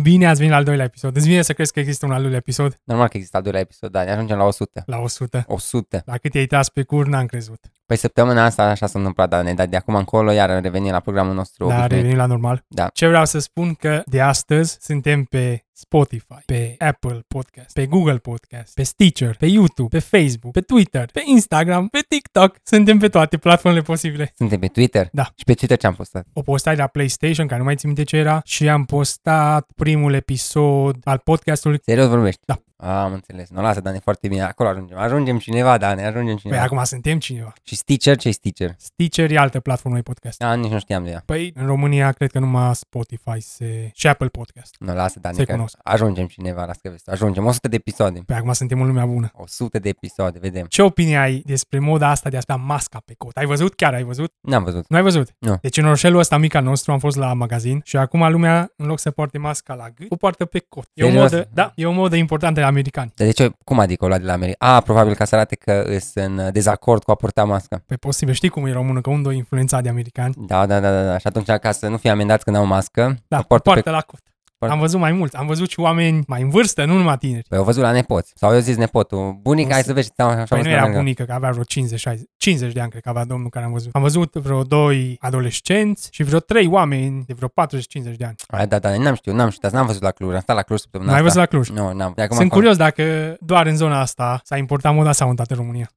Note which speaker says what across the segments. Speaker 1: Bine ați venit la al doilea episod. Îți vine să crezi că există un al doilea episod
Speaker 2: Normal că există al doilea episod, dar ne ajungem la 100.
Speaker 1: la 100.
Speaker 2: 100.
Speaker 1: La cât i-ai tras pe cur, n-am crezut.
Speaker 2: Păi săptămâna asta așa s-a întâmplat, dar ne da de acum încolo iar revenim la programul nostru.
Speaker 1: Dar
Speaker 2: obișnuit.
Speaker 1: revenim la normal.
Speaker 2: Da.
Speaker 1: Ce vreau să spun că de astăzi suntem pe Spotify, pe Apple Podcast, pe Google Podcast, pe Stitcher, pe YouTube, pe Facebook, pe Twitter, pe Instagram, pe TikTok. Suntem pe toate platformele posibile.
Speaker 2: Suntem pe Twitter?
Speaker 1: Da.
Speaker 2: Și pe Twitter ce am postat?
Speaker 1: O postare la PlayStation, care nu mai țin minte ce era, și am postat primul episod al podcastului.
Speaker 2: Serios vorbești?
Speaker 1: Da.
Speaker 2: Am înțeles. Nu lasă, dar ne foarte bine. Acolo ajungem. Ajungem cineva, da, ne ajungem
Speaker 1: Păi
Speaker 2: cineva.
Speaker 1: acum suntem cineva.
Speaker 2: Și Stitcher, ce Stitcher?
Speaker 1: Stitcher e altă platformă de podcast.
Speaker 2: Da, nici nu știam de ea.
Speaker 1: Păi, în România, cred că numai Spotify se... și Apple Podcast.
Speaker 2: Nu lasă, dar
Speaker 1: Se
Speaker 2: că
Speaker 1: cunosc.
Speaker 2: ajungem cineva, lasă că vezi. Ajungem. 100 de episoade.
Speaker 1: Păi acum suntem în lumea bună.
Speaker 2: 100 de episoade, vedem.
Speaker 1: Ce opinie ai despre moda asta de a sta masca pe cot? Ai văzut? Chiar ai văzut?
Speaker 2: N-am văzut.
Speaker 1: Nu ai văzut?
Speaker 2: Nu.
Speaker 1: Deci în orșelul ăsta mic al nostru am fost la magazin și acum lumea, în loc să poarte masca la gât, o poartă pe cot. E o
Speaker 2: Serios?
Speaker 1: modă, da, e o modă importantă la americani.
Speaker 2: Dar de ce? Cum adică o lua de la America? A, probabil ca să arate că sunt în dezacord cu a purta masca.
Speaker 1: Pe Păi, posibil, știi cum e românul, că unul e influențat de americani.
Speaker 2: Da, da, da, da, da. Și atunci ca să nu fie amendați când au mască,
Speaker 1: Da,
Speaker 2: o
Speaker 1: poartă,
Speaker 2: poartă
Speaker 1: poartă
Speaker 2: pe...
Speaker 1: la cot.
Speaker 2: poartă-
Speaker 1: Am văzut mai mult, am văzut și oameni mai în vârstă, nu numai tineri.
Speaker 2: Păi au văzut la nepoți. Sau eu zis nepotul. Bunica,
Speaker 1: Nu
Speaker 2: hai
Speaker 1: se-
Speaker 2: să vezi. Stau așa,
Speaker 1: Păi nu
Speaker 2: stau
Speaker 1: era
Speaker 2: lângă.
Speaker 1: bunică, că avea vreo 50, 60, 50 de ani, cred că avea domnul care am văzut. Am văzut vreo doi adolescenți și vreo trei oameni de vreo 40-50 de ani.
Speaker 2: Ai, da, da, n-am știut, n-am știut, n-am văzut la Cluj, am stat la Cluj săptămâna
Speaker 1: N-ai
Speaker 2: asta.
Speaker 1: văzut la Cluj?
Speaker 2: Nu, n-am. De acum
Speaker 1: Sunt
Speaker 2: acolo-
Speaker 1: curios dacă doar în zona asta s-a importat moda sau în toată România.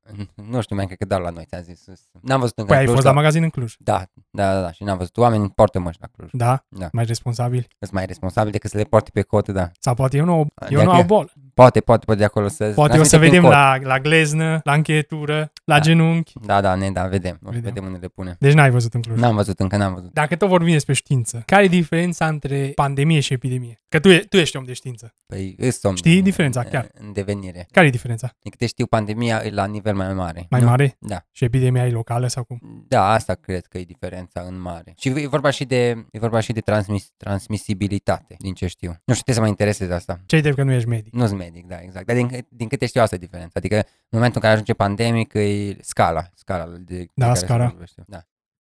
Speaker 2: Nu știu, mai cred că doar la noi, ți-am zis. N-am văzut încă
Speaker 1: Păi
Speaker 2: la
Speaker 1: ai
Speaker 2: Cluj.
Speaker 1: fost la
Speaker 2: dar-
Speaker 1: magazin în Cluj,
Speaker 2: Da, da, da, da, și n-am văzut. Oamenii poartă măști la Cluj.
Speaker 1: da?
Speaker 2: Da.
Speaker 1: Mai responsabil.
Speaker 2: Sunt mai responsabil decât să le poarte pe cote, da.
Speaker 1: Sau poate eu nu, eu
Speaker 2: Dacă-
Speaker 1: nu au bol.
Speaker 2: Poate, poate, poate de acolo să...
Speaker 1: Poate
Speaker 2: să
Speaker 1: o să
Speaker 2: prin
Speaker 1: vedem
Speaker 2: cot.
Speaker 1: la, la gleznă, la încheietură, la
Speaker 2: Da.
Speaker 1: genunchi.
Speaker 2: Da, da, ne, da, vedem. O să
Speaker 1: Vedem.
Speaker 2: vedem unde le punem.
Speaker 1: Deci n-ai văzut în Cluj.
Speaker 2: N-am văzut încă, n-am văzut.
Speaker 1: Dacă tot vorbim despre știință, care e diferența între pandemie și epidemie? Că tu, e, tu ești om de știință.
Speaker 2: Păi, îs somn.
Speaker 1: Știi diferența, chiar.
Speaker 2: În devenire.
Speaker 1: Care e diferența?
Speaker 2: Din câte știu, pandemia e la nivel mai mare.
Speaker 1: Mai
Speaker 2: nu?
Speaker 1: mare?
Speaker 2: Da.
Speaker 1: Și epidemia e locală sau cum?
Speaker 2: Da, asta cred că e diferența în mare. Și e vorba și de, e vorba și de transmis, transmisibilitate, din ce știu. Nu știu, trebuie să mă interesez asta.
Speaker 1: Ce drept că nu ești medic?
Speaker 2: Nu-s medic, da, exact. Dar din, câ- din câte știu, asta e diferența. Adică în momentul în care ajunge pandemic, e scala. Scala de, de
Speaker 1: Da,
Speaker 2: care se
Speaker 1: scara.
Speaker 2: vorbește. Da.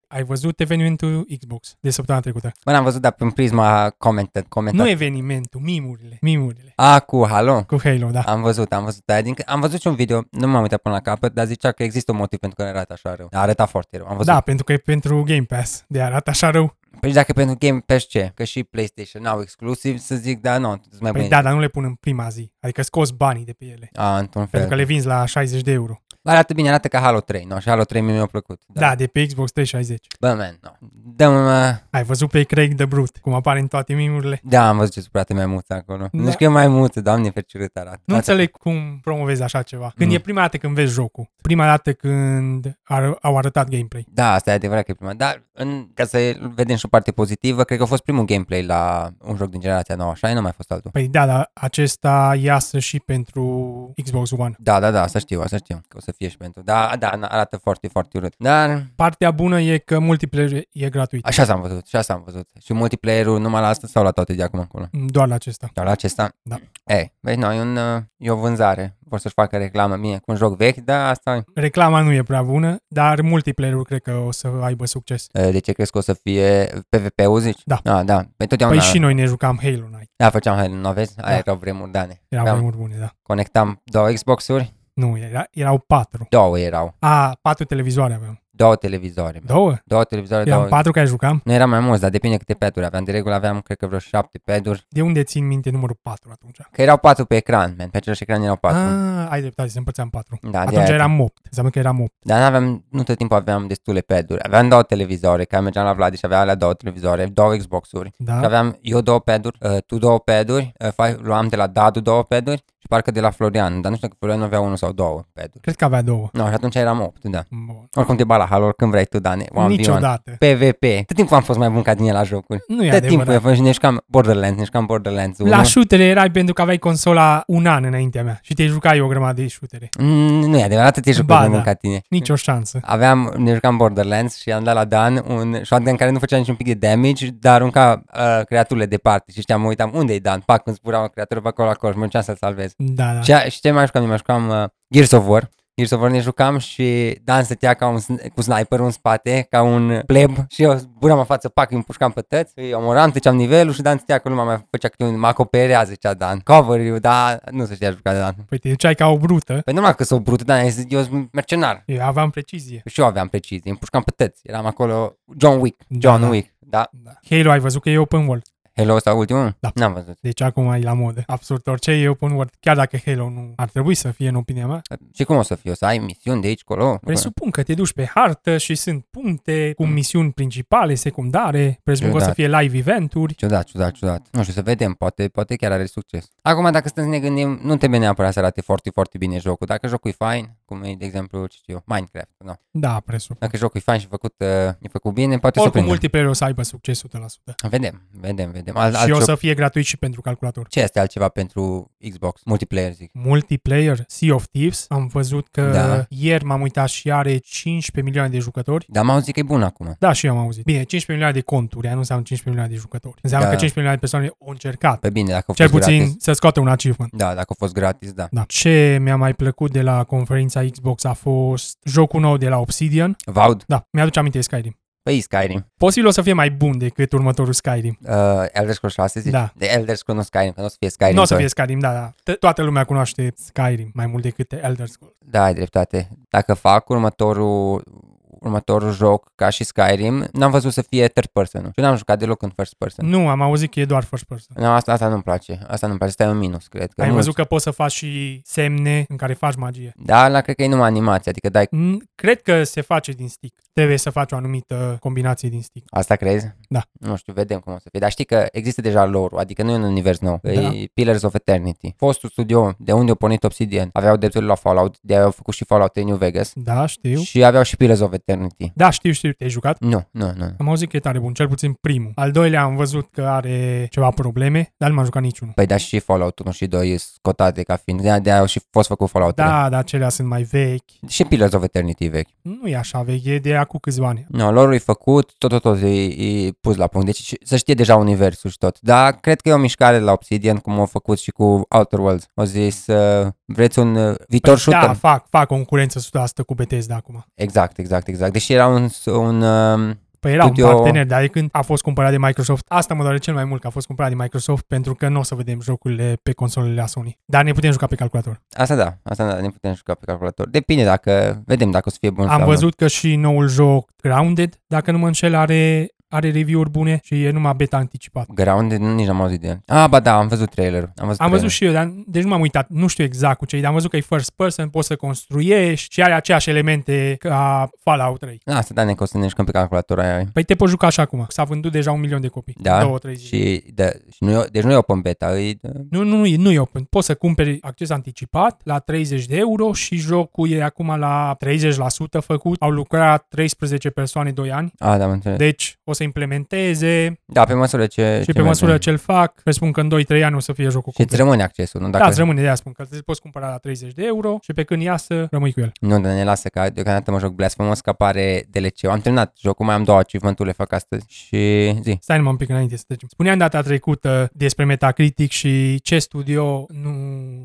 Speaker 1: Ai văzut evenimentul Xbox de săptămâna trecută?
Speaker 2: Bă, n-am văzut, dar prin prisma comentat. comentat.
Speaker 1: Nu evenimentul, mimurile. Mimurile.
Speaker 2: A, cu Halo.
Speaker 1: Cu Halo, da.
Speaker 2: Am văzut, am văzut. Dar din, câ- am văzut și un video, nu m-am uitat până la capăt, dar zicea că există un motiv pentru care arată așa rău. Arăta foarte rău. Am văzut.
Speaker 1: Da, pentru că e pentru Game Pass. De arată așa rău.
Speaker 2: Păi și dacă pentru Game Pass ce? Că și PlayStation au exclusiv, să zic, da, nu, sunt mai
Speaker 1: Păi
Speaker 2: bine.
Speaker 1: da, dar nu le pun în prima zi. Adică scoți banii de pe ele.
Speaker 2: A, într-un fel.
Speaker 1: Pentru că le vinzi la 60 de euro.
Speaker 2: Arată bine, arată ca Halo 3, nu? Și Halo 3 mi-a plăcut.
Speaker 1: Da, da de pe Xbox 360.
Speaker 2: Bă, man, nu. Dăm, uh,
Speaker 1: Ai văzut pe Craig the Brute, cum apare în toate mimurile.
Speaker 2: da, am văzut ce supărate mai mulți acolo.
Speaker 1: Da.
Speaker 2: Da. Deci că e mai mult, doamne, fericită arată.
Speaker 1: Nu
Speaker 2: Arată-
Speaker 1: înțeleg cum promovezi așa ceva. Când
Speaker 2: Mm.
Speaker 1: e prima dată când vezi jocul. Prima dată când ar, au arătat gameplay.
Speaker 2: Da, asta e adevărat că e prima. Dar în, ca să vedem și o parte pozitivă, cred că a fost primul gameplay la un joc din generația nouă, așa? E, nu mai fost altul.
Speaker 1: Păi da, dar acesta iasă și pentru Xbox One.
Speaker 2: Da, da, da, asta știu, asta știu că o să fie și pentru. Da, da, na- arată foarte, foarte urât. Dar
Speaker 1: Partea bună e că multiplayer e gratuit.
Speaker 2: așa s-am văzut, așa s-am văzut. Și multiplayer-ul numai la asta sau la toate de acum încolo?
Speaker 1: Doar la acesta.
Speaker 2: Dar la acesta?
Speaker 1: Da.
Speaker 2: E, vezi, noi un, uh, e o vânzare. Vor să-și facă reclamă mie cu un joc vechi, dar asta e.
Speaker 1: Reclama nu e prea bună, dar multiplayer-ul cred că o să aibă succes.
Speaker 2: Uh, De ce crezi că o să fie PvP-ul, zici?
Speaker 1: Da.
Speaker 2: Ah, da. Păi totdeauna.
Speaker 1: Păi și noi ne jucam Halo Night.
Speaker 2: Da, făceam Halo, nu vezi? Da.
Speaker 1: Da.
Speaker 2: Aia erau vremuri, Dane.
Speaker 1: Erau
Speaker 2: Da.
Speaker 1: da. mult bune, da.
Speaker 2: Conectam două Xbox-uri,
Speaker 1: Nu, era, erau patru.
Speaker 2: două erau.
Speaker 1: A, patru televizoare aveam.
Speaker 2: Două televizoare. Da.
Speaker 1: Două?
Speaker 2: Două televizoare,
Speaker 1: Eram
Speaker 2: două...
Speaker 1: patru care jucam.
Speaker 2: Nu era mai mulți, dar depinde câte paduri aveam. De regulă aveam, cred că vreo șapte paduri.
Speaker 1: De unde țin minte numărul patru atunci?
Speaker 2: Că erau patru pe ecran, man. Pe același ecran erau patru.
Speaker 1: Ah, ai dreptate, se împărțeam patru.
Speaker 2: Da, de
Speaker 1: Atunci
Speaker 2: aia-
Speaker 1: eram opt. Înseamnă că eram opt.
Speaker 2: Dar nu aveam, nu tot timpul aveam destule paduri. Aveam două televizoare, că mergeam la Vlad și avea alea două televizoare, două Xbox-uri. Și
Speaker 1: Da?
Speaker 2: aveam eu două peduri, uh, tu două peduri, uh, fai, luam de la Dadu două peduri și parcă de la Florian, dar nu știu dacă Florian avea unul sau două peduri.
Speaker 1: Cred că avea două.
Speaker 2: No, și atunci eram 8, da.
Speaker 1: Bun.
Speaker 2: Oricum te bala halor când vrei tu, Dane. One v one.
Speaker 1: Niciodată.
Speaker 2: PvP. Tot timpul am fost mai bun ca tine la jocuri.
Speaker 1: da. Nu e
Speaker 2: Tot timpul
Speaker 1: adevărat.
Speaker 2: eu și ne jucam Borderlands, ne jucam Borderlands 1.
Speaker 1: La șutere erai pentru că aveai consola un an înaintea mea și te jucai o grămadă de șutere.
Speaker 2: Mm, nu e adevărat, atât te
Speaker 1: Ba,
Speaker 2: jucam mai bun
Speaker 1: da.
Speaker 2: ca tine.
Speaker 1: Nicio șansă.
Speaker 2: Aveam, ne jucam Borderlands și am dat la Dan un shotgun care nu făcea niciun pic de damage, dar arunca uh, creaturile departe și știam, mă uitam, unde e Dan? Pac, când spura o creatură pe acolo, acolo și mă duceam să-l salvez.
Speaker 1: Da, da.
Speaker 2: Și, și ce mai jucam? Eu Mai jucam uh, Gears of War. Gears of War ne jucam și Dan stătea ca un, sn- cu sniperul în spate, ca un uh, pleb și eu zburam în față, pac, îi împușcam pe tăți, îi omoram, treceam nivelul și Dan stătea acolo, mă mai făcea câte un, mă acoperea, zicea Dan. Cover you, da, nu se știa juca Dan.
Speaker 1: Păi te duceai ca o brută.
Speaker 2: Păi normal că sunt brut, Dan, eu sunt mercenar. Păi
Speaker 1: Eu aveam precizie.
Speaker 2: Și eu aveam precizie, îi împușcam pe tăți, eram acolo John Wick,
Speaker 1: Da,
Speaker 2: John
Speaker 1: da.
Speaker 2: Wick, da.
Speaker 1: Da. Halo, ai văzut că e open world.
Speaker 2: Hello sau ultimul?
Speaker 1: Da.
Speaker 2: N-am văzut.
Speaker 1: Deci acum e la modă. Absolut orice e open world. Chiar dacă Halo nu ar trebui să fie în opinia mea.
Speaker 2: Și cum o să fie? O să ai misiuni de aici, colo?
Speaker 1: Presupun că te duci pe hartă și sunt puncte cu misiuni principale, secundare. Presupun că o să
Speaker 2: Mm. Ciudat.
Speaker 1: fie live eventuri.
Speaker 2: Ciudat,
Speaker 1: Mm.
Speaker 2: ciudat, ciudat. Nu știu, să vedem, poate, poate chiar are succes. Acum, dacă stăm să ne gândim, nu trebuie neapărat să arate foarte, foarte bine jocul. Dacă jocul e fain, cum e, de exemplu, ce știu eu, Minecraft, no.
Speaker 1: Da, presupun.
Speaker 2: Dacă jocul e fain și făcut, uh, e făcut bine, poate să
Speaker 1: Oricum,
Speaker 2: prindem.
Speaker 1: multiplayer o să aibă succes 100%.
Speaker 2: Vedem, vedem, vedem. Al,
Speaker 1: și
Speaker 2: alt
Speaker 1: o
Speaker 2: joc...
Speaker 1: să fie gratuit și pentru calculator.
Speaker 2: Ce este altceva pentru Xbox? Multiplayer, zic.
Speaker 1: Multiplayer Sea of Thieves. Am văzut că
Speaker 2: Da.
Speaker 1: da. ieri m-am uitat și are 15 milioane de jucători.
Speaker 2: Dar m-au zis că e bun acum.
Speaker 1: Da, și eu am auzit. Bine, 15 milioane de conturi, aia nu înseamnă 15 milioane de jucători. Înseamnă
Speaker 2: Da.
Speaker 1: da. că 15 milioane de persoane au încercat.
Speaker 2: Pe bine, dacă a
Speaker 1: Cel
Speaker 2: fost
Speaker 1: puțin
Speaker 2: gratis.
Speaker 1: să scoată un achievement.
Speaker 2: Da, dacă a fost gratis, da.
Speaker 1: Da. Ce mi-a mai plăcut de la conferința Xbox a fost jocul nou de la Obsidian.
Speaker 2: Vaud?
Speaker 1: Da, mi-aduce aminte de Skyrim.
Speaker 2: Păi Skyrim.
Speaker 1: Posibil o să fie mai bun decât următorul Skyrim.
Speaker 2: Uh, Elder Scrolls 6, zici?
Speaker 1: Da.
Speaker 2: De Elder Scrolls, nu Skyrim, că nu o să fie Skyrim.
Speaker 1: Nu o să
Speaker 2: doi.
Speaker 1: fie Skyrim, da, da. T- Toată lumea cunoaște Skyrim mai mult decât Elder Scrolls.
Speaker 2: Da, ai dreptate. Dacă fac următorul următorul joc ca și Skyrim, n-am văzut să fie third person. Și n-am jucat deloc în first person.
Speaker 1: Nu, am auzit că e doar first person.
Speaker 2: Nu, asta, asta nu-mi place. Asta nu-mi place. Asta e un minus, cred. Că
Speaker 1: Ai
Speaker 2: mulți-
Speaker 1: văzut că poți să faci și semne în care faci magie.
Speaker 2: Da, la cred că e numai animație. Adică dai...
Speaker 1: N- Cred că se face din stick. Trebuie să faci o anumită combinație din stick.
Speaker 2: Asta crezi?
Speaker 1: Da.
Speaker 2: Nu știu, vedem cum o să fie. Dar știi că există deja lore adică nu e un univers nou. Da. E Pillars of Eternity. Fostul studio de unde a pornit Obsidian. Aveau drepturile la Fallout, de au făcut și Fallout 3 New Vegas.
Speaker 1: Da, știu.
Speaker 2: Și aveau și Pillars of Eternity.
Speaker 1: Da, știu, știu, te-ai jucat.
Speaker 2: Nu, nu, nu.
Speaker 1: Am auzit că e tare bun, cel puțin primul. Al doilea am văzut că are ceva probleme, dar nu m-am jucat niciunul.
Speaker 2: Păi da, și Fallout 1 și 2 sunt cotate ca fiind. De-aia, de-aia au și fost făcut Fallout 3.
Speaker 1: Da, dar celea sunt mai vechi.
Speaker 2: Și Pillars of Eternity e vechi.
Speaker 1: Nu e așa vechi, e de acum câțiva ani.
Speaker 2: No, lor e făcut, tot, tot, tot e, e pus la punct. Deci și- să știe deja universul și tot. Dar cred că e o mișcare la Obsidian, cum au făcut și cu Outer Worlds. Au zis, uh, vreți un uh, viitor shooter?
Speaker 1: Da, fac, fac concurență 100% cu Bethesda acum.
Speaker 2: Exact, exact, exact. Deși era un... un um,
Speaker 1: Păi era
Speaker 2: Studio-
Speaker 1: un partener, dar e când a fost cumpărat de Microsoft. Asta mă doare cel mai mult că a fost cumpărat de Microsoft pentru că nu o să vedem jocurile pe consolele la Sony. Dar ne putem juca pe calculator.
Speaker 2: asta da, asta da, ne putem juca pe calculator. Depinde dacă... Vedem dacă o să fie bun
Speaker 1: Am
Speaker 2: sau
Speaker 1: văzut că și noul joc Grounded, dacă nu mă înșel, are, are review-uri bune și e numai beta anticipat.
Speaker 2: nu. Grounded, nu, nici n-am auzit de el. Ah, ba da, am văzut trailerul. Am văzut,
Speaker 1: Am văzut
Speaker 2: trailerul.
Speaker 1: și eu, dar deci nu m-am uitat, nu știu exact cu ce e, dar am văzut că e first person, poți să construiești și are aceeași elemente ca Fallout 3.
Speaker 2: Ah, Asta da, ne costă să ne jucăm pe calculator. Aia. e.
Speaker 1: Păi te poți juca așa acum, s-a vândut deja un milion de copii,
Speaker 2: Da,
Speaker 1: două, trei zile.
Speaker 2: Și, da, și nu e, deci nu e open beta, e,
Speaker 1: Nu, nu, nu, e- nu e open. Poți să cumperi acces anticipat la 30 de euro și jocul e acum la 30% făcut. Au lucrat 13 persoane 2 ani,
Speaker 2: a, da, am înțeles. De,
Speaker 1: deci o să implementeze
Speaker 2: da, pe măsură ce...
Speaker 1: și pe măsură ce îl fac, vă spun că în 2-3 ani o să fie jocul
Speaker 2: Și îți
Speaker 1: complet.
Speaker 2: rămâne accesul, nu?
Speaker 1: Da, îți rămâne de aia, spun că îl poți cumpăra la 30 de euro și pe când iasă, rămâi cu el.
Speaker 2: Nu, dar ne lasă, că deocamdată mă joc Blasphemous, că apare DLC. Am terminat jocul, mai am două achievement le fac astăzi. Și zi.
Speaker 1: Stai numai un pic înainte să trecem. Spuneam data trecută despre Metacritic și ce studio nu,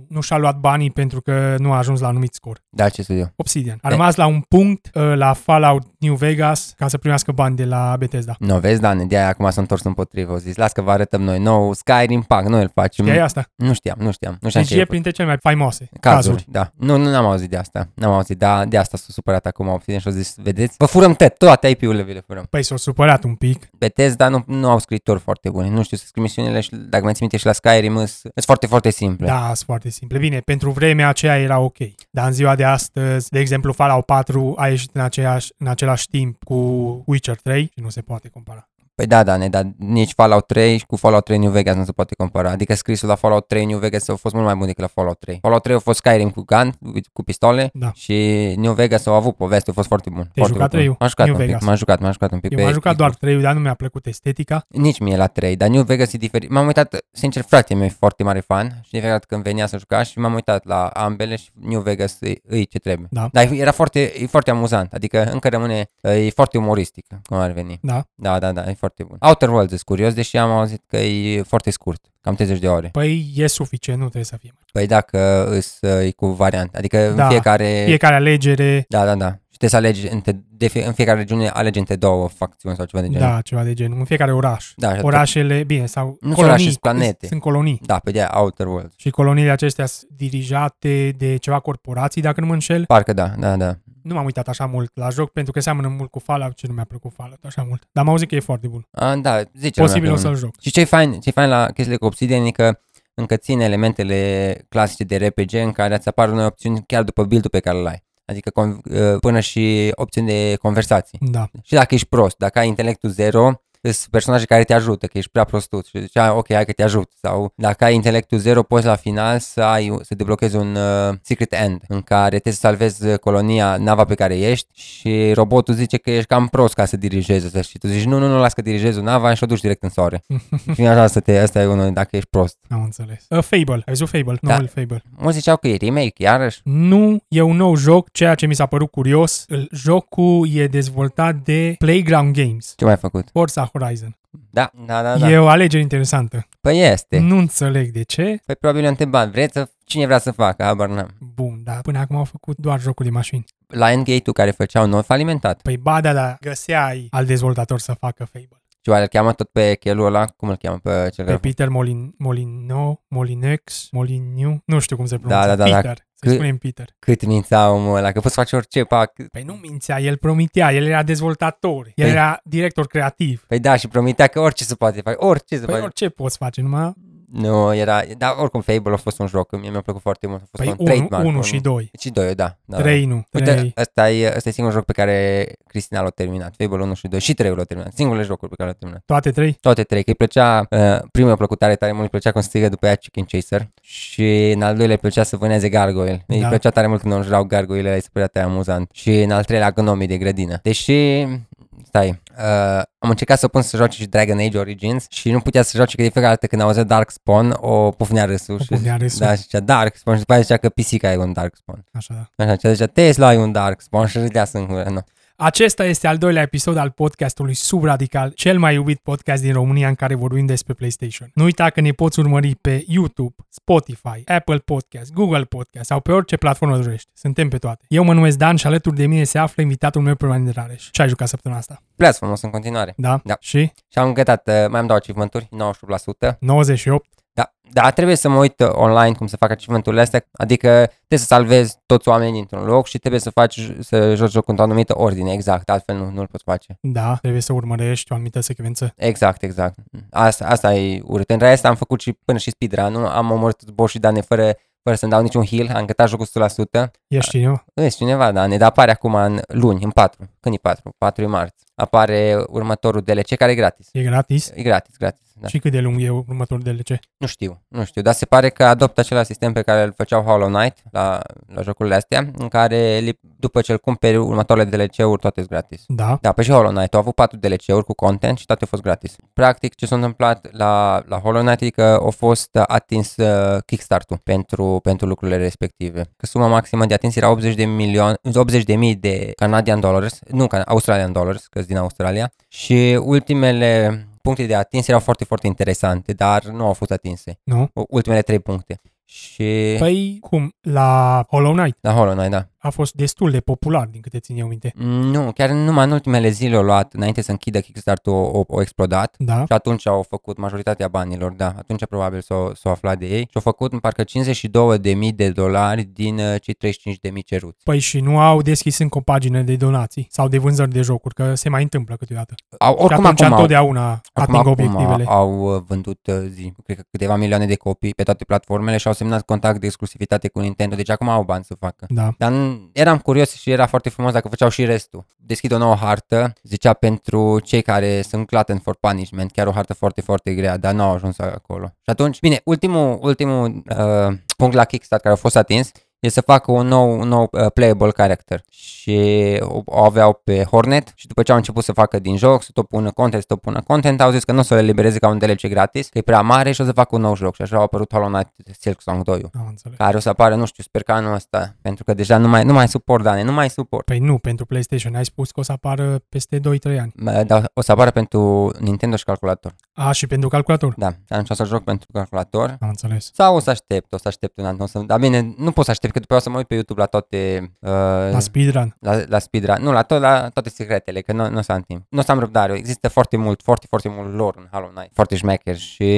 Speaker 1: nu și-a luat banii pentru că nu a ajuns la anumit scor.
Speaker 2: Da, ce studio?
Speaker 1: Obsidian. A rămas la un punct uh, la Fallout New Vegas ca să primească bani de la Bethesda.
Speaker 2: Nu, vezi, Dan, de aia acum s-a întors împotrivă. Au zis, las că vă arătăm noi nou Skyrim Pack, noi îl facem.
Speaker 1: Mm. E asta.
Speaker 2: Nu știam, nu știam. Nu știam
Speaker 1: Deci
Speaker 2: ce
Speaker 1: e printre cele mai faimoase
Speaker 2: cazuri.
Speaker 1: cazuri.
Speaker 2: Da. Nu, nu n-am auzit de asta. N-am auzit, dar de asta s-a supărat acum Obsidian și au zis, vedeți, vă furăm tot, toate IP-urile vi le furăm.
Speaker 1: Păi s-au supărat un pic.
Speaker 2: Da. Bethesda nu, nu au scriitori foarte buni, nu știu să scrii misiunile și dacă mi-ați minte și la Skyrim sunt sunt foarte, foarte simple.
Speaker 1: Da, sunt foarte simple. Bine, pentru vremea aceea era ok. Dar în ziua de astăzi, de exemplu, Fallout 4 a ieșit în, aceeași, în același timp cu Witcher 3 și nu se poate compara.
Speaker 2: Păi da, Dane, dar nici Fallout 3 cu Fallout 3 New Vegas nu se poate compara. Adică scrisul la Fallout 3 New Vegas a fost mult mai bun decât la Fallout 3. Fallout 3 a fost Skyrim cu gun, cu- cu pistole
Speaker 1: Da.
Speaker 2: și New Vegas au avut poveste, a fost foarte bun. foarte
Speaker 1: jucat
Speaker 2: bun.
Speaker 1: 3-ul?
Speaker 2: M-am jucat
Speaker 1: New
Speaker 2: un pic,
Speaker 1: Vegas.
Speaker 2: m-am jucat, m-am jucat un pic.
Speaker 1: Eu
Speaker 2: pe
Speaker 1: m-am jucat doar
Speaker 2: Xbox.
Speaker 1: 3 dar nu mi-a plăcut estetica.
Speaker 2: Nici mie la 3, dar New Vegas e diferit. M-am uitat, sincer, frate meu e foarte mare fan și de fiecare dată când venea să juca și m-am uitat la ambele și New Vegas e, e ce trebuie.
Speaker 1: Da.
Speaker 2: Dar era foarte, e foarte amuzant, adică încă rămâne, e foarte umoristic cum ar veni.
Speaker 1: Da.
Speaker 2: Da, da, da, e foarte bun. Outer Worlds e curios, deși am auzit că e foarte scurt, cam 30 de ore.
Speaker 1: Păi e suficient, nu trebuie să fie mai.
Speaker 2: Păi dacă îs, e cu variant, adică da,
Speaker 1: Da,
Speaker 2: în fiecare...
Speaker 1: Fiecare alegere,
Speaker 2: Da, da, da. Și trebuie să alegi între, de fie, în fiecare regiune alegi între două facțiuni sau ceva de genul.
Speaker 1: da, ceva de genul, în fiecare oraș.
Speaker 2: Da, și atunci-
Speaker 1: Orașele, bine, sau
Speaker 2: Nu sunt
Speaker 1: colonii.
Speaker 2: orașe, sunt planete.
Speaker 1: Sunt colonii.
Speaker 2: Da, pe de Outer Worlds.
Speaker 1: Și coloniile acestea sunt dirijate de ceva corporații, dacă nu mă înșel.
Speaker 2: Parcă da, da, da.
Speaker 1: Nu m-am uitat așa mult la joc, pentru că seamănă mult cu Fallout și nu mi-a plăcut Fallout așa mult. Dar am auzit că e foarte bun.
Speaker 2: A, da, zice lumea
Speaker 1: Posibil
Speaker 2: că
Speaker 1: o
Speaker 2: nu.
Speaker 1: să-l joc.
Speaker 2: Și ce fain, ce fain la chestiile cu Obsidian e că încă ține elementele clasice de RPG în care îți apar noi opțiuni chiar după build-ul pe care îl ai. Adică con- uh, până și opțiuni de conversații.
Speaker 1: Da.
Speaker 2: Și dacă ești prost, dacă ai intelectul zero, sunt personaje care te ajută, că ești prea prostut și zicea, ok, hai că te ajut. Sau dacă ai intelectul zero, poți la final să, ai, să deblochezi un uh, secret end în care trebuie să salvezi uh, colonia, nava pe care ești și robotul zice că ești cam prost ca să dirigezi asta și tu zici, nu, nu, nu, las că dirigezi nava și o duci direct în soare. și așa, asta, te, asta e unul dacă ești prost.
Speaker 1: Am înțeles. Uh, Fable. Ai zis Fable?
Speaker 2: Da.
Speaker 1: Da. Noul Fable.
Speaker 2: Mulți ziceau că e remake, iarăși.
Speaker 1: Nu, e un nou joc, ceea ce mi s-a părut curios. îl- Jocul e dezvoltat de Playground Games.
Speaker 2: Ce mai ai făcut?
Speaker 1: Forza Horizon.
Speaker 2: Da, da, da,
Speaker 1: Da.
Speaker 2: da.
Speaker 1: E Mm. o alegere interesantă.
Speaker 2: Păi este.
Speaker 1: Nu înțeleg de ce.
Speaker 2: Păi probabil ne-a întrebat, vreți să, cine vrea să facă, habar n-am.
Speaker 1: Bun, dar până acum au făcut doar jocuri de mașini.
Speaker 2: Liongate-ul care făceau noi falimentat.
Speaker 1: Păi ba, da, da, găseai al dezvoltator să facă Fable.
Speaker 2: Și oare îl cheamă tot pe chelul ăla? Cum îl cheamă pe cel
Speaker 1: Pe
Speaker 2: care...
Speaker 1: Peter Molin, Molino, Molinex, Moliniu, nu știu cum se pronunță.
Speaker 2: da, da, da.
Speaker 1: Peter, să
Speaker 2: Că-
Speaker 1: spunem Peter.
Speaker 2: Cât mințea omul ăla, că poți să faci orice pac.
Speaker 1: Păi nu mințea, el promitea, el era dezvoltator, el
Speaker 2: Păi-
Speaker 1: era director creativ.
Speaker 2: Păi da, și promitea că orice se poate face, orice se
Speaker 1: Păi
Speaker 2: poate.
Speaker 1: orice poți face, numai
Speaker 2: Nu, era... Dar oricum Fable a fost un joc, mie mi-a plăcut foarte mult. A fost
Speaker 1: păi
Speaker 2: un
Speaker 1: 1
Speaker 2: trademark,
Speaker 1: unu
Speaker 2: un-
Speaker 1: și 2.
Speaker 2: Și doi, da. da.
Speaker 1: 3 nu,
Speaker 2: Uite,
Speaker 1: 3.
Speaker 2: ăsta e, ăsta e singurul joc pe care Cristina l-a terminat. Fable 1 și 2 și 3 l-a terminat. Singurele jocuri pe care le-a terminat.
Speaker 1: Toate 3?
Speaker 2: Toate trei, că îi plăcea, uh, primul i-a plăcut tare, tare mult, îi plăcea cum strigă după aia Chicken Chaser și în al doilea îi plăcea să vâneze gargoyle. Da. Îi
Speaker 1: Da.
Speaker 2: plăcea tare mult când înjurau gargoyle, îi se părea tare amuzant. Și în al treilea gnomii de grădină. Deși, stai, uh, am încercat să o pun să joace și Dragon Age Origins și nu putea să joace că de fiecare dată când auzea Dark Spawn o pufnea râsul.
Speaker 1: O
Speaker 2: și-
Speaker 1: punea râsul.
Speaker 2: Da, și zicea Dark Spawn și după aia zicea că pisica e un Dark Spawn.
Speaker 1: Așa, da.
Speaker 2: Așa, zicea, zicea Tesla e un Dark Spawn și râdea în gură. Nu.
Speaker 1: Acesta este al doilea episod al podcastului Subradical, cel mai iubit podcast din România în care vorbim despre PlayStation. Nu uita că ne poți urmări pe YouTube, Spotify, Apple Podcast, Google Podcast sau pe orice platformă dorești. Suntem pe toate. Eu mă numesc Dan și alături de mine se află invitatul meu permanent Rareș. Ce ai jucat săptămâna asta?
Speaker 2: Pleați frumos în continuare.
Speaker 1: Da?
Speaker 2: Da.
Speaker 1: Și?
Speaker 2: Și am gătat, uh, mai am două achievement-uri, 98%.
Speaker 1: 98?
Speaker 2: Da, da, trebuie să mă uit uh, online cum să fac achievementul astea, adică trebuie să salvezi toți oamenii într-un loc și trebuie să faci, să joci jocul într-o anumită ordine, exact, altfel nu, nu-l poți face.
Speaker 1: Da, trebuie să urmărești o anumită secvență.
Speaker 2: Exact, exact. Asta, asta e urât. În rest am făcut și până și speedrun, nu? Am omorât boss și Dane fără, fără să-mi dau niciun heal, am gătat jocul 100%.
Speaker 1: Ești eu?
Speaker 2: Vezi cineva, Dane, dar apare acum în luni, în 4. Când e 4? 4 e marți. Apare următorul DLC care e gratis.
Speaker 1: E gratis?
Speaker 2: E gratis, gratis. Da.
Speaker 1: Și cât de lung e următorul DLC?
Speaker 2: Nu știu, nu știu, dar se pare că adoptă același sistem pe care îl făceau Hollow Knight la, la jocurile astea, în care li- după ce îl cumperi următoarele DLC-uri toate sunt gratis.
Speaker 1: Da.
Speaker 2: Da, pe și Hollow Knight au avut 4 DLC-uri cu content și toate au fost gratis. Practic, ce s-a întâmplat la, la Hollow Knight e că a fost uh, atins uh, Kickstarter-ul pentru, pentru lucrurile respective. Că suma maximă de atins era 80 de milioane, 80 de mii de Canadian Dollars, nu, Can- Australian Dollars, că din Australia, și ultimele puncte de atins erau foarte, foarte interesante, dar nu au fost atinse.
Speaker 1: Nu?
Speaker 2: U- Ultimele 3 puncte. Și păi...
Speaker 1: Păi cum? La Hollow Knight
Speaker 2: la Hollow Knight, da. Mm,
Speaker 1: a fost destul de popular, din câte țin eu minte.
Speaker 2: Nu, chiar numai în ultimele zile au luat, înainte să închidă Kickstarter-ul, o, o explodat.
Speaker 1: Da.
Speaker 2: Și atunci au făcut majoritatea banilor, da. Atunci probabil s-au s-o, s-o aflat de ei. Și au făcut în parcă 52.000 de dolari din uh, cei 35.000 ceruți.
Speaker 1: Păi și nu au deschis încă o pagină de donații sau de vânzări de jocuri, că se mai întâmplă câteodată.
Speaker 2: Au,
Speaker 1: Oricum,
Speaker 2: oricum
Speaker 1: și atunci
Speaker 2: acum, au,
Speaker 1: întotdeauna
Speaker 2: acum,
Speaker 1: ating
Speaker 2: acum
Speaker 1: obiectivele.
Speaker 2: au uh, vândut uh, zi, cred că câteva milioane de copii pe toate platformele și au semnat contact de exclusivitate cu Nintendo. Deci acum au bani să facă.
Speaker 1: Da.
Speaker 2: Dar n- eram curios și era foarte frumos dacă făceau și restul. Deschid o nouă hartă, zicea pentru cei care sunt Clatten for Punishment, chiar o hartă foarte, foarte grea, dar nu au ajuns acolo. Și atunci, bine, ultimul, ultimul uh, punct la Kickstarter care a fost atins e să facă un nou, un nou uh, playable character și o, o aveau pe Hornet și după ce au început să facă din joc, să tot pună content, să tot pună content, au zis că nu o să le libereze ca un DLC gratis, că e prea mare și o să facă un nou joc și așa a apărut Hollow Knight Silksong 2
Speaker 1: Am înțeles.
Speaker 2: care o să apară, nu știu, sper că anul ăsta, pentru că deja nu mai, nu mai suport, Dane, nu mai suport.
Speaker 1: Păi nu, pentru PlayStation ai spus că o să apară peste 2-3 ani.
Speaker 2: Mă, Dar o să apară pentru Nintendo și calculator.
Speaker 1: A, și pentru calculator.
Speaker 2: Da, atunci o să joc pentru calculator.
Speaker 1: Am înțeles.
Speaker 2: Sau o să aștept, o să aștept un an, o să, dar bine, nu pot să aștept, că după aia o să mă uit pe YouTube la toate... Uh,
Speaker 1: La speedrun.
Speaker 2: la, la speedrun, nu, la, to- la toate secretele, că nu, nu o să am timp. Nu o să am răbdare, există foarte mult, foarte, foarte mult lore în Hollow Knight, foarte șmecher și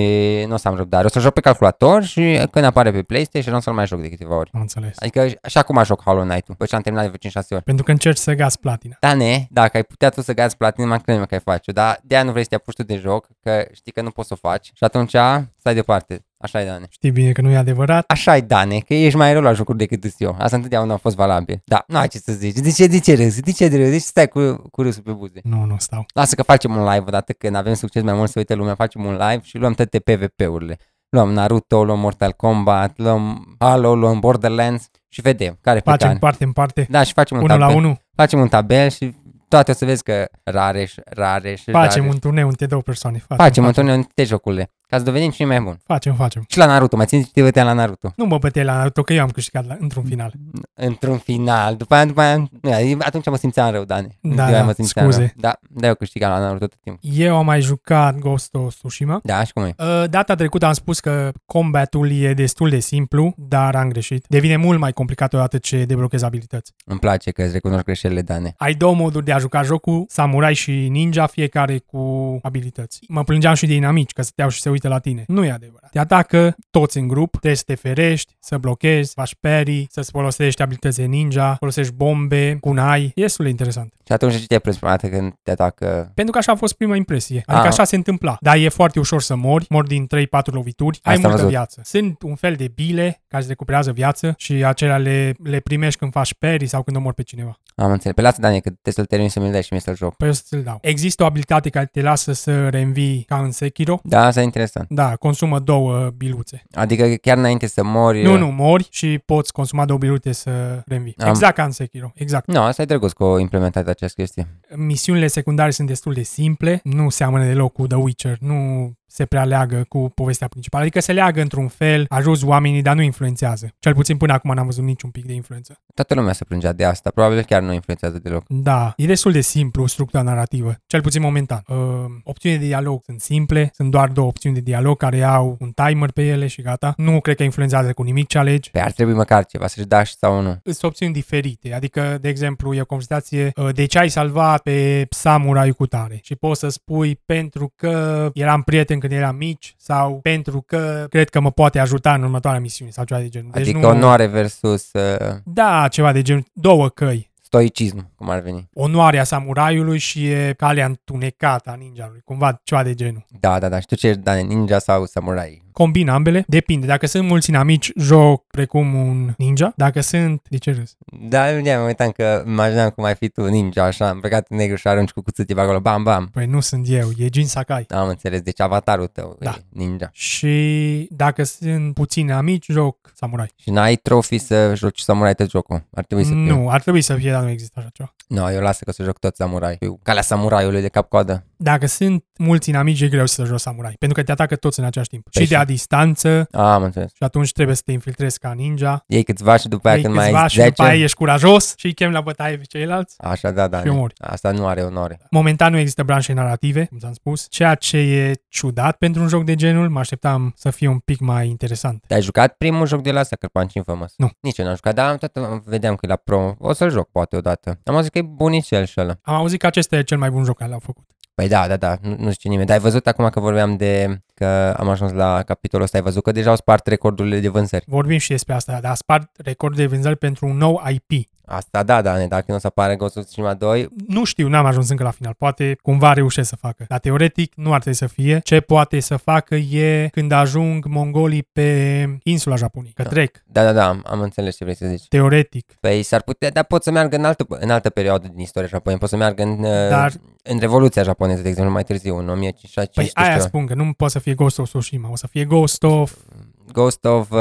Speaker 2: nu o să am răbdare. O să joc pe calculator și când apare pe PlayStation nu o să-l mai joc de câteva ori.
Speaker 1: Am înțeles.
Speaker 2: Adică și- și acum joc Hollow Knight-ul, după ce am terminat de vreo 5-6 ori.
Speaker 1: Pentru că încerci să gas platina.
Speaker 2: Da, ne, dacă ai putea tu să gați platinum, mai credem că ai face dar de aia nu vrei să te apuci tu de joc, că știi că nu poți să o faci și atunci stai departe. Așa e, Dane.
Speaker 1: Știi bine că nu e adevărat.
Speaker 2: Așa e, Dane, că ești mai rău la jocuri decât sunt eu. Asta întotdeauna a fost valabil. Da, nu ai ce să zici. De ce, de ce râzi? De ce de râzi? Deci stai cu, cu râsul pe buze.
Speaker 1: Nu, nu stau.
Speaker 2: Lasă că facem un live odată când avem succes mai mult să uite lumea, facem un live și luăm toate PvP-urile. Luăm Naruto, luăm Mortal Kombat, luăm Halo, luăm Borderlands și vedem care pe
Speaker 1: Facem
Speaker 2: care.
Speaker 1: parte în parte.
Speaker 2: Da, și facem un
Speaker 1: Unul la
Speaker 2: tabel.
Speaker 1: unul.
Speaker 2: Facem un tabel și toate o să vezi că rare și rare și
Speaker 1: Facem
Speaker 2: rare.
Speaker 1: un turneu între două persoane. Facem,
Speaker 2: Facem un
Speaker 1: facem,
Speaker 2: turneu între jocurile. Ca să devenim cine mai bun.
Speaker 1: facem, facem.
Speaker 2: Și la Naruto, mai țineți te la Naruto.
Speaker 1: Nu mă băteai la Naruto, că eu am câștigat la, într-un
Speaker 2: Mm.
Speaker 1: final.
Speaker 2: Într-un final, după aia, după aia, nu, atunci mă simțeam rău, Dani.
Speaker 1: Da,
Speaker 2: După aia
Speaker 1: da,
Speaker 2: mă simțeam
Speaker 1: scuze.
Speaker 2: Rău. Da, da, eu câștigam la Naruto tot timpul.
Speaker 1: Eu am mai jucat Ghost of Tsushima.
Speaker 2: Da, și cum e?
Speaker 1: Uh, Data trecută am spus că combatul e destul de simplu, dar am greșit. Devine mult mai complicat odată ce deblochezi abilități.
Speaker 2: Îmi place că îți recunoști greșelile, Dane.
Speaker 1: Ai două moduri de a juca jocul, samurai și ninja, fiecare cu abilități. Mă plângeam și de inamici, că stăteau și se uită la tine. Nu e adevărat. Te atacă toți în grup, trebuie să te ferești, să blochezi, faci parry, să-ți folosești abilități de ninja, folosești bombe, kunai. E destul de interesant.
Speaker 2: Și atunci ce te-ai prins prima dată când te atacă?
Speaker 1: Pentru că așa a fost prima impresie. Adică
Speaker 2: Ah.
Speaker 1: așa se întâmpla. Dar e foarte ușor să mori, mori din 3-4 lovituri, ai
Speaker 2: Asta am
Speaker 1: multă
Speaker 2: văzut.
Speaker 1: viață. Sunt un fel de bile care îți recuperează viață și acelea le, le primești când faci peri sau când omori pe cineva.
Speaker 2: Am înțeles. Pe lasă, Dani, că te să-l termin să-mi dai și mie să-l joc.
Speaker 1: Păi eu să-ți-l dau. Există o abilitate care te lasă să reînvii ca în Sekiro.
Speaker 2: Da, asta e interesant.
Speaker 1: Da, consumă două biluțe.
Speaker 2: Adică chiar înainte să mori...
Speaker 1: Nu, nu, mori și poți consuma două biluțe să reînvii.
Speaker 2: Am-
Speaker 1: Exact ca în Sekiro. Exact.
Speaker 2: Nu, asta e drăguț că o implementat această chestie.
Speaker 1: Misiunile secundare sunt destul de simple, nu seamănă deloc cu The Witcher, nu se prea leagă cu povestea principală. Adică se leagă într-un fel, ajuți oamenii, dar nu influențează. Cel puțin până acum n-am văzut niciun pic de influență.
Speaker 2: Toată lumea se plângea de asta. Probabil chiar nu influențează deloc.
Speaker 1: Da, e destul de simplu structura narrativă, cel puțin momentan. Uh, opțiunile de dialog sunt simple, sunt doar două opțiuni de dialog care au un timer pe ele și gata. Nu cred că influențează cu nimic ce alegi.
Speaker 2: Pe Păi ar trebui măcar ceva să-și dași sau nu.
Speaker 1: sunt opțiuni diferite. Adică, de exemplu, e o conversație uh, de ce ai salvat pe samurai cu tare și poți să spui pentru că eram prieten când eram mici sau pentru că cred că mă poate ajuta în următoarea misiune sau ceva de genul.
Speaker 2: Deci adică nu... onoare versus uh,
Speaker 1: Da, ceva de genul. Două căi.
Speaker 2: stoicism, cum ar veni.
Speaker 1: Onoarea samuraiului și e calea întunecată a ninjalui. Cumva ceva de genul.
Speaker 2: Da, da, da. Și tu ce ești, Dane, ninja sau samurai?
Speaker 1: Combin ambele, depinde. Dacă sunt mulți inamici, joc precum un ninja. Dacă sunt, de ce râs?
Speaker 2: Da, nu mă uitam că imaginam cum ai fi tu ninja, așa, îmbrăcat în negru și arunci cu cuțitiva acolo, bam, bam.
Speaker 1: Păi nu sunt eu, e Jin Sakai.
Speaker 2: Am înțeles, deci avatarul tău da.
Speaker 1: Da.
Speaker 2: e ninja.
Speaker 1: Și dacă sunt puțini amici, joc samurai.
Speaker 2: Și n-ai trofii să joci samurai tot jocul. Ar trebui să fie.
Speaker 1: Nu, ar trebui să fie, dar nu există așa ceva.
Speaker 2: Nu, no, eu lasă că să joc tot samurai. Eu, calea samuraiului de cap coadă.
Speaker 1: Dacă sunt mulți inamici, e greu să joci samurai, pentru că te atacă toți în același timp.
Speaker 2: Păi
Speaker 1: și de
Speaker 2: și-
Speaker 1: a distanță,
Speaker 2: A, am înțeles.
Speaker 1: și atunci trebuie să te infiltrezi ca ninja.
Speaker 2: Iei câțiva și după aia
Speaker 1: Păi
Speaker 2: când
Speaker 1: câțiva
Speaker 2: mai ai
Speaker 1: și după
Speaker 2: 10.
Speaker 1: aia ești curajos și îi chem la bătaie pe ceilalți.
Speaker 2: Așa, da, da.
Speaker 1: și omori.
Speaker 2: Asta nu are onoare.
Speaker 1: Momentan nu există branșe narrative, cum ți-am spus, ceea ce e ciudat pentru un joc de genul. Mă așteptam să fie un pic mai interesant.
Speaker 2: Te-ai jucat primul joc de la asta, Crăpanci Infamous?
Speaker 1: Nu.
Speaker 2: Nici eu n-am jucat, dar am tot vedeam că e la pro. O să-l joc poate odată. Am auzit că e bunicel și ăla.
Speaker 1: Am auzit că acesta e cel mai bun joc care l-au făcut.
Speaker 2: Păi da, da, da, nu, nu știu nimeni. Dar ai văzut acum că vorbeam de că am ajuns la capitolul ăsta, ai văzut că deja au spart recordurile de vânzări.
Speaker 1: Vorbim și despre asta, dar a spart record de vânzări pentru un nou IP.
Speaker 2: Asta da, da, dacă nu o să apară Ghost of Tsushima 2,
Speaker 1: nu știu, n-am ajuns încă la final. Poate cumva reușesc să facă. Dar teoretic nu ar trebui să fie. Ce poate să facă e când ajung mongolii pe insula Japoniei. Că
Speaker 2: Da.
Speaker 1: trec.
Speaker 2: da, da, da, am, am înțeles ce vrei să zici.
Speaker 1: Teoretic.
Speaker 2: Păi s-ar putea, dar pot să meargă în altă, în altă perioadă din istoria Japoniei, pot să meargă în, dar...
Speaker 1: Dar-
Speaker 2: în Revoluția japoneză, de exemplu, mai târziu, în 1500
Speaker 1: Păi aia spun că nu poate să fie Ghost of Tsushima. O să fie Ghost of
Speaker 2: Ghost of uh,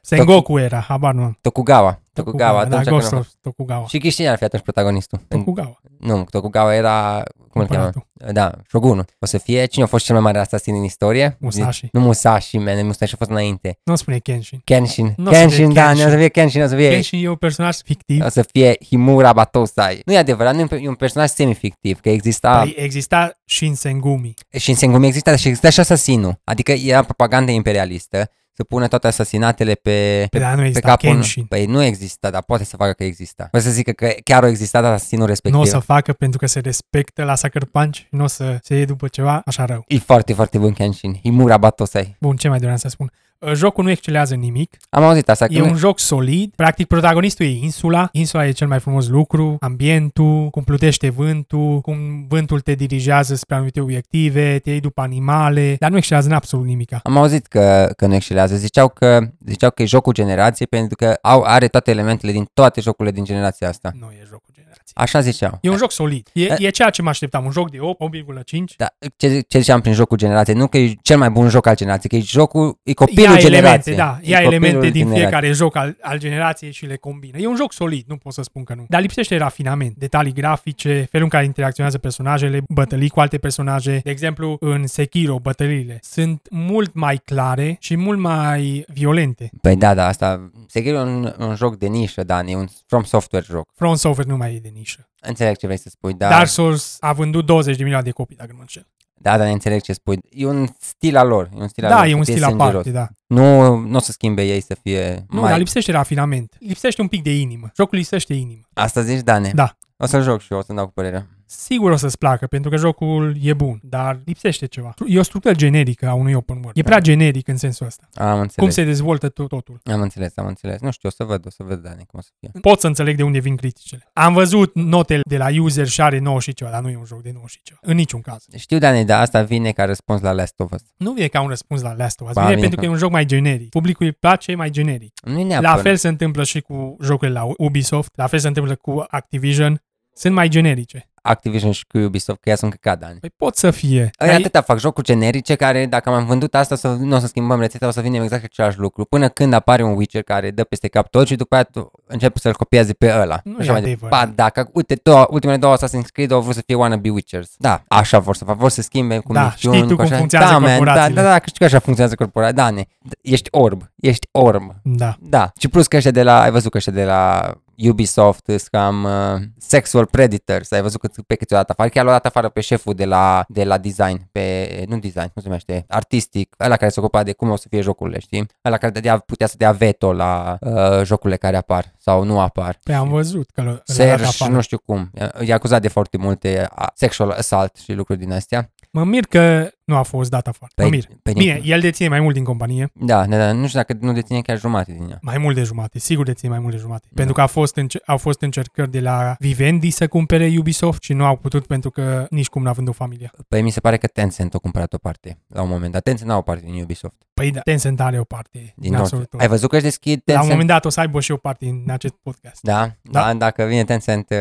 Speaker 1: Sengoku era, habar nu am.
Speaker 2: Tokugawa. Tokugawa,
Speaker 1: da,
Speaker 2: atunci
Speaker 1: Ghost
Speaker 2: când...
Speaker 1: of Tokugawa.
Speaker 2: Și Kishin ar fi atunci protagonistul. În-
Speaker 1: Tokugawa.
Speaker 2: Nu, Tokugawa era... Cum îl cheamă?
Speaker 1: Împăratul.
Speaker 2: Da, Shogun. O să fie cine a fost cel mai mare asasin în istorie?
Speaker 1: Musashi.
Speaker 2: Nu Musashi, man, Musashi a fost înainte.
Speaker 1: Nu spune Kenshin.
Speaker 2: Kenshin.
Speaker 1: Nu o să fie
Speaker 2: Kenshin, da,
Speaker 1: Kenshin.
Speaker 2: o să fie Kenshin, o să fie...
Speaker 1: Kenshin e un personaj fictiv.
Speaker 2: O să fie Himura Batosai. Nu e adevărat, nu e un- e un personaj semi-fictiv, că exista...
Speaker 1: Păi exista și în Sengumi.
Speaker 2: Și în Sengumi exista și exista și asasinul. Adică era propaganda imperialistă să pună toate asasinatele pe,
Speaker 1: Pe, dar nu
Speaker 2: pe
Speaker 1: exista
Speaker 2: capul...
Speaker 1: Kenshin.
Speaker 2: Păi nu exista, dar poate să facă că exista. O să zică că chiar a existat asasinul
Speaker 1: Nu
Speaker 2: respectiv.
Speaker 1: o să facă pentru că se respectă la Sucker Punch și nu o să se iei după ceva așa rău.
Speaker 2: E foarte, foarte bun Kenshin. Himura Batosai.
Speaker 1: Bun, ce mai doream să spun? Uh, Jocul nu excelează în nimic,
Speaker 2: Am auzit asta.
Speaker 1: e
Speaker 2: că nu-
Speaker 1: un joc solid, practic protagonistul e insula, insula e cel mai frumos lucru, ambientul, cum plutește vântul, cum vântul te dirigează spre anumite obiective, te iei după animale, dar nu excelează în absolut nimica.
Speaker 2: Am auzit că, că nu excelează. Ziceau că, ziceau că e jocul generației pentru că au, are toate elementele din toate jocurile din generația asta.
Speaker 1: Nu e jocul generației.
Speaker 2: Așa ziceau.
Speaker 1: E un joc solid. E, e ceea ce mă așteptam. Un joc de 8,5.
Speaker 2: Da, ce, ce ziceam prin jocul generației, nu că e cel mai bun joc al generației, că e jocul, e copilul
Speaker 1: ia elemente,
Speaker 2: generației.
Speaker 1: da,
Speaker 2: E
Speaker 1: ia
Speaker 2: copilul
Speaker 1: elemente din
Speaker 2: generației.
Speaker 1: fiecare joc al, al generației și le combină. E un joc solid, nu pot să spun că nu. Dar lipsește rafinament, detalii grafice, felul în care interacționează personajele, bătălii cu alte personaje. De exemplu, în Sekiro, bătăliile sunt mult mai clare și mult mai violente.
Speaker 2: Păi da, da, asta, Sekiro e un, un joc de nișă, Dan, e un From Software joc.
Speaker 1: Front Software nu mai e de nișă.
Speaker 2: Înțeleg ce vrei să spui, da,
Speaker 1: Da. Dark Souls a vândut 20 de milioane de copii, dacă nu mă înșel.
Speaker 2: da, da, înțeleg ce spui. E un stil al lor, e un stil al
Speaker 1: Da,
Speaker 2: lor,
Speaker 1: e un
Speaker 2: să fie
Speaker 1: stil
Speaker 2: sângeros.
Speaker 1: aparte, da.
Speaker 2: Nu, nu o să schimbe ei să fie
Speaker 1: Nu,
Speaker 2: mai...
Speaker 1: dar lipsește rafinament. Lipsește un pic de inimă. Jocul lipsește inimă.
Speaker 2: Asta zici, Dane?
Speaker 1: Da.
Speaker 2: O să-l joc și eu, o să-mi dau cu părerea.
Speaker 1: Sigur o să-ți placă, pentru că jocul e bun, dar lipsește ceva. E o structură generică a unui open world. E prea generic în sensul ăsta.
Speaker 2: Am Exact. înțeles.
Speaker 1: Cum se dezvoltă tot, totul.
Speaker 2: Am înțeles, am înțeles. Nu știu, o să văd, o să văd, Dani, cum o să fie.
Speaker 1: Pot să înțeleg de unde vin criticile. Am văzut notele de la user și are 9 și ceva, dar nu e un joc de 9 și ceva. În niciun caz.
Speaker 2: Știu, Dani, dar asta vine ca răspuns la Last of Us.
Speaker 1: Nu vine ca un răspuns la Last of Us.
Speaker 2: Ba,
Speaker 1: Vine
Speaker 2: vine
Speaker 1: pentru
Speaker 2: ca-
Speaker 1: că e un joc mai generic. Publicul îi place mai generic.
Speaker 2: Nu e neapărat.
Speaker 1: La fel se întâmplă și cu jocurile la Ubisoft, la fel se întâmplă cu Activision. Sunt mai generice.
Speaker 2: Activision și cu Ubisoft, că ea sunt căcat, Dani.
Speaker 1: Păi pot să fie.
Speaker 2: Ei,
Speaker 1: Dar e-
Speaker 2: atâta fac jocuri generice care dacă am vândut asta să, nu o să schimbăm rețeta, o să vinem exact același lucru. Până când apare un Witcher care dă peste cap tot și după aia tu începi să-l copieze pe ăla.
Speaker 1: Nu e
Speaker 2: așa mai
Speaker 1: adevărat.
Speaker 2: departe. Ba, dacă, uite, două, ultimele două Assassin's Creed au vrut să fie wannabe Witchers. Da, așa vor să fac, vor să schimbe cum
Speaker 1: Da,
Speaker 2: ești
Speaker 1: știi
Speaker 2: un,
Speaker 1: tu cum
Speaker 2: așa.
Speaker 1: funcționează
Speaker 2: da, man, da,
Speaker 1: corporațiile.
Speaker 2: da, da, că știu că așa funcționează corporația. Da, ne, ești orb, ești orb.
Speaker 1: Da.
Speaker 2: Da, și plus că ăștia de la, ai văzut că ăștia de la Ubisoft sunt cam uh, sexual predators, ai văzut cât, pe câți au dat afară, chiar l-au dat afară pe șeful de la, de la design, pe, nu design, cum se numește, artistic, ăla care se ocupa de cum o să fie jocurile, știi? Ăla care dădea, putea să dea veto la uh, jocurile care apar sau nu apar.
Speaker 1: Păi am văzut că l-a dat
Speaker 2: Serge,
Speaker 1: afară.
Speaker 2: nu știu cum, e- e acuzat de foarte multe uh, sexual assault și lucruri din astea.
Speaker 1: Mă mir că nu a fost dat afară. Mă mir.
Speaker 2: pe
Speaker 1: Bine, el deține mai mult din companie,
Speaker 2: Da, da, da, nu știu dacă nu deține chiar jumate din ea.
Speaker 1: mai mult de jumate, sigur deține mai mult de jumate.
Speaker 2: Da.
Speaker 1: Pentru că a fost înce- au fost încercări de la Vivendi să cumpere Ubisoft și nu au putut pentru că nici cum n-a vândut familia.
Speaker 2: Păi mi se pare că Tencent a cumpărat o parte la un moment dat. Tencent n-a o parte din Ubisoft.
Speaker 1: Păi da, Tencent are o parte
Speaker 2: Din
Speaker 1: din
Speaker 2: nou.
Speaker 1: Da, absolut.
Speaker 2: Ai văzut că își deschid
Speaker 1: La un
Speaker 2: Tencent?
Speaker 1: moment dat o să aibă și o parte în acest podcast.
Speaker 2: Da,
Speaker 1: Da.
Speaker 2: da, da, dacă vine Tencent, eh,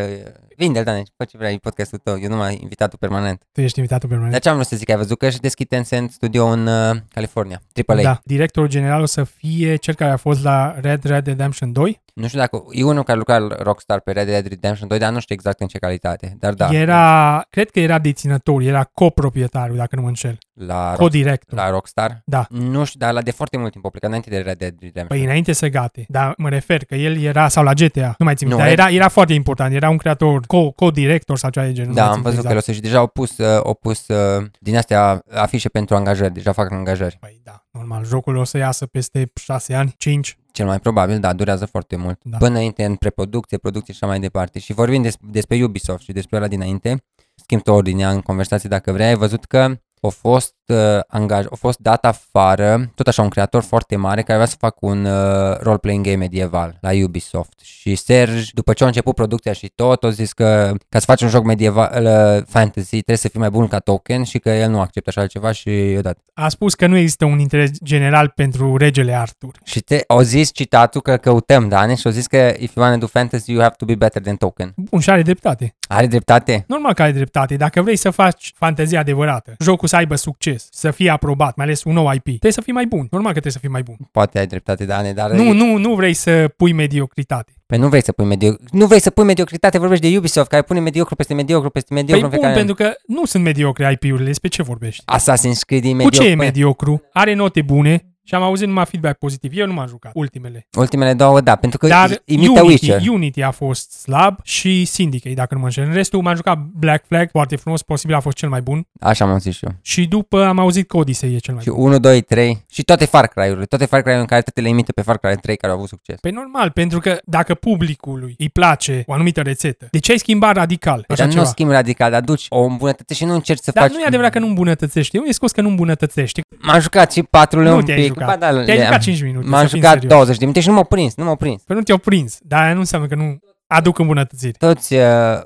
Speaker 2: vinde-l, Dane, fă ce vrei, e podcastul tău, eu nu mai invitatul permanent.
Speaker 1: Tu ești invitatul
Speaker 2: Dar
Speaker 1: permanent.
Speaker 2: ce am vrut să zic, ai văzut că își deschid Tencent studio în uh, California, AAA.
Speaker 1: Da. Directorul general o să fie cel care a fost la Red Red Redemption 2.
Speaker 2: Nu știu dacă, e unul care lucra la Rockstar pe Red Dead Redemption 2, dar nu știu exact în ce calitate, dar da,
Speaker 1: Era, cred că era deținător, era coproprietarul, dacă nu mă înșel.
Speaker 2: la, Rock,
Speaker 1: Codirector.
Speaker 2: la Rockstar.
Speaker 1: Da.
Speaker 2: Nu știu, dar la de foarte mult timp a plecat, înainte de Red Dead Redemption.
Speaker 1: Păi înainte să gate, dar mă refer că el era, sau la GTA, nu mai țin,
Speaker 2: Nu,
Speaker 1: minte, dar
Speaker 2: e-
Speaker 1: era, era foarte important, era un creator, co- co-director sau ceva de genul. nu
Speaker 2: da,
Speaker 1: mai
Speaker 2: am
Speaker 1: țin
Speaker 2: văzut
Speaker 1: exact.
Speaker 2: că l-o să și deja au pus, uh, au pus uh, din astea afișe pentru angajări, deja fac angajări.
Speaker 1: Păi da, normal, jocul o să iasă peste 6 ani, 5,
Speaker 2: Cel mai probabil, da, durează foarte mult.
Speaker 1: Da.
Speaker 2: Da. Până înainte în preproducție, producție și așa mai departe. Și vorbim des- despre Ubisoft și despre ăla dinainte. Schimb tu ordinea în conversație dacă vrei. Ai văzut că a fost, uh, angaj, a fost dat afară, tot așa un creator foarte mare care vrea să facă un uh, role-playing game medieval la Ubisoft. Și Serge, după ce a început producția și tot, a zis că ca să faci un joc medieval uh, fantasy trebuie să fii mai bun ca token și că el nu acceptă așa ceva și i-a dat.
Speaker 1: a spus că nu există un interes general pentru regele Arthur.
Speaker 2: Și te, au zis citatul că căutăm, Dane, și au zis că if you want to do fantasy, you have to be better than token.
Speaker 1: Bun, și are dreptate.
Speaker 2: Are dreptate?
Speaker 1: Normal că are dreptate. Dacă vrei să faci fantezia adevărată, jocul să aibă succes, să fie aprobat, mai ales un nou IP, trebuie să fii mai bun. Normal că trebuie să fii mai bun.
Speaker 2: Poate ai dreptate, Dane, dar...
Speaker 1: Nu, nu, nu vrei să pui mediocritate.
Speaker 2: Păi nu vrei să pui mediocritate. Nu vrei să pui mediocritate, vorbești de Ubisoft, care pune mediocru peste mediocru peste
Speaker 1: Păi
Speaker 2: mediocru
Speaker 1: bun,
Speaker 2: în fiecare an.
Speaker 1: pentru că nu sunt mediocre IP-urile, despre ce vorbești?
Speaker 2: Assassin's Creed e
Speaker 1: Cu
Speaker 2: mediocru. Păi-
Speaker 1: ce e mediocru? Are note bune și am auzit numai feedback pozitiv. Eu nu m-am jucat ultimele.
Speaker 2: Ultimele două, da, pentru că
Speaker 1: Dar
Speaker 2: imită
Speaker 1: Unity,
Speaker 2: Witcher.
Speaker 1: Unity a fost slab și Syndicate, dacă nu mă înșel. În restul m-am jucat Black Flag, foarte frumos, posibil a fost cel mai bun.
Speaker 2: Așa am auzit și eu.
Speaker 1: Și după am auzit că Odyssey e cel mai
Speaker 2: Și
Speaker 1: bun.
Speaker 2: 1, 2, 3 și toate Far Cry-urile, toate Far Cry-urile în care toate le imită pe Far Cry 3 care au avut succes.
Speaker 1: Pe normal, pentru că dacă publicului îi place o anumită rețetă, de ce ai schimbat radical
Speaker 2: Păi,
Speaker 1: așa
Speaker 2: dar nu
Speaker 1: ceva?
Speaker 2: o schimbi radical, aduci o îmbunătățește și nu încerci să
Speaker 1: Dar
Speaker 2: faci...
Speaker 1: nu e adevărat că nu îmbunătățești. Eu e scos că nu îmbunătățești.
Speaker 2: M-am jucat și 4 luni
Speaker 1: Nu
Speaker 2: un
Speaker 1: te-ai
Speaker 2: pic.
Speaker 1: jucat.
Speaker 2: Ba, da,
Speaker 1: Te-ai
Speaker 2: le-
Speaker 1: jucat 5 minute,
Speaker 2: M-am
Speaker 1: să fim
Speaker 2: jucat
Speaker 1: serios.
Speaker 2: 20 de minute și nu m-au prins, nu m-au prins.
Speaker 1: Păi nu te-au prins, dar aia nu înseamnă că nu aduc îmbunătățiri.
Speaker 2: Toți uh,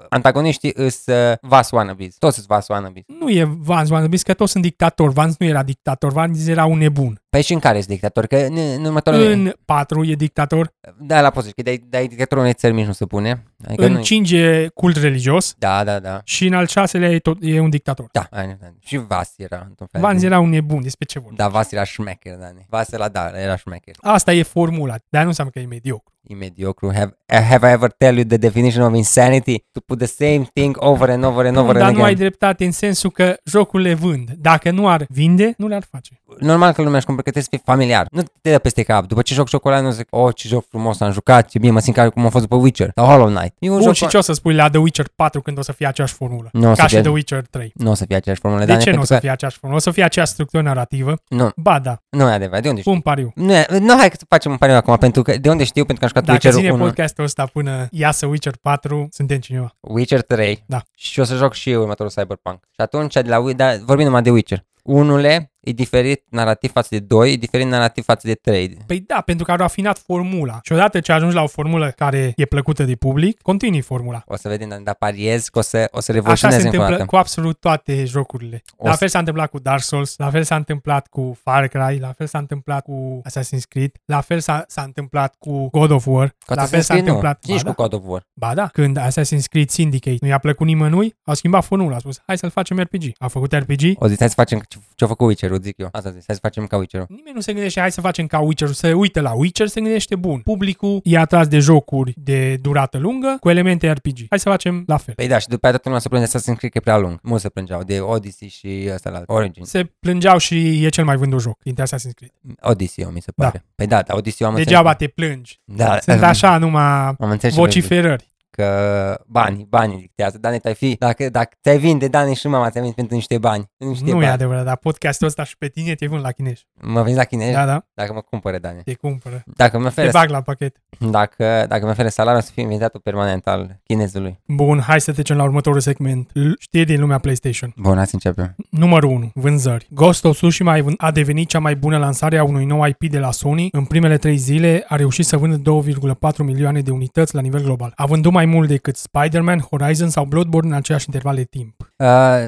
Speaker 2: antagoniștii îs uh, Vas Wannabes. Toți sunt Vas Wannabes.
Speaker 1: Nu e Vance Vance, că toți sunt dictatori. Vance nu era dictator, Vance era un nebun.
Speaker 2: Păi și în care ești dictator? Că în, în următorul...
Speaker 1: În 4 e dictator,
Speaker 2: Da, la poți să că dai dictatorul unei țări mici nu se pune. Adică
Speaker 1: în
Speaker 2: nu-i-
Speaker 1: 5 e cult religios
Speaker 2: Da, da, da.
Speaker 1: și în al șaselea e, tot, e un dictator.
Speaker 2: Da, ai dreptate. Și Vas era într-un fel.
Speaker 1: Vance era un nebun, despre ce vorbim?
Speaker 2: Da, Vas era șmecher, Dani. Vas era, da, era șmecher.
Speaker 1: Asta e formula, dar nu înseamnă că e mediocru.
Speaker 2: E mediocru. Have, have I ever tell you the definition of insanity? To put the same thing over and over and
Speaker 1: Nu,
Speaker 2: over
Speaker 1: dar
Speaker 2: and
Speaker 1: Da, nu
Speaker 2: again.
Speaker 1: ai dreptate în sensul că jocurile vând. Dacă nu ar vinde, nu le-ar face.
Speaker 2: normal că lumea își cumpără, că trebuie să fii familiar. Nu te dă peste cap. După ce joc jocul ăla, nu zic, oh, ce joc frumos am jucat, ce bine, mă simt ca cum am fost după Witcher sau Hollow Knight. E un
Speaker 1: Bun,
Speaker 2: joc
Speaker 1: și ce o să spui la The Witcher 4 când o să fie aceeași formulă?
Speaker 2: Nu o să
Speaker 1: Ca și
Speaker 2: fie-
Speaker 1: The Witcher 3.
Speaker 2: Nu o să fie aceeași formulă,
Speaker 1: De
Speaker 2: Dani,
Speaker 1: ce nu o
Speaker 2: pentru
Speaker 1: să
Speaker 2: că...
Speaker 1: fie aceeași formulă? O să fie aceeași structură narrativă?
Speaker 2: Nu,
Speaker 1: Ba da,
Speaker 2: nu e adevărat. De unde știu?
Speaker 1: cum pariu.
Speaker 2: Nu, e, nu, hai că facem un pariu acum, pentru că de unde știu, pentru că am jucat
Speaker 1: Dacă
Speaker 2: Witcher
Speaker 1: ține
Speaker 2: 1,
Speaker 1: podcastul ăsta până iasă Witcher 4, suntem cineva.
Speaker 2: Witcher 3
Speaker 1: Da.
Speaker 2: și o să joc și eu următorul Cyberpunk. Și atunci, de la, Wi- da, vorbim numai de Witcher. Unule e diferit narrativ față de 2, e diferit narrativ față de 3.
Speaker 1: Păi da, pentru că au afinat formula. Și odată ce ajungi la o formulă care e plăcută de public, continui formula.
Speaker 2: O să vedem, Dani, dar pariez că o să, o să
Speaker 1: Așa se
Speaker 2: revoluționeze încă o
Speaker 1: întâmplă
Speaker 2: dată.
Speaker 1: cu absolut toate jocurile.
Speaker 2: O
Speaker 1: la
Speaker 2: să-
Speaker 1: fel s-a întâmplat cu Dark Souls, la fel s-a întâmplat cu Far Cry, la fel s-a întâmplat cu Assassin's Creed, la fel s-a, s-a întâmplat cu God of War, la
Speaker 2: Cu Assassin's
Speaker 1: fel s-a
Speaker 2: Creed, nu.
Speaker 1: întâmplat
Speaker 2: Nici
Speaker 1: ba,
Speaker 2: cu
Speaker 1: da,
Speaker 2: God of War.
Speaker 1: ba da, când Assassin's Creed Syndicate nu i-a plăcut nimănui, au schimbat formula, a spus hai să-l facem RPG. Au făcut RPG,
Speaker 2: O zis, hai să facem ce, ce a făcut Witcher-ul, zic eu. Asta zic, hai să facem ca Witcher-ul.
Speaker 1: Nimeni nu se gândește, hai să facem ca Witcher, se uită la Witcher, se gândește bun. Publicul e atras de jocuri de durată lungă cu elemente RPG. Hai să facem la fel.
Speaker 2: Păi da, și după aia toată lumea se plânge Assassin's Creed că e prea lung. Mulți se plângeau de Odyssey și ăsta la Origins.
Speaker 1: Se plângeau și e cel mai vândut joc dintre Assassin's Creed.
Speaker 2: Odyssey, mi se
Speaker 1: Da.
Speaker 2: pare. Păi da, da Odyssey eu am
Speaker 1: Degeaba te plângi.
Speaker 2: înțeles. Da, Deci,
Speaker 1: Sunt așa numai
Speaker 2: Am înțeles ce vrei să zici,
Speaker 1: vociferări.
Speaker 2: că banii, banii dictează. Dani, tu ai fi, dacă, dacă te-ai vinde, Dani și mama ți-ai vins pentru niște bani. Niște
Speaker 1: Nu
Speaker 2: bani.
Speaker 1: e adevărat, dar podcastul ăsta și pe tine te vând la chinez.
Speaker 2: Mă vins la chinezi
Speaker 1: Da, da,
Speaker 2: dacă mă cumpără, Dani.
Speaker 1: te cumpără.
Speaker 2: Dacă mi
Speaker 1: Te
Speaker 2: oferă,
Speaker 1: bag la pachet.
Speaker 2: dacă, dacă mi oferă salariul, o să fiu invitatul permanent al chinezului.
Speaker 1: Bun, hai să trecem la următorul segment. L- Știri din lumea PlayStation.
Speaker 2: Bun, hai să începem.
Speaker 1: Numărul 1. Vânzări. Ghost of Tsushima a vân- a devenit cea mai bună lansare a unui nou IP de la Sony. În primele 3 zile a reușit să vândă 2,4 milioane de unități la nivel global. A vândut mai mult decât Spider-Man, Horizon sau Bloodborne în aceeași interval de timp.
Speaker 2: Uh,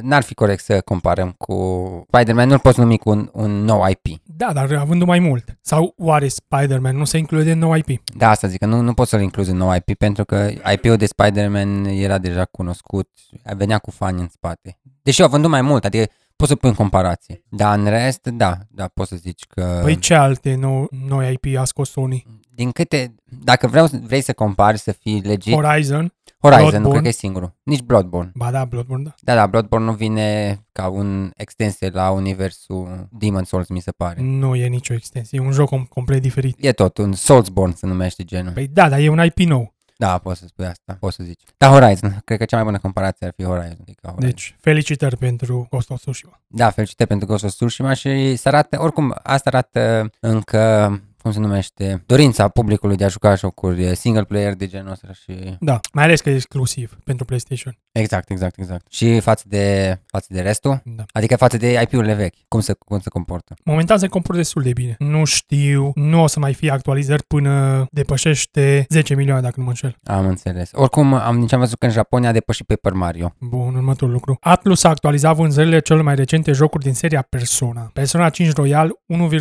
Speaker 2: n-ar fi corect să comparăm cu Spider-Man, nu-l poți numi cu un, un nou IP.
Speaker 1: Da, dar a vândut mai mult. Sau oare Spider-Man nu se include în nou IP?
Speaker 2: Da, asta zic că nu, nu poți să-l incluzi în nou IP pentru că IP-ul de Spider-Man era deja cunoscut, venea cu fani în spate. Deși au vândut mai mult, adică poți să pui în comparație. Dar în rest, da, da, poți să zici că...
Speaker 1: Păi ce alte nou, noi IP a scos Sony?
Speaker 2: Din câte... Dacă vreau, vrei să compari, să fii legit,
Speaker 1: Horizon?
Speaker 2: Horizon nu
Speaker 1: Bloodborne.
Speaker 2: cred că e singurul. Nici Bloodborne.
Speaker 1: Ba da, Bloodborne, da.
Speaker 2: Da, da, Bloodborne nu vine ca un extensie la universul Demon's Souls, mi se pare.
Speaker 1: Nu e nicio extensie, e un joc com- complet diferit.
Speaker 2: E tot, un Soulsborne se numește genul.
Speaker 1: Păi da, dar e un IP nou.
Speaker 2: Da, poți să spui asta, poți să zici. Da, Horizon, cred că cea mai bună comparație ar fi Horizon. Adică Horizon.
Speaker 1: Deci, felicitări pentru Ghost of Tsushima.
Speaker 2: Da, felicitări pentru Ghost of Tsushima și se arată, oricum, asta arată încă, cum se numește, dorința publicului de a juca jocuri single player de genul ăsta și...
Speaker 1: Da, mai ales că e exclusiv pentru PlayStation.
Speaker 2: Exact, exact, exact. Și față de, față de restul,
Speaker 1: Da.
Speaker 2: adică față de IP-urile vechi, cum se, cum se comportă.
Speaker 1: Momentan se comportă destul de bine. Nu știu, nu o să mai fie actualizări până depășește 10 milioane, dacă nu mă înșel.
Speaker 2: Am înțeles. Oricum, am, nici am văzut că în Japonia a depășit Paper Mario.
Speaker 1: Bun, următorul lucru. Atlus a actualizat vânzările celor mai recente jocuri din seria Persona. Persona 5 Royal, 1,4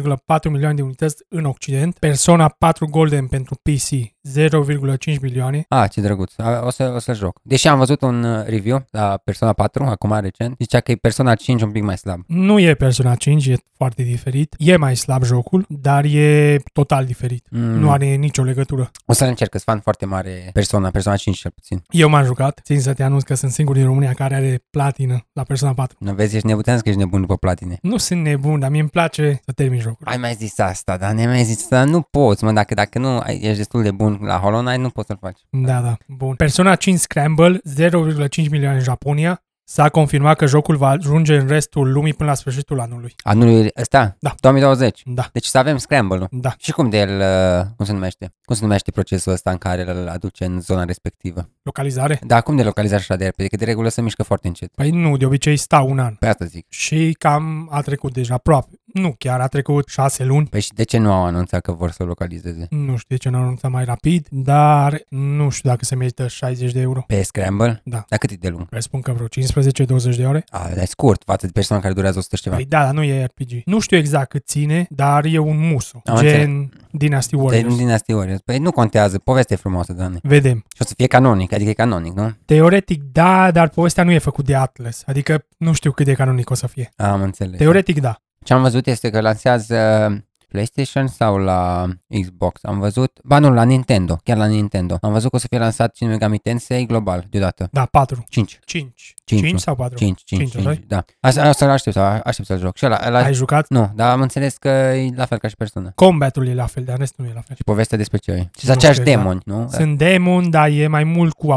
Speaker 1: milioane de unități în Occident, Persona 4 Golden pentru PC 0,5 milioane,
Speaker 2: Ah, ce drăguț. A, O, să, o să joc. Deși am văzut un uh, review la Persona 4, acum recent, zicea că e Persona 5 un pic mai slab.
Speaker 1: nu e Persona 5, e foarte diferit, e mai slab jocul, dar e total diferit.
Speaker 2: Mm.
Speaker 1: Nu are nicio legătură.
Speaker 2: O să-l încerc, că fan foarte mare Persona, Persona 5 cel puțin.
Speaker 1: Eu m-am jucat, țin să te anunț că sunt singur din România care are platină la Persona 4.
Speaker 2: Nu vezi, ești nebutean că ești nebun după platine.
Speaker 1: Nu sunt nebun, dar mie îmi place să termin jocul.
Speaker 2: Ai mai zis asta, dar ne mai zis asta, nu poți, mă, dacă, dacă nu ai- ești destul de bun la Hollow Knight, nu poți să-l faci.
Speaker 1: Da, da. Bun. Persona 5 Scramble, 0,5 milioane în Japonia. S-a confirmat că jocul va ajunge în restul lumii până la sfârșitul anului.
Speaker 2: Anul ăsta?
Speaker 1: Da.
Speaker 2: 2020.
Speaker 1: Da,
Speaker 2: Deci să avem Scramble-ul.
Speaker 1: da.
Speaker 2: Și cum de el, uh, cum se numește? Cum se numește procesul ăsta în care îl aduce în zona respectivă?
Speaker 1: Localizare?
Speaker 2: Dar cum de localizează așa de repede? Că de regulă se mișcă foarte încet.
Speaker 1: Păi nu, de obicei stau un an.
Speaker 2: Pe asta zic.
Speaker 1: Și cam a trecut deja aproape. Nu chiar, a trecut șase luni.
Speaker 2: Păi și de ce nu au anunțat că vor să localizeze?
Speaker 1: Nu știu de ce n-au anunțat mai rapid, dar nu știu dacă se merită 60 de euro.
Speaker 2: Pe Scramble?
Speaker 1: Da.
Speaker 2: Dar cât e de lung?
Speaker 1: Vă spun că vreo 15-20 de ore.
Speaker 2: A, dar e scurt față de persoana care durează 100 și ceva.
Speaker 1: Păi da, dar nu e RPG. Nu știu exact cât ține, dar e un muso.
Speaker 2: Am
Speaker 1: Gen Dynasty
Speaker 2: Păi nu
Speaker 1: Warriors.
Speaker 2: din astea ori. Păi nu contează, poveste frumoasă, Dani.
Speaker 1: Vedem.
Speaker 2: Și o să fie canonic, adică e canonic, nu?
Speaker 1: Teoretic da, dar povestea nu e făcut de Atlas, adică nu știu cât de canonic o să fie.
Speaker 2: Am înțeles.
Speaker 1: Teoretic da.
Speaker 2: Ce am văzut este că lansează PlayStation sau la Xbox. Am văzut, ba nu, la Nintendo, chiar la Nintendo. Am văzut că o să fie lansat Shin Megami Tensei global, deodată.
Speaker 1: Da, 4.
Speaker 2: 5.
Speaker 1: 5.
Speaker 2: Cinci,
Speaker 1: 5
Speaker 2: nu?
Speaker 1: sau 4?
Speaker 2: 5, 5,
Speaker 1: Cinci,
Speaker 2: 5,
Speaker 1: așa-i?
Speaker 2: 5 da. Asta, asta îl aștept, să- aștept să-l joc. Și ăla, ăla,
Speaker 1: Ai jucat?
Speaker 2: nu, dar am înțeles că e la fel ca și persoană.
Speaker 1: Combatul e la fel, dar restul nu e la fel.
Speaker 2: Și povestea despre ce e. Și
Speaker 1: Nu
Speaker 2: sunt aceiași
Speaker 1: știu,
Speaker 2: demoni, nu?
Speaker 1: da. Sunt demon, dar e mai mult cu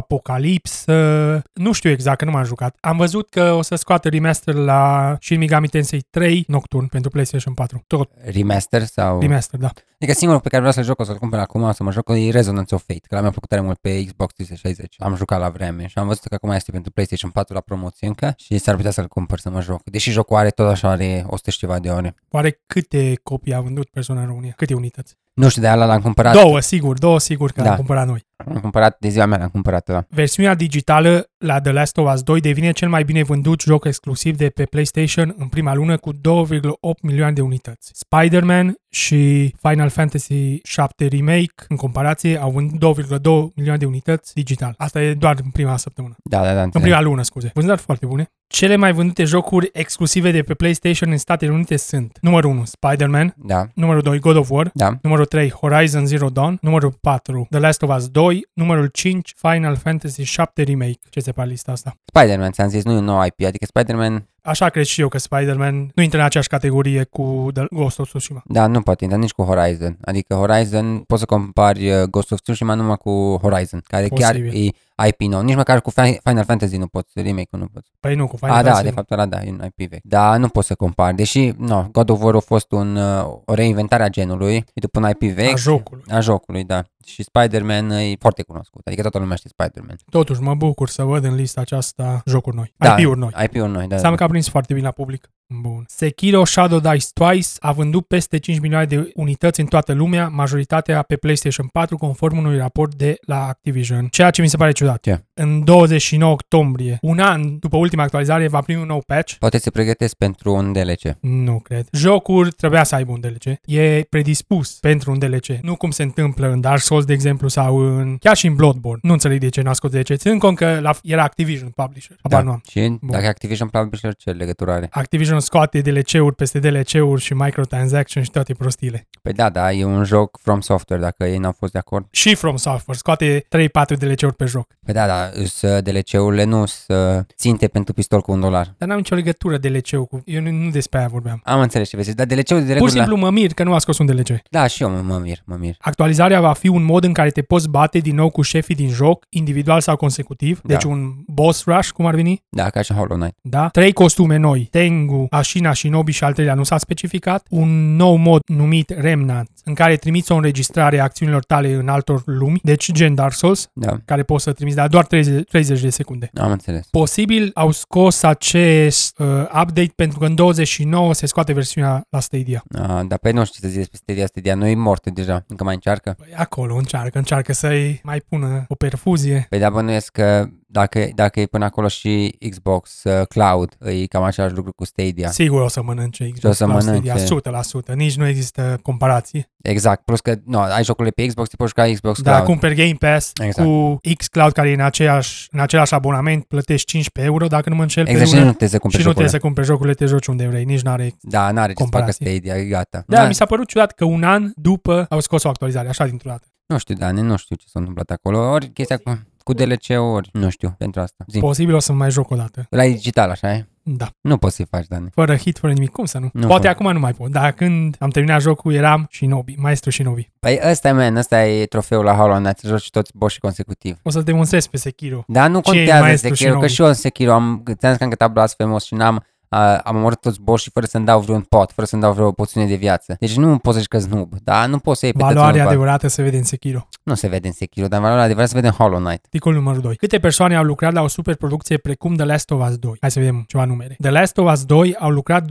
Speaker 1: apocalipsă. Nu știu exact, că nu m-am jucat. Am văzut că o să scoată remaster la Shin Megami Tensei 3 Nocturne pentru PlayStation 4.
Speaker 2: Oh.
Speaker 1: Tot
Speaker 2: Remaster sau...
Speaker 1: remaster, da.
Speaker 2: Adică singurul pe care vreau să-l joc, o să-l cumpăr acum, o să mă joc, e Resonance of Fate, că l-am făcut tare mult pe Xbox 360. Am jucat la vreme și am văzut că acum este pentru PlayStation 4 la promoție încă și s-ar putea să-l cumpăr să mă joc. Deși jocul are tot așa, are 100 și ceva de ore.
Speaker 1: Oare câte copii a vândut persoana în România? Câte unități?
Speaker 2: Nu știu, de ala l-am cumpărat.
Speaker 1: Două, sigur, două, sigur că da.
Speaker 2: Da.
Speaker 1: am cumpărat noi.
Speaker 2: Am cumpărat, de ziua mea l-am cumpărat ăla.
Speaker 1: Versiunea digitală la The Last of Us 2 devine cel mai bine vândut joc exclusiv de pe PlayStation în prima lună cu 2,8 milioane de unități. Spider-Man și Final Fantasy 7 Remake, în comparație, au vândut 2,2 milioane de unități digital. Asta e doar în prima săptămână.
Speaker 2: Da, da, da,
Speaker 1: În
Speaker 2: înțeleg.
Speaker 1: prima lună, scuze. Vânzări foarte bune. Cele mai vândute jocuri exclusive de pe PlayStation în Statele Unite sunt numărul 1 Spider-Man,
Speaker 2: Da,
Speaker 1: numărul 2 God of War,
Speaker 2: da.
Speaker 1: Numărul 3, Horizon Zero Dawn. Numărul 4, The Last of Us 2. Numărul 5, Final Fantasy 7 Remake. Ce se pare lista asta?
Speaker 2: Spider-Man, ți-am zis, nu e un nou IP, adică Spider-Man,
Speaker 1: Așa cred și eu că Spider-Man nu intră în aceeași categorie cu The Ghost of Tsushima.
Speaker 2: da, nu poate, dar nici cu Horizon. Adică Horizon, poți să compari uh, Ghost of Tsushima numai cu Horizon, care chiar
Speaker 1: Posibil.
Speaker 2: e IP nou. Nici măcar cu Fi- Final Fantasy nu poți, remake-ul nu poți.
Speaker 1: Păi nu, cu Final
Speaker 2: A, da,
Speaker 1: Fantasy.
Speaker 2: de fapt, ăla da, e un IP vechi. Dar nu pot să compar, deși, no, God of War a fost un, uh, o reinventare a genului, e după un IP vechi.
Speaker 1: A jocului.
Speaker 2: A jocului, da. Și Spider-Man e foarte cunoscut, adică toată lumea știe Spider-Man.
Speaker 1: Totuși, mă bucur să văd în lista aceasta jocuri noi.
Speaker 2: Da,
Speaker 1: IP-uri noi.
Speaker 2: IP-uri noi, da.
Speaker 1: Înseamnă că a prins foarte bine la public. Bun. Sekiro Shadow Dice Twice a vândut peste 5 milioane de unități în toată lumea, majoritatea pe PlayStation 4, conform unui raport de la Activision. Ceea ce mi se pare ciudat.
Speaker 2: Ce?
Speaker 1: În 29 octombrie, un an după ultima actualizare, va primi un nou patch.
Speaker 2: Poate se pregătesc pentru un DLC.
Speaker 1: Nu cred. Jocul trebuia să aibă un DLC. E predispus pentru un DLC. Nu cum se întâmplă în Dark Souls, de exemplu, sau în... chiar și în Bloodborne. Nu înțeleg de ce n-a scos DLC. Țin cont că la... era Activision publisher. Habar nu am.
Speaker 2: Da. Și dacă Activision Publisher, ce legătură are?
Speaker 1: Activision scoate DLC-uri peste DLC-uri și microtransaction și toate prostiile.
Speaker 2: Păi da, da, e un joc from software, dacă ei n-au fost de acord.
Speaker 1: Și From Software scoate 3-4 DLC-uri pe joc.
Speaker 2: Păi da, da, îs uh, DLC-urile nu să ținte pentru pistol cu un dolar.
Speaker 1: Dar n-am nicio legătură DLC-ul cu... Eu nu, nu despre aia vorbeam.
Speaker 2: Am înțeles ce vezi, dar DLC-ul de
Speaker 1: Pur
Speaker 2: regulă...
Speaker 1: și simplu mă mir că nu a scos un DLC.
Speaker 2: Da, și eu mă, mă mir, mă mir.
Speaker 1: Actualizarea va fi un mod în care te poți bate din nou cu șefii din joc, individual sau consecutiv,
Speaker 2: Da.
Speaker 1: deci un boss rush, cum ar veni,
Speaker 2: Da, ca și Hollow Knight.
Speaker 1: da? Trei costume noi, Tengu, Ashina și Nobi și al treilea nu s-a specificat, un nou mod numit Remnant, în care trimiți o înregistrare a acțiunilor tale în altor lumi, deci gen Dark Souls,
Speaker 2: Da,
Speaker 1: care poți să trimiți, dar doar 30, 30 de secunde.
Speaker 2: am înțeles.
Speaker 1: Posibil au scos acest uh, update pentru că în 29 se scoate versiunea la Stadia.
Speaker 2: A, dar pe nu știu ce să zic despre Stadia, Stadia nu e mortă deja, încă mai încearcă.
Speaker 1: Păi acolo încearcă, încearcă să-i mai pună o perfuzie.
Speaker 2: Păi da, bănuiesc că dacă, dacă e până acolo și Xbox uh, Cloud, e cam același lucru cu Stadia.
Speaker 1: Sigur o să mănânce Xbox
Speaker 2: Da. Și o să
Speaker 1: la
Speaker 2: mănânce.
Speaker 1: Stadia, 100%. Nici nu există comparații.
Speaker 2: Exact, plus că nu, ai jocurile pe Xbox, te poți juca Xbox
Speaker 1: Da,
Speaker 2: Cloud.
Speaker 1: cumperi Game Pass
Speaker 2: Exact.
Speaker 1: cu xCloud care e în, aceeași, în același abonament, plătești 15 euro dacă nu mă înșel
Speaker 2: Exact, și
Speaker 1: pe
Speaker 2: nu
Speaker 1: lună.
Speaker 2: trebuie să cumperi
Speaker 1: Și nu
Speaker 2: jocurile.
Speaker 1: trebuie să cumperi jocurile, te joci unde vrei, nici n-are...
Speaker 2: Da, n-are ce să facă
Speaker 1: comparație.
Speaker 2: Stadia, e gata.
Speaker 1: Da,
Speaker 2: Na,
Speaker 1: mi s-a părut ciudat că un an după au scos o actualizare, așa dintr-o dată.
Speaker 2: Nu știu, Dani, nu știu ce s-a întâmplat acolo. Ori chestia cu, cu DLC, ori nu știu, pentru asta. Zi.
Speaker 1: Posibil o să mai joc o dată.
Speaker 2: La digital, așa e?
Speaker 1: Da.
Speaker 2: Nu poți să-i faci, Dani.
Speaker 1: Fără hit, fără nimic, cum să nu?
Speaker 2: Nu,
Speaker 1: Poate
Speaker 2: fără.
Speaker 1: acum nu mai pot, dar când am terminat jocul eram Shinobi, maestru Shinobi.
Speaker 2: Păi ăsta e, man, ăsta e trofeul la Hollow Knight, să joci toți boșii consecutiv.
Speaker 1: O să-l demonstrez pe Sekiro.
Speaker 2: Dar nu
Speaker 1: Ce e
Speaker 2: contează
Speaker 1: maestru
Speaker 2: Sekiro, că
Speaker 1: Shinobi?
Speaker 2: și eu în Sekiro am, ți-am zis că am cătat blasfemos și n-am a, am omorât toți boșii fără să-mi dau vreun pot, fără să-mi dau vreo poțiune de viață. Deci nu poți să-și că snub, dar da? nu poți să iei pe toți
Speaker 1: Valoarea
Speaker 2: în bani.
Speaker 1: adevărată se vede în Sekiro.
Speaker 2: Nu se vede în Sekiro, dar valoarea adevărată se vede în Hollow Knight.
Speaker 1: Articolul numărul 2. Câte persoane au lucrat la o superproducție precum The Last of Us 2? Hai să vedem ceva numere. The Last of Us 2 au lucrat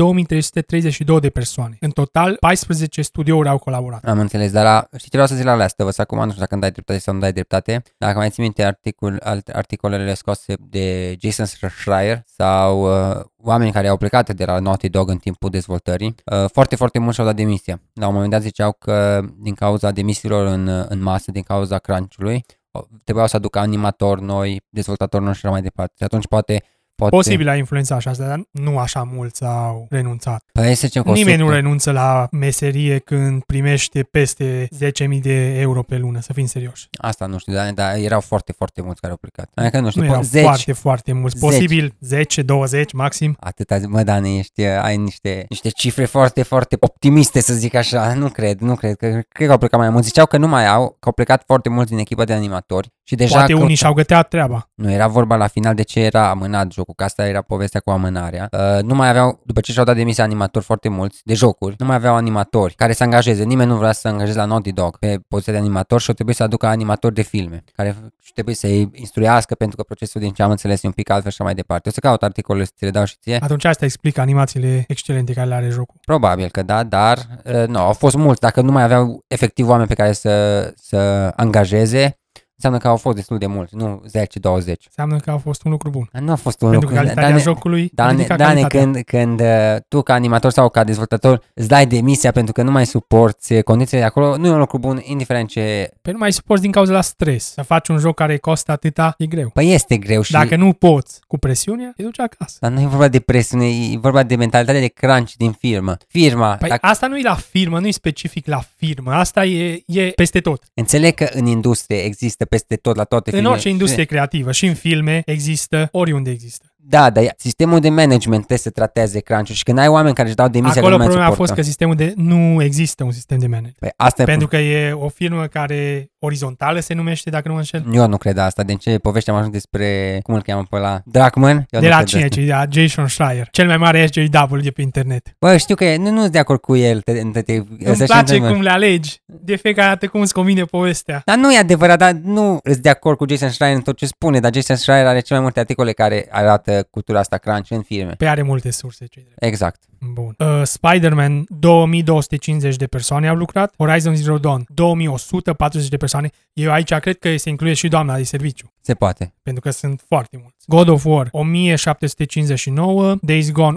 Speaker 1: 2332 de persoane. În total, 14 studiouri au colaborat.
Speaker 2: Am înțeles, dar la, știi ce vreau să zic la Last of Us acum, nu știu dacă îmi dai dreptate sau nu dai dreptate, dacă mai ții minte articol, alt, articolele scoase de Jason Schreier sau uh, oameni care au plecat de la Naughty Dog în timpul dezvoltării, uh, foarte, foarte mulți și-au dat demisia. La un moment dat ziceau că din cauza demisiilor în, uh, în masă, din cauza crunch-ului, o- trebuiau să aducă animatori noi, dezvoltatori noi și așa mai departe. Și atunci poate... poate
Speaker 1: Posibil a influențat și asta, dar nu așa mulți au renunțat.
Speaker 2: Păi să zicem că o
Speaker 1: Nimeni nu
Speaker 2: sută.
Speaker 1: renunță la meserie când primește peste 10.000 de euro pe lună, să fim serioși.
Speaker 2: Asta nu știu, dar, dar erau foarte, foarte mulți care au plecat. Adică nu știu,
Speaker 1: Nu
Speaker 2: po-
Speaker 1: erau
Speaker 2: zeci,
Speaker 1: foarte, foarte mulți.
Speaker 2: Zeci.
Speaker 1: Posibil 10, 20 maxim.
Speaker 2: Atâta, zi- mă, Dani, ești, uh, ai niște, niște cifre foarte, foarte optimiste, să zic așa. Nu cred, nu cred. Că, cred că au plecat mai mulți. Ziceau că nu mai au, că au plecat foarte mulți din echipa de animatori. Și deja
Speaker 1: Poate
Speaker 2: că,
Speaker 1: unii și-au găteat treaba.
Speaker 2: nu era vorba la final de ce era amânat jocul, că asta era povestea cu amânarea. Uh, nu mai aveau, după ce și-au dat demisia animatori foarte mulți de jocuri, nu mai aveau animatori care să angajeze. Nimeni nu vrea să angajeze la Naughty Dog pe poziția de animator și o trebuie să aducă animatori de filme, care și trebuie să i instruiască pentru că procesul din ce am înțeles e un pic altfel și așa mai departe. O să caut articolul să ți le dau și ție.
Speaker 1: Atunci asta explică animațiile excelente care le are jocul.
Speaker 2: Probabil că da, dar uh, nu, au fost mulți. Dacă nu mai aveau efectiv oameni pe care să, să angajeze, înseamnă că au fost destul de mulți, nu 10-20.
Speaker 1: Înseamnă că a fost un lucru bun.
Speaker 2: Dar Nu a fost un
Speaker 1: Pentru că
Speaker 2: lucru.
Speaker 1: calitatea
Speaker 2: Dane-
Speaker 1: jocului
Speaker 2: Dane,
Speaker 1: ridica
Speaker 2: Dane
Speaker 1: calitatea.
Speaker 2: când, când uh, tu ca animator sau ca dezvoltator îți dai demisia pentru că nu mai suporți condițiile de acolo, nu e un lucru bun, indiferent ce...
Speaker 1: Păi nu mai suporți din cauza la stres. Să faci un joc care costă atâta, e greu.
Speaker 2: Păi este greu și...
Speaker 1: Dacă nu poți cu presiunea, te duci acasă.
Speaker 2: Dar nu e vorba de presiune, e vorba de mentalitate de crunch din firmă. Firma,
Speaker 1: Păi
Speaker 2: dacă
Speaker 1: asta nu e la firmă, nu e specific la firmă. Asta e, e peste tot.
Speaker 2: înțeleg că în industrie există peste tot, la toate
Speaker 1: în
Speaker 2: firmele-
Speaker 1: orice industrie creativă și în filme există, oriunde există.
Speaker 2: Da, dar sistemul de management trebuie să trateze crunch și când ai oameni care își dau demisia
Speaker 1: Acolo
Speaker 2: că nu mai
Speaker 1: problema a
Speaker 2: suportă.
Speaker 1: fost că sistemul de... Nu există un sistem de management.
Speaker 2: Păi asta
Speaker 1: Pentru
Speaker 2: Pentru...
Speaker 1: că e o firmă care orizontală se numește, dacă nu mă înșel.
Speaker 2: e... Eu nu cred asta. Din ce poveste am ajuns despre... Cum îl cheamă pe la Dracman? Eu
Speaker 1: de
Speaker 2: da, nu
Speaker 1: la
Speaker 2: cred
Speaker 1: cine?
Speaker 2: asta.
Speaker 1: Cei de la Jason Schreier, cel mai mare SJW de pe internet.
Speaker 2: Bă, știu că e- nu sunt de acord cu el. Te, te, te,
Speaker 1: Îmi
Speaker 2: să-și
Speaker 1: place
Speaker 2: întâlnim.
Speaker 1: cum le alegi, de fiecare dată cum îți convine povestea.
Speaker 2: Dar nu e adevărat, dar nu sunt de acord cu Jason Schreier în tot ce spune, dar Jason Schreier are cele mai multe articole care arată cultura asta crunch în filme.
Speaker 1: Pe are multe surse, cei drept.
Speaker 2: Exact.
Speaker 1: Bun. Uh, Spider-Man, 2250 de persoane au lucrat. Horizon Zero Dawn, 2140 de persoane. Eu aici cred că se include și doamna de serviciu.
Speaker 2: Se poate.
Speaker 1: Pentru că sunt foarte mulți. God of War, 1759. Days Gone,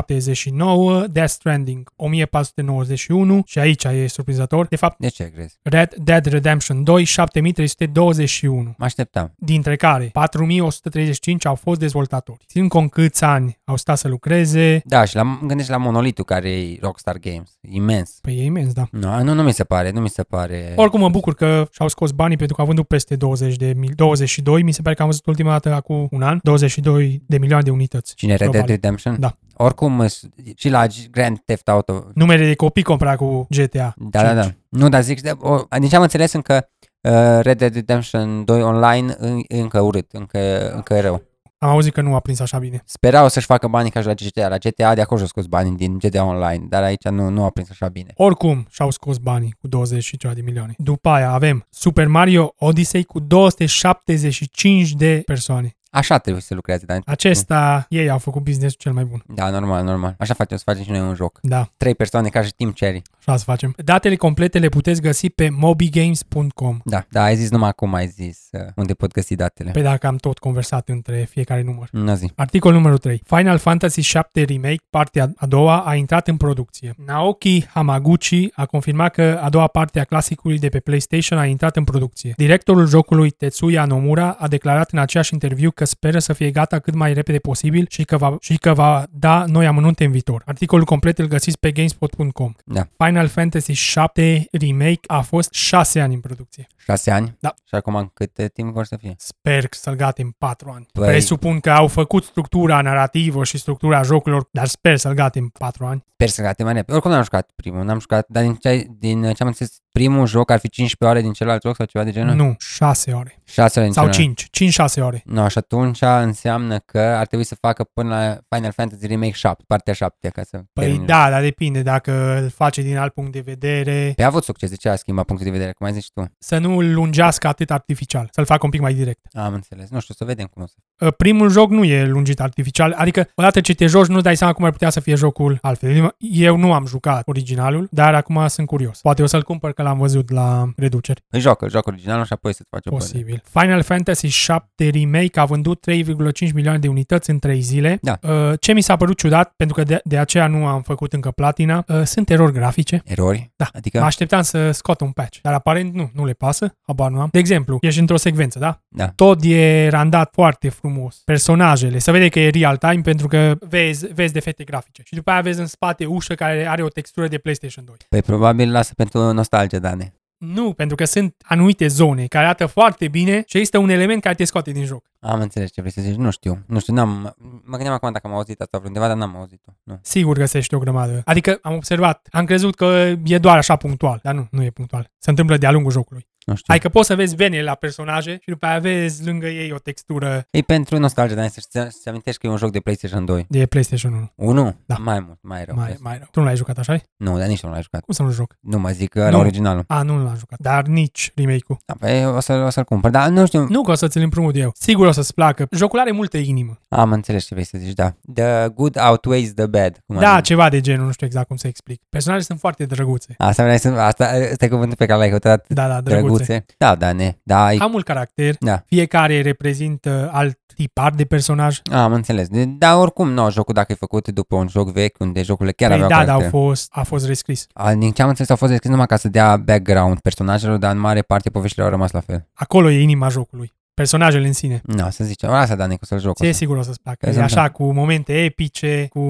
Speaker 1: 1679. Death Stranding, 1491. Și aici e surprinzător. De fapt,
Speaker 2: De ce crezi?
Speaker 1: Red Dead Redemption 2, 7321,
Speaker 2: Mă așteptam.
Speaker 1: dintre care 4135 au fost dezvoltatori. Țin cont câți ani au stat să lucreze,
Speaker 2: Da, și la, mă gândesc la monolitul care e Rockstar Games. Imens.
Speaker 1: păi e imens, da.
Speaker 2: Nu, nu, nu mi se pare, nu mi se pare.
Speaker 1: Oricum mă bucur că și-au scos banii pentru că au vândut peste 20 de mil, 22, mi se pare că am văzut ultima dată acum un an, 22 de milioane de unități.
Speaker 2: Cine Red Dead
Speaker 1: globale.
Speaker 2: Redemption?
Speaker 1: Da.
Speaker 2: Oricum, s- și la G- Grand Theft Auto.
Speaker 1: Numere de copii compra cu GTA.
Speaker 2: Da, da, da. Nu, dar zic, de- o, din ce am înțeles încă uh, Red Dead Redemption 2 online în- e încă urât, încă, încă e rău.
Speaker 1: Am auzit că nu a prins așa bine.
Speaker 2: Sperau să-și facă banii ca și la GTA. La GTA de acolo și-au scos banii din GTA Online, dar aici nu, nu a prins așa bine.
Speaker 1: Oricum, și-au scos banii cu 20 și ceva de milioane. După aia avem Super Mario Odyssey cu 275 de persoane.
Speaker 2: Așa trebuie să lucreze, dar
Speaker 1: Acesta, ei au făcut business cel mai bun.
Speaker 2: da, normal, normal. Așa facem, să facem și noi un joc.
Speaker 1: Da.
Speaker 2: Trei persoane ca și Team Cherry.
Speaker 1: Și azi facem. Datele complete le puteți găsi pe mobigames.com.
Speaker 2: Da, da, ai zis numai acum, ai zis uh, unde pot găsi datele.
Speaker 1: Pe dacă am tot conversat între fiecare număr.
Speaker 2: Nu zi.
Speaker 1: Articol numărul 3. Final Fantasy VII Remake, partea a doua, a intrat în producție. Naoki Hamaguchi a confirmat că a doua parte a clasicului de pe PlayStation a intrat în producție. Directorul jocului Tetsuya Nomura a declarat în aceeași interviu că speră să fie gata cât mai repede posibil și că va, și că va da noi amănunte în viitor. Articolul complet îl găsiți pe gamespot.com.
Speaker 2: Da.
Speaker 1: Final Fantasy VII Remake a fost 6 ani în producție.
Speaker 2: Șase ani?
Speaker 1: Da.
Speaker 2: Și acum cât uh, timp vor să fie?
Speaker 1: Sper să-l gate în 4 ani.
Speaker 2: Păi-
Speaker 1: Presupun că au făcut structura narrativă și structura jocurilor, dar sper să-l gate în 4 ani.
Speaker 2: Sper să gate mai repede. Oricum n-am jucat primul, n-am jucat, dar din ce, ai- din ce am înțeles, primul joc ar fi 15 ore din celălalt joc sau ceva de genul?
Speaker 1: Nu, 6 ore.
Speaker 2: 6 ore din
Speaker 1: Sau
Speaker 2: celălalt.
Speaker 1: 5, 5-6 ore.
Speaker 2: No, și atunci înseamnă că ar trebui să facă până la Final Fantasy Remake 7, partea 7, ca să
Speaker 1: Păi
Speaker 2: termin.
Speaker 1: da, dar depinde dacă îl face din alt punct de vedere,
Speaker 2: Păi a avut succes, de ce a schimbat punctul de vedere, cum ai zis și tu?
Speaker 1: să nu îl lungească atât artificial, să-l facă un pic mai direct.
Speaker 2: Am înțeles, nu știu, să vedem cum o să
Speaker 1: Uh, Primul joc nu e lungit artificial, adică odată ce te joci nu dai seama cum ar putea să fie jocul altfel. Eu nu am jucat originalul, dar acum sunt curios. Poate o să-l cumpăr că l-am văzut la reduceri.
Speaker 2: Păi joacă, joacă originalul și apoi să-ți faci o părere.
Speaker 1: Posibil. Final Fantasy 7 Remake a vândut 3,5 milioane de unități în 3 zile.
Speaker 2: Da.
Speaker 1: Uh, Ce mi s-a părut ciudat, pentru că de, de aceea nu am făcut încă platina, uh, sunt erori grafice.
Speaker 2: Erori?
Speaker 1: Da.
Speaker 2: Adică,
Speaker 1: Mă așteptam să scot un patch, dar aparent nu, nu le pasă, habar nu am. De exemplu, ești într-o secvență, da?
Speaker 2: Da.
Speaker 1: Tot e randat foarte frumos. Personajele, se vede că e real-time pentru că vezi, vezi defecte grafice. Și după aia vezi în spate ușă care are o textură de PlayStation 2.
Speaker 2: păi probabil lasă pentru nostalgie, Dane.
Speaker 1: Nu, pentru că sunt anumite zone care arată foarte bine și există un element care te scoate din joc.
Speaker 2: Am înțeles ce vrei să zici, nu știu, nu știu, n-am, mă gândeam acum dacă am auzit asta vreundeva, dar n-am auzit-o, nu.
Speaker 1: Sigur găsești o grămadă. Adică am observat, am crezut că e doar așa punctual, dar nu, nu e punctual. Se întâmplă de-a lungul jocului.
Speaker 2: Nu știu.
Speaker 1: Adică poți să vezi venele la personaje și după aia vezi lângă ei o textură
Speaker 2: E pentru nostalgie, dar să-ți să-ți amintești că e un joc de PlayStation 2.
Speaker 1: de PlayStation 1.
Speaker 2: 1?
Speaker 1: Da.
Speaker 2: Mai mult, mai rău.
Speaker 1: Mai, mai rău. Tu nu l-ai jucat așa
Speaker 2: Nu, dar nici nu l-ai jucat.
Speaker 1: Cum să nu joc?
Speaker 2: Nu mă zic că la
Speaker 1: Nu.
Speaker 2: originalul.
Speaker 1: A, nu l-am jucat. Dar nici remake-ul.
Speaker 2: Da, păi o, să, o să-l cumpăr, dar nu știu.
Speaker 1: Nu că o să ți-l împrumut eu. Sigur o să-ți placă. Jocul are multă inimă.
Speaker 2: Am înțeles ce vrei să zici, da. The good outweighs the bad. Cum adică? ar
Speaker 1: Da,
Speaker 2: veni.
Speaker 1: ceva de genul, nu știu exact cum să explic. Personajele sunt foarte drăguțe.
Speaker 2: Asta vrei să... Asta este cuvântul pe care l-ai căutat.
Speaker 1: Da, da, drăguțe.
Speaker 2: Drăguțe. Da, da, ne. Da, ai...
Speaker 1: Au mult caracter.
Speaker 2: Da.
Speaker 1: Fiecare reprezintă alt tipar de personaj.
Speaker 2: Am înțeles. De- Dar oricum, nu, jocul dacă e făcut după un joc vechi, unde jocurile chiar
Speaker 1: Păi
Speaker 2: aveau
Speaker 1: da, dar
Speaker 2: caracter.
Speaker 1: au fost, a fost rescris.
Speaker 2: A, Din ce am înțeles, au fost deschis numai ca să dea background personajelor, dar în mare parte poveștile au rămas la fel.
Speaker 1: Acolo e inima jocului. Personajele în sine.
Speaker 2: Nu, să zicem. Asta, Dane, cu să-l joc.
Speaker 1: Ce sigur o să-ți placă. E
Speaker 2: Exact.
Speaker 1: așa, cu momente epice, cu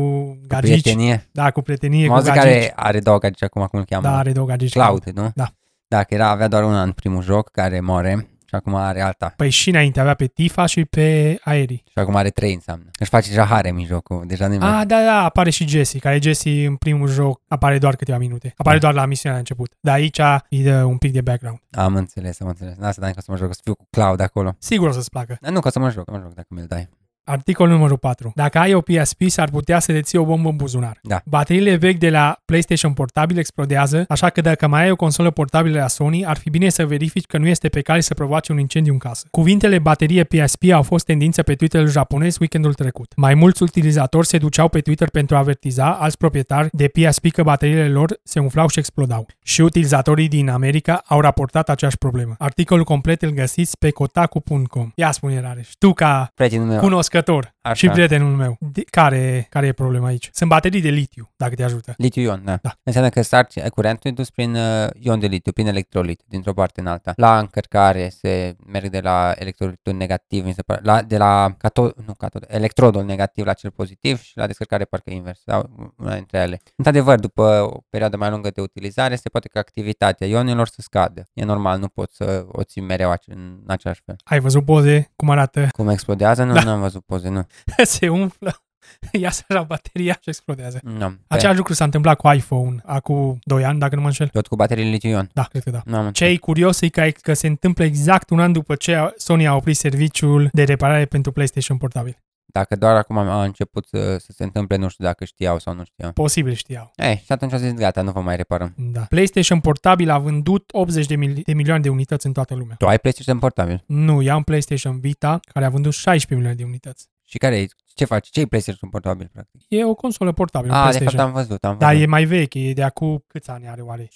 Speaker 1: gagici.
Speaker 2: Prietenie.
Speaker 1: Da, cu prietenie, cu
Speaker 2: Mă
Speaker 1: gagici.
Speaker 2: care are două gagici acum, cum îl cheamă?
Speaker 1: Da, are două gagici.
Speaker 2: Cloud, nu?
Speaker 1: Da.
Speaker 2: Dacă era, avea doar una în primul joc care moare și acum are alta.
Speaker 1: Păi și înainte avea pe Tifa și pe Aerii.
Speaker 2: Și acum are trei înseamnă. Își face deja harem în jocul, deja nu mai...
Speaker 1: Ah, da, da, apare și Jesse, care Jesse în primul joc apare doar câteva minute. Apare
Speaker 2: Da.
Speaker 1: doar la misiunea de început. Dar aici îi dă un pic de background.
Speaker 2: Am înțeles, am înțeles. Asta dacă o să mă joc, o să fiu cu Cloud acolo.
Speaker 1: Sigur o să-ți placă.
Speaker 2: Dar nu, că o să mă joc, mă joc dacă mi-l dai.
Speaker 1: Articol numărul 4. Dacă ai o PSP, s-ar putea să deții o bombă în buzunar.
Speaker 2: Da.
Speaker 1: Bateriile vechi de la PlayStation portabil explodează, așa că dacă mai ai o consolă portabilă la Sony, ar fi bine să verifici că nu este pe cale să provoace un incendiu în casă. Cuvintele baterie PSP au fost tendință pe Twitter japonez weekendul trecut. Mai mulți utilizatori se duceau pe Twitter pentru a avertiza alți proprietari de PSP că bateriile lor se umflau și explodau. Și utilizatorii din America au raportat aceeași problemă. Articolul complet îl găsiți pe kotaku.com. Ia spune, Rareș, tu ca
Speaker 2: Prietenul meu.
Speaker 1: cunoscător
Speaker 2: Da. Așa.
Speaker 1: și prietenul meu. De, care, care e problema aici? Sunt baterii de litiu, dacă te ajută.
Speaker 2: Litiu ion, da.
Speaker 1: Da.
Speaker 2: Înseamnă că sarci, curentul e dus prin uh, ion de litiu, prin electrolit, dintr-o parte în alta. La încărcare se merg de la electrolitul negativ, mi se pare, la, de la catod, nu catod, electrodul negativ la cel pozitiv și la descărcare parcă invers, sau una dintre ele. Într-adevăr, după o perioadă mai lungă de utilizare, se poate ca activitatea ionilor să scadă. E normal, nu poți să o ții mereu ace- în același fel.
Speaker 1: Ai văzut poze cum arată?
Speaker 2: Cum explodează? Nu,
Speaker 1: Da.
Speaker 2: nu am văzut poze, nu.
Speaker 1: Se umflă, iasă la bateria și explodează.
Speaker 2: nu. Pe,
Speaker 1: Același lucru s-a întâmplat cu iPhone acum 2 ani, dacă nu mă înșel.
Speaker 2: tot cu bateriile litiu-ion.
Speaker 1: Da, cred că da.
Speaker 2: Nu am
Speaker 1: Ce e curios e că, că se întâmplă exact un an după ce a- Sony a oprit serviciul de reparare pentru PlayStation portabil.
Speaker 2: Dacă doar acum a a început să, să se întâmple, nu știu dacă știau sau nu știau.
Speaker 1: Posibil știau.
Speaker 2: Ei, și atunci a zis, gata, nu vă mai reparăm.
Speaker 1: Da. PlayStation portabil a vândut 80 de, mil- de milioane de unități în toată lumea.
Speaker 2: Tu ai PlayStation portabil
Speaker 1: Nu, ia un PlayStation Vita care a vândut 16 milioane de unități.
Speaker 2: Și care e? Ce faci? Ce e PlayStation portabil, practic?
Speaker 1: E o consolă portabilă,
Speaker 2: Ah, de fapt
Speaker 1: PlayStation.
Speaker 2: am văzut, am
Speaker 1: Dar
Speaker 2: văzut.
Speaker 1: e mai veche, e de acum câți ani are oare?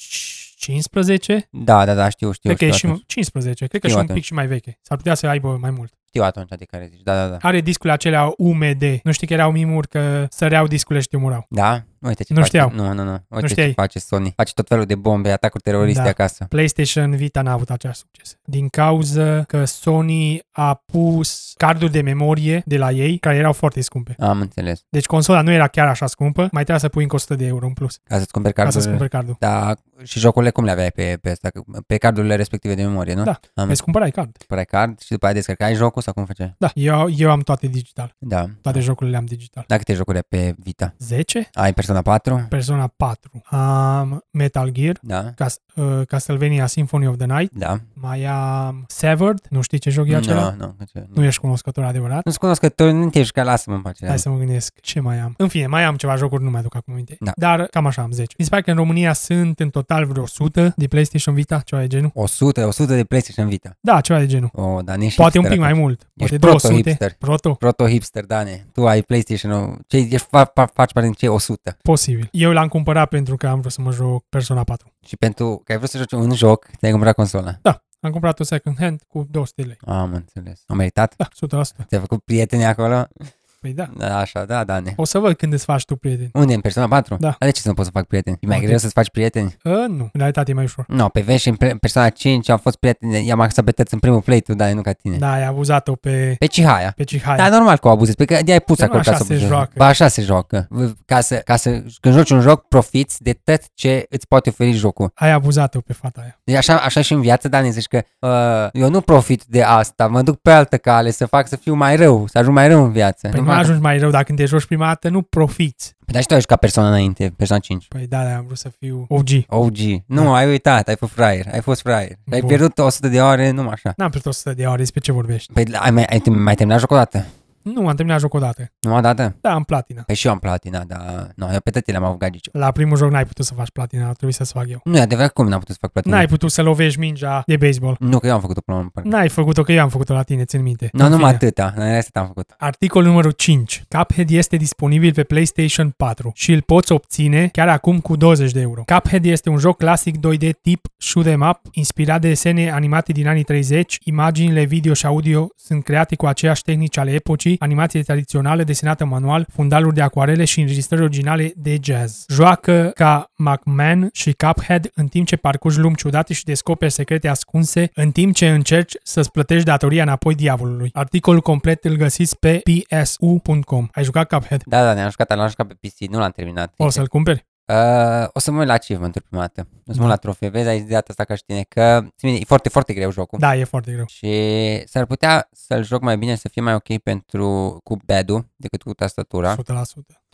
Speaker 1: 15?
Speaker 2: Da, da, da, știu, știu,
Speaker 1: Cred că
Speaker 2: știu,
Speaker 1: e
Speaker 2: atunci,
Speaker 1: și 15, cred că
Speaker 2: Știu
Speaker 1: și un
Speaker 2: atunci.
Speaker 1: pic și mai veche. S-ar putea să aibă mai mult.
Speaker 2: știu atunci de care zici, da, da, da.
Speaker 1: Are discurile acelea UMD. Nu știi că erau mimuri că săreau discurile și te murau.
Speaker 2: Da? Uite ce
Speaker 1: Nu
Speaker 2: face.
Speaker 1: știau.
Speaker 2: Nu, nu, nu. Uite ce
Speaker 1: știai.
Speaker 2: face Sony. Face tot felul de bombe, atacuri teroriste
Speaker 1: Da.
Speaker 2: acasă.
Speaker 1: PlayStation Vita n-a avut același succes. Din cauza că Sony a pus carduri de memorie de la ei, care erau foarte scumpe.
Speaker 2: Am înțeles.
Speaker 1: Deci consola nu era chiar așa scumpă, mai trebuia să pui încă 100 de euro în plus
Speaker 2: Ca să-ți cumperi
Speaker 1: ca
Speaker 2: cardul.
Speaker 1: să-ți cumperi cardul.
Speaker 2: Da, și jocurile cum le aveai pe, pe, asta, pe cardurile respective de memorie, nu?
Speaker 1: Da,
Speaker 2: Am
Speaker 1: Îți cumpărai card.
Speaker 2: cumpărai card și după aia descărcai jocul sau cum făceai?
Speaker 1: Da, eu, eu am toate digital.
Speaker 2: Da.
Speaker 1: Toate jocurile le am digital.
Speaker 2: Da, câte jocuri ai pe Vita?
Speaker 1: 10?
Speaker 2: Ai Persona 4?
Speaker 1: Persona 4. Am Metal Gear,
Speaker 2: Da.
Speaker 1: Cas- uh, Castlevania Symphony of the Night,
Speaker 2: Da.
Speaker 1: mai am Severed, nu știi ce joc e acela?
Speaker 2: Nu, nu.
Speaker 1: Nu ești cunoscător adevărat.
Speaker 2: Nu-ți cunosc că tu nu te ești ca lasă-mă în pace.
Speaker 1: Hai să mă gândesc ce mai am. În fine, mai am ceva jocuri, nu mai aduc acum minte.
Speaker 2: Da.
Speaker 1: Dar cam așa am 10. Mi se pare că în România sunt în total vreo 100 de PlayStation Vita, ceva de genul.
Speaker 2: 100, 100 de PlayStation Vita.
Speaker 1: Da, ceva de genul.
Speaker 2: Oh, Dani, ești
Speaker 1: Poate un
Speaker 2: hipster
Speaker 1: pic mai
Speaker 2: atunci.
Speaker 1: mult. Poate
Speaker 2: Ești
Speaker 1: 200.
Speaker 2: proto-hipster.
Speaker 1: Proto?
Speaker 2: Proto-hipster, Dane. Tu ai PlayStation-ul. Ce, ești, fa, fa, faci parte din cei 100.
Speaker 1: Posibil. Eu l-am cumpărat pentru că am vrut să mă joc Persona 4.
Speaker 2: Și pentru că ai vrut să joci un joc, te-ai cumpărat consola.
Speaker 1: Da, am cumpărat-o second hand cu 200 de lei.
Speaker 2: Am înțeles. Am meritat?
Speaker 1: Da, 100%.
Speaker 2: Ți-ai făcut prieteni acolo?
Speaker 1: Păi da.
Speaker 2: Da, așa, da, Dane.
Speaker 1: O să văd când îți faci tu prieteni.
Speaker 2: Unde? În Persona 4?
Speaker 1: Da.
Speaker 2: Dar de ce să nu poți să fac prieteni? E mai
Speaker 1: Ok.
Speaker 2: greu să-ți faci prieteni?
Speaker 1: A, Ă, nu, în realitate e mai ușor.
Speaker 2: Nu, no, pe V și în Pre- în Persona 5 am fost prieteni. I-am axat pe tăți în primul play tu, Dane, nu ca tine.
Speaker 1: Da, ai abuzat-o pe,
Speaker 2: Pe Cihaia.
Speaker 1: pe Cihaya.
Speaker 2: Da, normal că o abuzezi, pe că de-ai pus
Speaker 1: Dar nu
Speaker 2: acolo ca
Speaker 1: așa
Speaker 2: să
Speaker 1: se
Speaker 2: abuzezi.
Speaker 1: joacă.
Speaker 2: Ba, așa se joacă. V- Ca să, ca să, când joci un joc, profiți de tot ce îți poate oferi jocul.
Speaker 1: Ai abuzat-o pe fata aia.
Speaker 2: Deci așa, așa și în viață, Dani, zici că uh, eu nu profit de asta, mă duc pe altă cale să fac să fiu mai rău, să ajung mai rău în viață.
Speaker 1: Păi nu
Speaker 2: Numai că-
Speaker 1: ajungi mai rău, dacă când te joci prima dată, nu profiți.
Speaker 2: Păi, dar și tu ești ca persoană înainte, persoană 5.
Speaker 1: Păi da, da, am vrut să fiu OG.
Speaker 2: OG. Nu, ai uitat, ai fost fraier, ai fost fraier. Ai
Speaker 1: Da. Bun.
Speaker 2: pierdut 100 de ore, numai așa.
Speaker 1: N-am plătit 100 de ore, despre ce vorbești?
Speaker 2: Păi ai mai, ai, mai terminat jocul o dată?
Speaker 1: Nu, am terminat jocul odată.
Speaker 2: Nu o dată?
Speaker 1: Da, am platina.
Speaker 2: Păi și eu am platina, dar nu, eu pe tătile am avut gagiciu.
Speaker 1: La primul joc n-ai putut să faci platina, a trebuit să-ți fac eu.
Speaker 2: Nu e adevărat cum n-am putut să fac platina.
Speaker 1: N-ai putut să lovești mingea de baseball.
Speaker 2: Nu, că eu am făcut-o până la urmă. parcă.
Speaker 1: N-ai făcut-o, că eu am făcut-o la tine, țin minte.
Speaker 2: Nu,
Speaker 1: Da. În
Speaker 2: numai
Speaker 1: fine.
Speaker 2: atâta. În rest am făcut.
Speaker 1: Articolul numărul 5. Cuphead este disponibil pe PlayStation 4 și îl poți obține chiar acum cu 20 de euro. Cuphead este un joc clasic 2D tip shoot'em up, inspirat de desene animate din anii 30. Imaginile video și audio sunt create cu aceeași tehnici ale epocii, animație tradițională desenată manual, fundaluri de acoarele și înregistrări originale de jazz. Joacă ca McMahon și Cuphead în timp ce parcurgi lumi ciudate și descoperi secrete ascunse, în timp ce încerci să-ți plătești datoria înapoi diavolului. Articolul complet îl găsiți pe psu.com. Ai jucat Cuphead?
Speaker 2: Da, da, ne-am jucat, l-am jucat pe PC, nu l-am terminat.
Speaker 1: O să-l cumperi?
Speaker 2: Uh, o să mă uit la achievement prima dată. O
Speaker 1: Da.
Speaker 2: să mă uit la trofee. Vezi, ai zis de data asta ca și tine că ții minte, e foarte, foarte greu jocul.
Speaker 1: Da, e foarte greu.
Speaker 2: Și s-ar putea să-l joc mai bine, să fie mai ok pentru cu pad decât cu tastatura.
Speaker 1: 100%.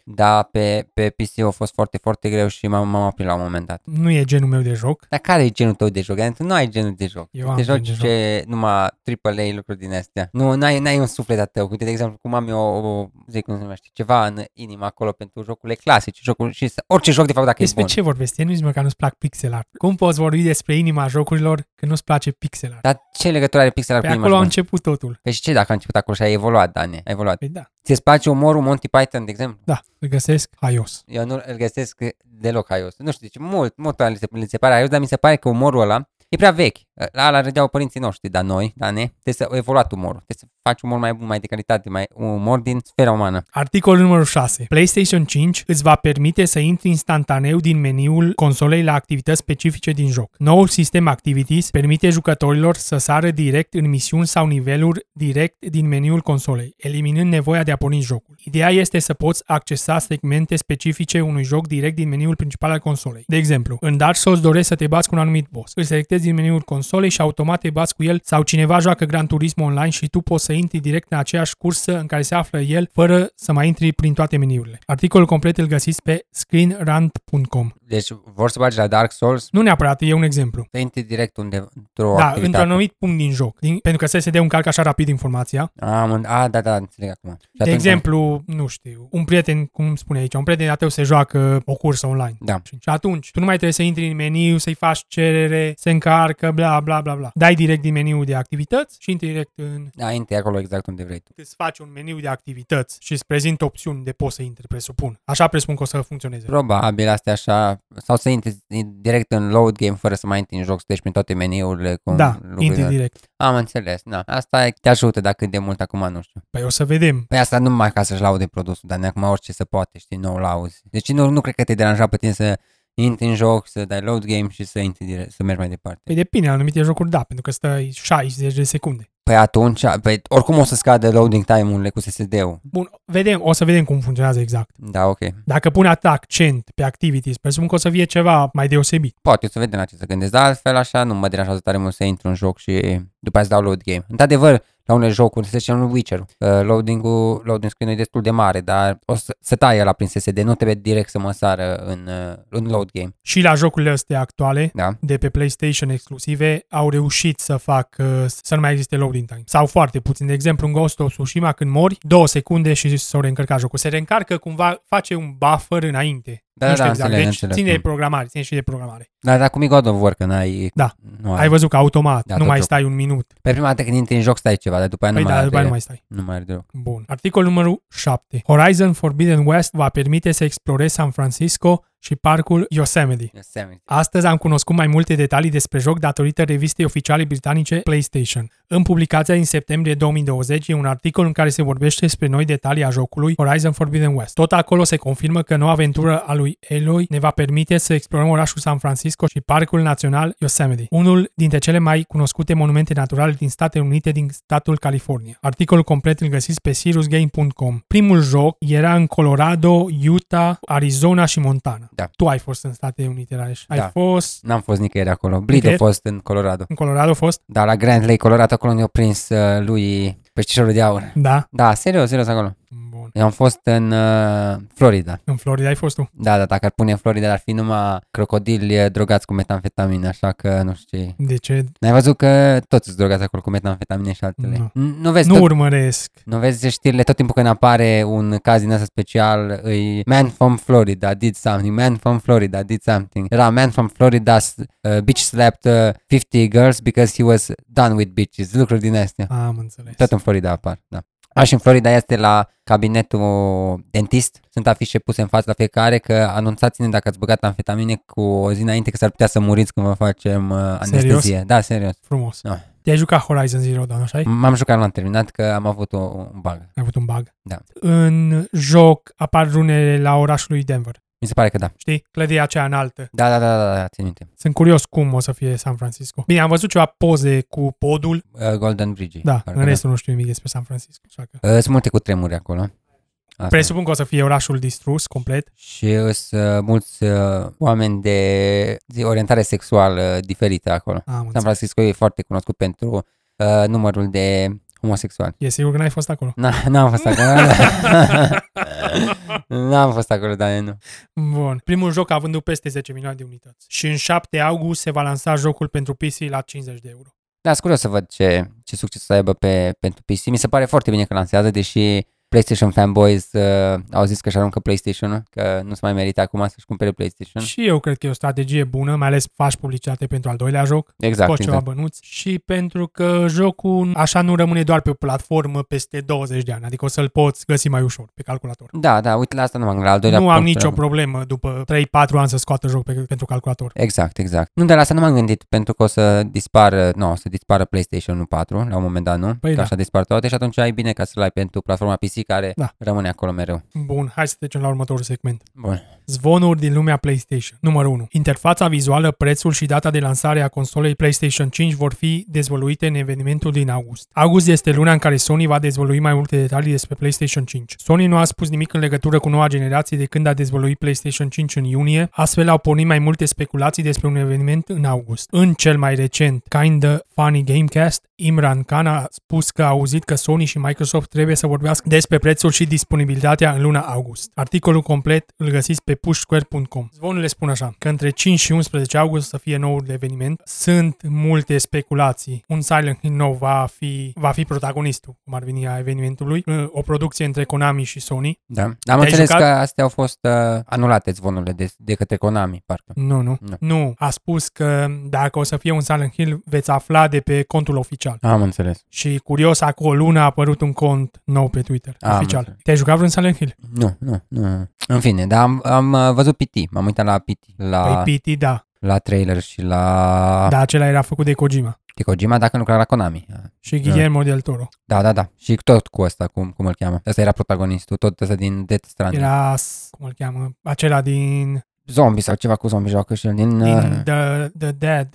Speaker 2: Dar pe, pe PC a fost foarte, foarte greu și m-am, m-am oprit la un moment dat.
Speaker 1: Nu e genul meu de joc.
Speaker 2: Dar care e genul tău de joc? Adică tu nu ai genul de joc.
Speaker 1: Eu
Speaker 2: Tu
Speaker 1: am
Speaker 2: te
Speaker 1: genul
Speaker 2: joci
Speaker 1: de joc.
Speaker 2: ce numai AAA lucruri din astea. Nu, n-ai, n-ai un suflet al tău. Uite, de exemplu, cum am eu, o, zic cum se numește, ceva în inimă acolo pentru jocurile clasice, jocul și să- orice joc, de fapt, dacă e
Speaker 1: Despre
Speaker 2: bun.
Speaker 1: ce vorbești? Nu zici că nu-ți plac pixel art. Cum poți vorbi despre inima jocurilor când nu-ți place pixel art?
Speaker 2: Dar ce legătură are pixel art
Speaker 1: Pe
Speaker 2: cu
Speaker 1: Păi acolo a
Speaker 2: Da, inima?
Speaker 1: început totul.
Speaker 2: Păi și ce dacă a început acolo și a evoluat, Dane? A evoluat.
Speaker 1: Păi da,
Speaker 2: Ți-ți place umorul Monty Python, de exemplu?
Speaker 1: da, îl găsesc haios.
Speaker 2: Eu nu îl găsesc deloc haios. Nu știu de ce, mult, mult le se, li se pare haios, dar mi se pare că umorul ăla e prea vechi. La ala râdeau părinții noștri, dar noi, dar ne, trebuie să evoluat umorul. Trebuie să faci umor mai bun, mai de calitate, mai un umor din sfera umană.
Speaker 1: Articolul numărul 6. PlayStation 5 îți va permite să intri instantaneu din meniul consolei la activități specifice din joc. Noul sistem Activities permite jucătorilor să sară direct în misiuni sau niveluri direct din meniul consolei, eliminând nevoia de a porni jocul. Ideea este să poți accesa segmente specifice unui joc direct din meniul principal al consolei. De exemplu, în Dark Souls dorești să te bați cu un anumit boss. Îl selectezi din meniul consolei și automat te bați cu el sau cineva joacă Gran Turismo online și tu poți să intri direct în aceeași cursă în care se află el fără să mai intri prin toate meniurile. Articolul complet îl găsiți pe screenrant.com.
Speaker 2: Deci vor să bagi la Dark Souls,
Speaker 1: Nu neapărat, e un exemplu.
Speaker 2: să intri direct unde, într-o
Speaker 1: Da,
Speaker 2: activitate.
Speaker 1: într-un anumit punct din joc, din, pentru că SSD încarcă așa rapid informația.
Speaker 2: Am, în- a, da, da, înțeleg acum. Și
Speaker 1: De
Speaker 2: atunci-
Speaker 1: exemplu, nu știu, un prieten, cum spune aici, un prieten de-a tău se joacă o cursă online.
Speaker 2: Da.
Speaker 1: Și atunci, tu nu mai trebuie să intri în meniu, să-i faci cerere, se încarcă, bla, bla, bla, bla. Dai direct din meniu de activități și intri direct în...
Speaker 2: Da, intri acolo exact unde vrei tu.
Speaker 1: Îți faci un meniu de activități și îți prezintă opțiuni de poți să intri, presupun. Așa presupun că o să funcționeze.
Speaker 2: Probabil asta e așa, sau să intri direct în load game fără să mai intri în joc, să treci prin toate meniurile cu
Speaker 1: da,
Speaker 2: lucruri
Speaker 1: intri
Speaker 2: de-
Speaker 1: direct.
Speaker 2: Am înțeles, da. Asta e- te ajută dacă de mult acum, nu știu.
Speaker 1: Păi o să vedem.
Speaker 2: Păi asta numai ca să-și laude produsul, dar acum orice se poate, știi, nou lauzi. Deci nu, nu cred că te deranja pe tine să intri în joc, să dai load game și să intri direct, să mergi mai departe.
Speaker 1: Păi depinde, anumite jocuri da, pentru că stai 60 de secunde.
Speaker 2: Păi atunci, păi oricum o să scadă loading time-urile cu SSD-ul.
Speaker 1: Bun, vedem, o să vedem cum funcționează exact.
Speaker 2: Da, ok.
Speaker 1: Dacă pun atât accent pe activities, presupun că o să fie ceva mai deosebit.
Speaker 2: Poate o să vedem la ce să gândesc, dar altfel așa nu mă deranjează tare mult să intru în joc și după aia să dau load game. Într-adevăr, la unele jocuri, să zicem în Witcher, uh, loading-ul, loading screen-ul e destul de mare, dar o să se taie la prin SSD, nu trebuie direct să mă sară în, uh, în load game,
Speaker 1: Și la jocurile astea actuale,
Speaker 2: da?
Speaker 1: de pe PlayStation exclusive au reușit să fac uh, să nu mai existe loading time. Sau foarte puțin. De exemplu, în Ghost of Tsushima, când mori, două secunde și s-au reîncărcat jocul. Se reîncarcă cumva, face un buffer înainte.
Speaker 2: Da,
Speaker 1: nu știu
Speaker 2: da, da,
Speaker 1: exact.
Speaker 2: înțeleg,
Speaker 1: deci
Speaker 2: înțeleg.
Speaker 1: ține de
Speaker 2: Mm.
Speaker 1: programare, ține și de programare.
Speaker 2: Dar dacă cum e God of War, că n-ai...
Speaker 1: Da.
Speaker 2: Nu ai.
Speaker 1: Ai văzut că automat,
Speaker 2: Da,
Speaker 1: nu
Speaker 2: tot
Speaker 1: mai
Speaker 2: jocul.
Speaker 1: stai un minut.
Speaker 2: Pe prima dată când intri în joc stai ceva, dar după aia
Speaker 1: Păi
Speaker 2: nu,
Speaker 1: da,
Speaker 2: mai
Speaker 1: după
Speaker 2: are,
Speaker 1: aia nu mai stai.
Speaker 2: nu mai are deloc.
Speaker 1: Bun. Articol numărul 7. Horizon Forbidden West va permite să explorezi San Francisco și parcul Yosemite.
Speaker 2: Yosemite.
Speaker 1: Astăzi am cunoscut mai multe detalii despre joc datorită revistei oficiale britanice PlayStation. În publicația din septembrie 2020 e un articol în care se vorbește despre noi detalii a jocului Horizon Forbidden West. Tot acolo se confirmă că noua aventură a lui Eloy ne va permite să explorăm orașul San Francisco și Parcul Național Yosemite, unul dintre cele mai cunoscute monumente naturale din Statele Unite din statul California. Articolul complet îl găsiți pe siriusgame.com. Primul joc era în Colorado, Utah, Arizona și Montana.
Speaker 2: Da.
Speaker 1: Tu ai fost în Statele Unite, Raesh. Ai
Speaker 2: Da.
Speaker 1: fost
Speaker 2: N-am fost nicăieri acolo. Bleed a
Speaker 1: Nicăieri?
Speaker 2: fost în Colorado.
Speaker 1: în Colorado a fost?
Speaker 2: Dar la Grand Lake, Colorado, acolo ne-au prins uh, lui peștișorul de aur.
Speaker 1: Da.
Speaker 2: Da, serios, serios acolo.
Speaker 1: Bun.
Speaker 2: Eu am fost în uh, Florida.
Speaker 1: În Florida ai fost tu.
Speaker 2: Da, da, dacă ar pune în Florida, ar fi numai crocodili eh, drogați cu metamfetamine, așa că nu știu ce.
Speaker 1: De ce?
Speaker 2: N-ai văzut că toți sunt drogați acolo cu metamfetamine și altele.
Speaker 1: Nu.
Speaker 2: Nu, nu vezi
Speaker 1: Nu
Speaker 2: tot,
Speaker 1: urmăresc.
Speaker 2: nu vezi știrile tot timpul când apare un caz din asta special, îi man from Florida did something, man from Florida did something. Era man from Florida s- uh, bitch slapped uh, 50 girls because he was done with bitches, lucruri din astea.
Speaker 1: Am înțeles.
Speaker 2: Tot în Florida apar, da. A, și în Florida este la cabinetul dentist. Sunt afișe puse în față la fiecare că anunțați-ne dacă ați băgat amfetamine cu o zi înainte că s-ar putea să muriți când vă facem uh, anestezie. Da, serios.
Speaker 1: Frumos.
Speaker 2: Da. Mm.
Speaker 1: Te-ai jucat Horizon Zero Dawn, așa
Speaker 2: M-am jucat, l-am terminat că am avut o, un bug.
Speaker 1: Ai avut un bug.
Speaker 2: Da.
Speaker 1: În joc apar runele la orașul lui Denver.
Speaker 2: Mi se pare că da.
Speaker 1: Știi? Clădirea aceea înaltă.
Speaker 2: Da, da, da, da, da țin minte.
Speaker 1: Sunt curios cum o să fie San Francisco. Bine, am văzut ceva poze cu podul.
Speaker 2: Uh, Golden Bridge.
Speaker 1: Da,
Speaker 2: parcă
Speaker 1: în restul nu știu nimic despre San Francisco. Așa că...
Speaker 2: Uh, sunt multe cu tremuri acolo. Asta.
Speaker 1: Presupun că o să fie orașul distrus complet.
Speaker 2: Și sunt uh, mulți uh, oameni de de orientare sexuală diferită acolo.
Speaker 1: Am
Speaker 2: San
Speaker 1: înțeles.
Speaker 2: Francisco e foarte cunoscut pentru uh, numărul de homosexuali.
Speaker 1: E sigur că n-ai fost acolo.
Speaker 2: Na, n-am fost acolo. n-am fost acolo, dar nu.
Speaker 1: Bun. Primul joc a vândut peste 10 milioane de unități. Și în 7 august se va lansa jocul pentru PC la 50 de euro.
Speaker 2: Da, sunt curios să văd ce, ce succes o să aibă pe, pentru PC. Mi se pare foarte bine că lansează, deși PlayStation fanboys uh, au zis că și aruncă PlayStation-ul, că nu se mai merită acum să-și cumpere PlayStation.
Speaker 1: Și eu cred că e o strategie bună, mai ales faci publicitate pentru al doilea joc.
Speaker 2: Exact,
Speaker 1: scoți ceva
Speaker 2: exact.
Speaker 1: bănuți și pentru că jocul așa nu rămâne doar pe o platformă peste 20 de ani, adică o să-l poți găsi mai ușor pe calculator.
Speaker 2: Da, da, uite la asta nu m-am gândit, la al doilea
Speaker 1: nu am
Speaker 2: punct, da.
Speaker 1: nicio
Speaker 2: rămân.
Speaker 1: problemă după 3-4 ani să scoată joc pe, pentru calculator.
Speaker 2: Exact, exact. Nu, dar la asta nu m-am gândit, pentru că o să dispară, nu, o să dispară PlayStation 4, la un moment dat, nu?
Speaker 1: Păi
Speaker 2: că
Speaker 1: da.
Speaker 2: așa dispar toate și atunci ai bine ca să-l ai pentru platforma PC care
Speaker 1: Da.
Speaker 2: rămâne acolo mereu.
Speaker 1: Bun, hai să trecem la următorul segment.
Speaker 2: Bun.
Speaker 1: Zvonuri din lumea PlayStation. Numărul 1. Interfața vizuală, prețul și data de lansare a consolei PlayStation 5 vor fi dezvăluite în evenimentul din august. August este luna în care Sony va dezvălui mai multe detalii despre PlayStation 5. Sony nu a spus nimic în legătură cu noua generație de când a dezvăluit PlayStation 5 în iunie, astfel au pornit mai multe speculații despre un eveniment în august. În cel mai recent Kinda Funny Gamecast, Imran Khan a spus că a auzit că Sony și Microsoft trebuie să vorbească despre despre prețul și disponibilitatea în luna august. Articolul complet îl găsiți pe pushsquare.com. Zvonurile spun așa, că între 5 și 11 august să fie noul eveniment. Sunt multe speculații. Un Silent Hill nou va fi, va fi protagonistul, cum ar veni, a evenimentului. O producție între Konami și Sony.
Speaker 2: Da. Dar am
Speaker 1: Te-ai
Speaker 2: înțeles
Speaker 1: jucat?
Speaker 2: că astea au fost uh, anulate zvonurile de, de către Konami, parcă.
Speaker 1: Nu, nu.
Speaker 2: Nu.
Speaker 1: Nu, a spus că dacă o să fie un Silent Hill, veți afla de pe contul oficial.
Speaker 2: Am înțeles.
Speaker 1: Și curios, acum o lună a apărut un cont nou pe Twitter,
Speaker 2: Am
Speaker 1: oficial.
Speaker 2: Ah, înțeles.
Speaker 1: Te-ai jucat vreun Silent Hill?
Speaker 2: Nu, nu, nu. În fine, dar am, am uh, văzut PT. M-am uitat la PT, la,
Speaker 1: Păi PT, da.
Speaker 2: la trailer și la da.
Speaker 1: Dar acela era făcut de Kojima
Speaker 2: Kojima, dacă lucra la Konami.
Speaker 1: și Guillermo del Toro.
Speaker 2: Da, da, da. Și tot cu ăsta, cum, cum îl cheamă. Ăsta era protagonistul, tot ăsta din Death Stranding. Era...
Speaker 1: Era, s- cum îl cheamă, acela din,
Speaker 2: Zombie sau ceva cu zombie joacă și el din...
Speaker 1: din the, the Dead.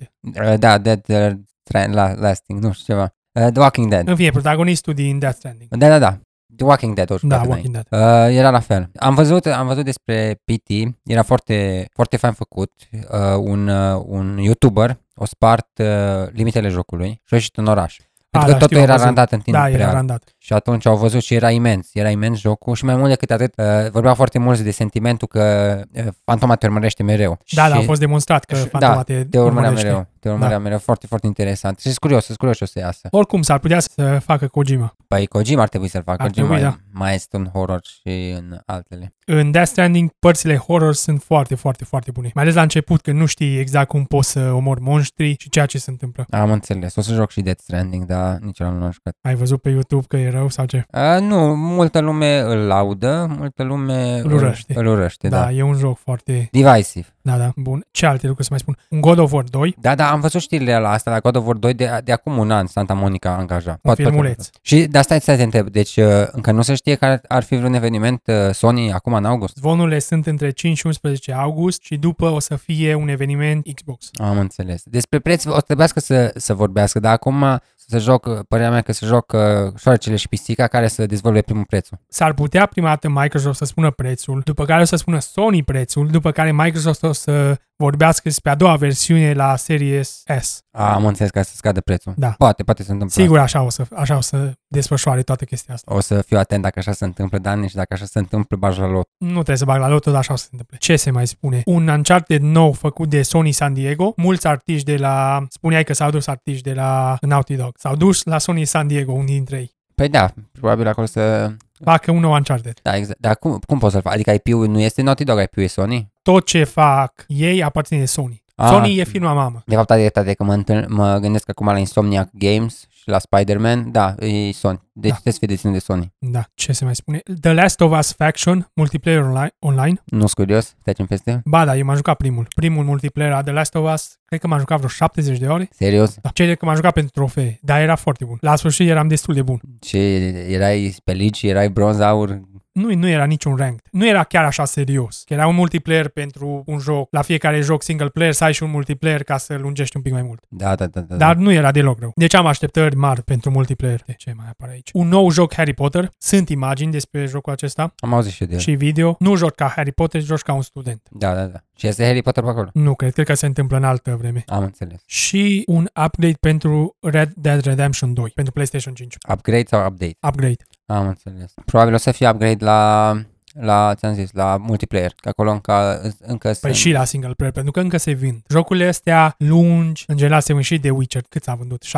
Speaker 2: Uh, da, Dead uh, Strand, la, Lasting, nu știu ceva. Uh, The Walking Dead.
Speaker 1: În fine, protagonistul din Death Stranding.
Speaker 2: Da, da, da. The Walking Dead, oricum.
Speaker 1: Da, Walking Dead.
Speaker 2: Uh, era la fel. Am văzut, am văzut despre PT, era foarte, foarte fain făcut. Uh, un, uh, un YouTuber o spart uh, limitele jocului și a ieșit în oraș. Pentru
Speaker 1: da,
Speaker 2: că totul
Speaker 1: știu, am
Speaker 2: era
Speaker 1: văzut.
Speaker 2: randat în timp
Speaker 1: Da, era
Speaker 2: real.
Speaker 1: randat.
Speaker 2: Și atunci au văzut și era imens, era imens jocul și mai mult decât atât, uh, vorbeau foarte mulți de sentimentul că uh, fantoma te urmărește mereu.
Speaker 1: Da,
Speaker 2: și
Speaker 1: da, a fost demonstrat că
Speaker 2: și-
Speaker 1: fantoma
Speaker 2: da,
Speaker 1: te,
Speaker 2: te urmărea
Speaker 1: urmărește. Da.
Speaker 2: mereu, te urmărea mereu, foarte, foarte interesant. Și sunt curios, sunt curios ce o să iasă.
Speaker 1: Oricum, s-ar putea să facă Kojima.
Speaker 2: Păi Kojima ar trebui să-l facă,
Speaker 1: Ar
Speaker 2: Kojima
Speaker 1: trebui, da.
Speaker 2: mai, mai este în horror și în altele.
Speaker 1: În Death Stranding, părțile horror sunt foarte, foarte, foarte bune. Mai ales la început, când nu știi exact cum poți să omori monștri și ceea ce se întâmplă.
Speaker 2: Am înțeles, o să joc și Death Stranding, dar nici eu nu l-am jucat.
Speaker 1: Ai văzut pe YouTube că e rău sau ce?
Speaker 2: A, nu, multă lume îl laudă, multă lume
Speaker 1: Îl urăște.
Speaker 2: Îl urăște, da. da.
Speaker 1: Da, e un joc foarte...
Speaker 2: Divisive.
Speaker 1: Da, da, bun. Ce alte lucruri să mai spun? Un God of War 2,
Speaker 2: Da, da, am văzut știrile la asta, la God of War 2, de, de acum un an, Santa Monica a angajat.
Speaker 1: un filmuleț.
Speaker 2: Și, dar stai, stai, te întreb, deci uh, încă nu se știe că ar, ar fi vreun eveniment uh, Sony acum în august?
Speaker 1: Zvonurile sunt între 5 și 11 august și după o să fie un eveniment Xbox.
Speaker 2: Am înțeles. Despre preț o să trebuiască să, să vorbească, dar acum să joc, părerea mea că să joc uh, șoarecele și pisica care să dezvăluie primul prețul.
Speaker 1: S-ar putea prima dată Microsoft să spună prețul, după care o să spună Sony prețul, după care Microsoft o să vorbească despre a doua versiune la Series S.
Speaker 2: Am înțeles ca să scadă prețul.
Speaker 1: Da.
Speaker 2: Poate, poate se întâmplă.
Speaker 1: Sigur, așa o să, așa o să desfășoare toată chestia asta.
Speaker 2: O să fiu atent dacă așa se întâmplă, Dani, și dacă așa se întâmplă, bagi la lot.
Speaker 1: Nu trebuie să bag la lotul, dar așa o să se întâmple. Ce se mai spune? Un Uncharted nou făcut de Sony San Diego. Mulți artiști de la... Spuneai că s-au dus artiști de la Naughty Dog. S-au dus la Sony San Diego, unii dintre ei.
Speaker 2: Păi da, probabil acolo să...
Speaker 1: Facă un nou Uncharted.
Speaker 2: Da, exact. Dar cum, cum poți să-l faci? Adică IP-ul nu este Naughty Dog, IP-ul e Sony?
Speaker 1: tot ce fac ei aparține Sony.
Speaker 2: Ah.
Speaker 1: Sony e firma mamă.
Speaker 2: De fapt, adică de că mă, întâln, mă gândesc acum la Insomniac Games și la Spider-Man, da, e Sony. Deci
Speaker 1: Da.
Speaker 2: da. trebuie să fie deținut de Sony.
Speaker 1: Da, ce se mai spune? The Last of Us Faction, multiplayer online. online.
Speaker 2: Nu-s curios? Trecem peste?
Speaker 1: Ba da, eu m-am jucat primul. Primul multiplayer a The Last of Us, cred că m-am jucat vreo 70 de ore.
Speaker 2: Serios?
Speaker 1: Da, cred că m-am jucat pentru trofee, dar era foarte bun. La sfârșit eram destul de bun.
Speaker 2: Ce, erai pe ligi, erai bronz, aur?
Speaker 1: Nu, nu era niciun ranked. Nu era chiar așa serios. Că era un multiplayer pentru un joc. La fiecare joc single player să ai și un multiplayer ca să lungești un pic mai mult.
Speaker 2: Da, da, da, da.
Speaker 1: Dar nu era deloc rău. Deci am așteptări mari pentru multiplayer. De ce mai apare aici? Un nou joc Harry Potter. Sunt imagini despre jocul acesta.
Speaker 2: Am auzit și eu de el.
Speaker 1: și video. Nu joci ca Harry Potter, joci ca un student.
Speaker 2: Da, da, da. Și este Harry Potter pe acolo.
Speaker 1: Nu cred, cred că se întâmplă în altă vreme.
Speaker 2: Am înțeles.
Speaker 1: Și un upgrade pentru Red Dead Redemption 2, pentru PlayStation 5.
Speaker 2: Upgrade sau update?
Speaker 1: Upgrade.
Speaker 2: Am înțeles. Probabil o să fie upgrade la, la ți-am zis, la multiplayer. Că acolo încă, încă
Speaker 1: Păi
Speaker 2: sunt...
Speaker 1: și la single player, pentru că încă se vând. Jocurile astea lungi, în general se vând și de Witcher. Cât s-a vândut? 6-7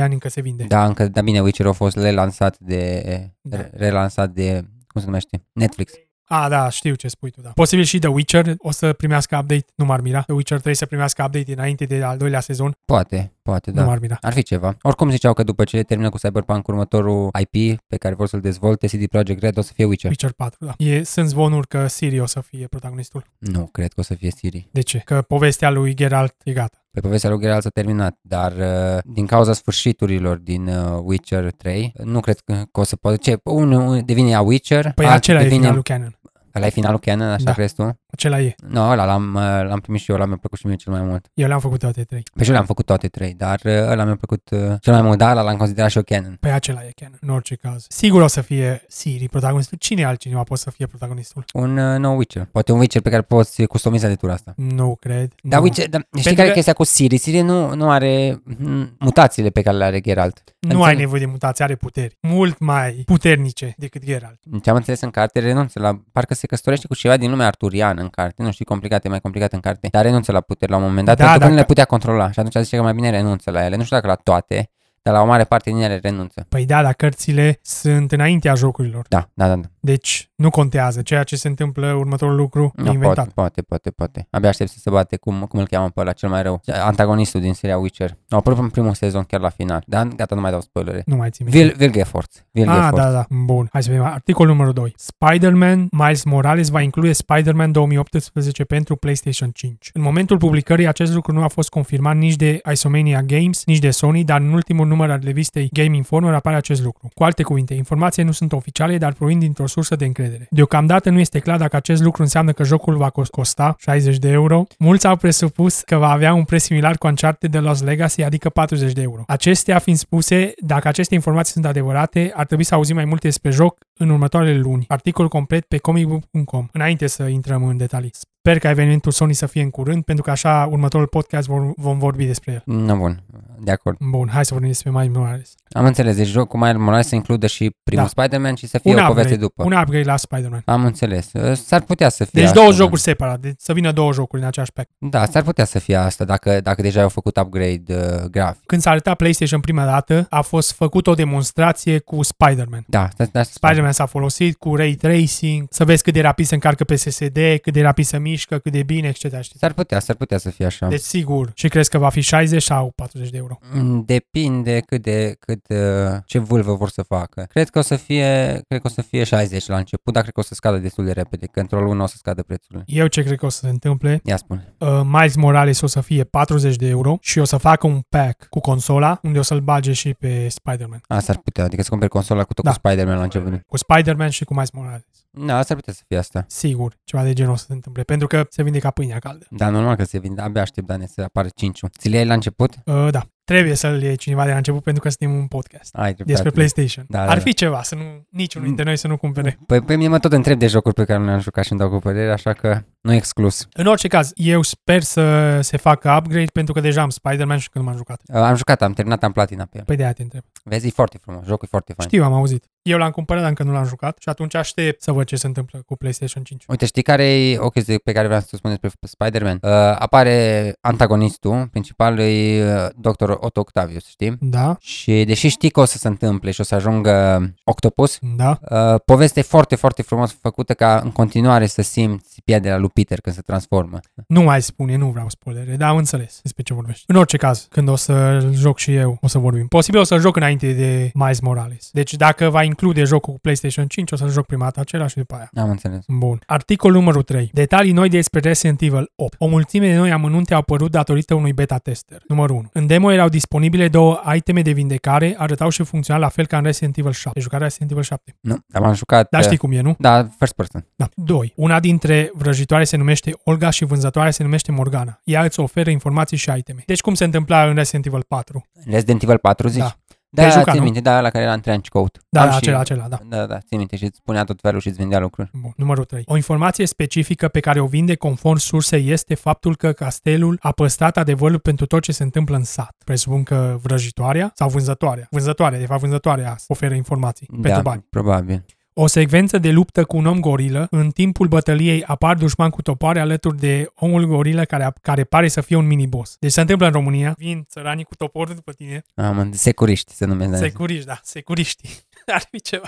Speaker 1: ani încă se vinde.
Speaker 2: Da, încă, da bine, Witcher a fost relansat de,
Speaker 1: Da.
Speaker 2: re- relansat de, cum se numește, Netflix.
Speaker 1: A, da, știu ce spui tu, da. Posibil și The Witcher o să primească update, nu m-ar mira. The Witcher 3 să primească update înainte de al doilea sezon,
Speaker 2: Poate, poate,
Speaker 1: da. nu
Speaker 2: da.
Speaker 1: m-ar mira.
Speaker 2: Ar fi ceva. Oricum ziceau că după ce termină cu Cyberpunk următorul IP pe care vor să-l dezvolte, CD Projekt Red o să fie Witcher.
Speaker 1: Witcher 4, da. E, sunt zvonuri că Siri o să fie protagonistul.
Speaker 2: Nu, cred că o să fie Siri.
Speaker 1: De ce? Că povestea lui Geralt e gata.
Speaker 2: Pe povestea lui Geralt s-a terminat, dar uh, din cauza sfârșiturilor din uh, Witcher 3, nu cred că, că o să poată. Ce, unul un, devine a Witcher,
Speaker 1: Păi
Speaker 2: altul
Speaker 1: acela e
Speaker 2: devine...
Speaker 1: finalul canon.
Speaker 2: Ăla e finalul canon, așa
Speaker 1: Da.
Speaker 2: da. crezi tu? Nu,
Speaker 1: Acela e.
Speaker 2: no, ăla l-am, uh, l-am primit și eu, ăla mi-a plăcut și mie cel mai mult.
Speaker 1: Eu le-am făcut toate trei.
Speaker 2: Pe și eu le-am făcut toate trei, dar uh, ăla mi-a plăcut uh, cel mai mult, dar ăla l-am considerat și eu canon.
Speaker 1: Pe Păi acela e canon, în orice caz. Sigur o să fie Siri protagonistul. Cine altcineva poate să fie protagonistul?
Speaker 2: Un uh, nou Witcher, poate un Witcher pe care poți customiza de tura asta.
Speaker 1: Nu cred.
Speaker 2: Dar
Speaker 1: nu.
Speaker 2: Witcher, dar, știi
Speaker 1: Pentru
Speaker 2: care e
Speaker 1: că-
Speaker 2: chestia cu Siri? Siri nu, nu are mm, mutațiile pe care le are Geralt.
Speaker 1: Nu ai
Speaker 2: Înțeleg.
Speaker 1: nevoie de mutații, are puteri. Mult mai puternice decât Geralt.
Speaker 2: Ce am înțeles în carte, renunță la... Parcă se căsătorește cu ceva din lumea arturiană în carte. Nu știu, e complicat, e mai complicat în carte. Dar renunță la puteri la un moment dat,
Speaker 1: Da,
Speaker 2: da, pentru că
Speaker 1: dacă-
Speaker 2: nu le putea controla. Și atunci zice că mai bine renunță la ele. Nu știu dacă la toate, dar la o mare parte din ele renunță.
Speaker 1: Păi da, dar cărțile sunt înaintea jocurilor.
Speaker 2: Da, da, da. da.
Speaker 1: Deci nu contează. Ceea ce se întâmplă, următorul lucru, e
Speaker 2: Nu,
Speaker 1: inventat.
Speaker 2: Da, poate, poate, poate, poate. Abia aștept să se bate cum, cum îl cheamă pe ăla cel mai rău. Antagonistul din seria Witcher. Au apărut în primul sezon, chiar la final. Dar gata, nu mai dau spoilere.
Speaker 1: Nu mai țin minte.
Speaker 2: Vil, Vilgefortz.
Speaker 1: Ah,
Speaker 2: Vilgefortz.
Speaker 1: da, da. Bun. Hai să vedem. Articolul numărul 2. Spider-Man Miles Morales va include Spider-Man 2018 pentru PlayStation 5. În momentul publicării, acest lucru nu a fost confirmat nici de Isomania Games, nici de Sony, dar în ultimul număr al revistei Game Informer apare acest lucru. Cu alte cuvinte, informații nu sunt oficiale, dar provin dintr-o sursă de încredere. Deocamdată nu este clar dacă acest lucru înseamnă că jocul va cos- costa 60 de euro. Mulți au presupus că va avea un preț similar cu Uncharted de Lost Legacy, adică 40 de euro. Acestea fiind spuse, dacă aceste informații sunt adevărate, ar trebui să auzim mai multe despre joc în următoarele luni. Articol complet pe comicbook.com. Înainte să intrăm în detalii. Sper ca evenimentul Sony să fie în curând, pentru că așa următorul podcast vor- vom vorbi despre el.
Speaker 2: Nu, bun. De acord.
Speaker 1: Bun, hai să vorbim despre mai Morales.
Speaker 2: Am înțeles, deci jocul mai Morales să includă și primul
Speaker 1: Da.
Speaker 2: da. Spider-Man și să fie o poveste după.
Speaker 1: un upgrade la Spider-Man.
Speaker 2: Am înțeles. Uh, S-ar putea să fie
Speaker 1: Deci
Speaker 2: asta,
Speaker 1: două
Speaker 2: da.
Speaker 1: jocuri separate, deci să vină două jocuri în același pack.
Speaker 2: Da, s-ar putea să fie asta dacă, dacă deja au făcut upgrade uh, grafic.
Speaker 1: Când s-a arătat PlayStation prima dată, a fost făcută o demonstrație cu Spider-Man.
Speaker 2: Da, da, da
Speaker 1: Spider-Man s-a folosit cu ray tracing, să vezi cât de rapid se încarcă pe SSD, cât de rapid se mișcă, cât de bine, etc. etc.
Speaker 2: S-ar putea, s-ar putea să fie așa.
Speaker 1: Deci sigur, și crezi că va fi 60 sau 40 de euro.
Speaker 2: Mm, Depinde cât de, cât, uh, ce vulvă vor să facă. Cred că o să fie, cred că o să fie 60 la început, dar cred că o să scadă destul de repede, că într-o lună o să scadă prețurile.
Speaker 1: Eu ce cred că o să se întâmple,
Speaker 2: Ia spune.
Speaker 1: uh, Miles Morales o să fie 40 de euro și o să facă un pack cu consola unde o să-l bage și pe Spider-Man.
Speaker 2: A, s-ar putea, adică să cumperi consola cu tot
Speaker 1: Da.
Speaker 2: cu Spider-Man la început.
Speaker 1: Cu Spider-Man și cu Miles Morales.
Speaker 2: Da, s-ar putea să fie asta.
Speaker 1: Sigur, ceva de genul o să se întâmple, pentru că se vinde ca pâinea caldă.
Speaker 2: Da, normal că se vinde, abia aștept, Dane, să apară 5 Ți le iei la început?
Speaker 1: Uh, da, trebuie să-l iei cineva de la început pentru că suntem un podcast.
Speaker 2: Ai dreptate.
Speaker 1: Despre PlayStation.
Speaker 2: Da, da,
Speaker 1: Ar
Speaker 2: da. Mm.
Speaker 1: fi ceva, să nu, niciunul dintre noi să nu cumpere.
Speaker 2: Păi pe mine mă tot întreb de jocuri pe care nu le-am jucat și îmi dau cu părere, așa că nu e exclus. Uh,
Speaker 1: În orice caz, eu sper să se facă upgrade pentru că deja am Spider-Man și când m-am jucat.
Speaker 2: Uh, am jucat, am terminat, am platina pe el.
Speaker 1: Păi de aia te întreb.
Speaker 2: Vezi, e foarte frumos, jocul e foarte fain.
Speaker 1: Știu, am auzit. Eu l-am cumpărat, dar încă nu l-am jucat și atunci aștept să văd ce se întâmplă cu PlayStation 5.
Speaker 2: Uite, știi care e o chestie pe care vreau să o spun despre Spider-Man? Uh, apare antagonistul principal, e uh, Dr. Otto Octavius, știi?
Speaker 1: Da,
Speaker 2: Și deși știi că o să se întâmple și o să ajungă Octopus,
Speaker 1: da.
Speaker 2: Uh, poveste foarte, foarte frumos făcută ca în continuare să simți piaderea lui Peter când se transformă.
Speaker 1: Nu mai spune, nu vreau spoilere, dar am înțeles despre ce vorbești. În orice caz, când o să joc și eu, o să vorbim. Posibil o să joc înainte de Miles Morales. Deci dacă va include jocul cu PlayStation 5, o să joc prima dată acela și după aia.
Speaker 2: Am înțeles.
Speaker 1: Bun. Articol numărul 3. Detalii noi despre Resident Evil 8. O mulțime de noi amănunte au apărut datorită unui beta tester. Numărul 1. În demo erau disponibile două iteme de vindecare, arătau și funcționau la fel ca în Resident Evil 7. E Jucarea Resident Evil 7.
Speaker 2: Nu, dar m-am jucat.
Speaker 1: Dar
Speaker 2: uh,
Speaker 1: știi cum e, nu?
Speaker 2: Da, first person.
Speaker 1: Da. 2. Una dintre vrăjitoare se numește Olga și vânzătoarea se numește Morgana. Ea îți oferă informații și iteme. Deci cum se întâmpla în Resident Evil 4.
Speaker 2: Resident Evil 4, zici?
Speaker 1: Da.
Speaker 2: Da,
Speaker 1: Te-ai
Speaker 2: da,
Speaker 1: jucat,
Speaker 2: țin
Speaker 1: nu?
Speaker 2: minte, da, la care era în trench coat.
Speaker 1: Da,
Speaker 2: Am
Speaker 1: da,
Speaker 2: și-
Speaker 1: acela, acela, da.
Speaker 2: Da, da, țin minte și îți spunea tot felul și îți vindea lucruri.
Speaker 1: Bun. Numărul 3. O informație specifică pe care o vinde conform sursei este faptul că castelul a păstrat adevărul pentru tot ce se întâmplă în sat. Presupun că vrăjitoarea sau vânzătoarea. Vânzătoarea, de fapt vânzătoarea oferă informații da.
Speaker 2: da,
Speaker 1: pentru bani.
Speaker 2: probabil.
Speaker 1: O secvență de luptă cu un om gorilă. În timpul bătăliei apar dușman cu topoare alături de omul gorilă care, care pare să fie un mini-boss. Deci se întâmplă în România. Vin țăranii cu toporul după tine.
Speaker 2: Am în- securiști se numesc,
Speaker 1: Da.
Speaker 2: da.
Speaker 1: Securiști, da. Securiștii. Ar fi ceva.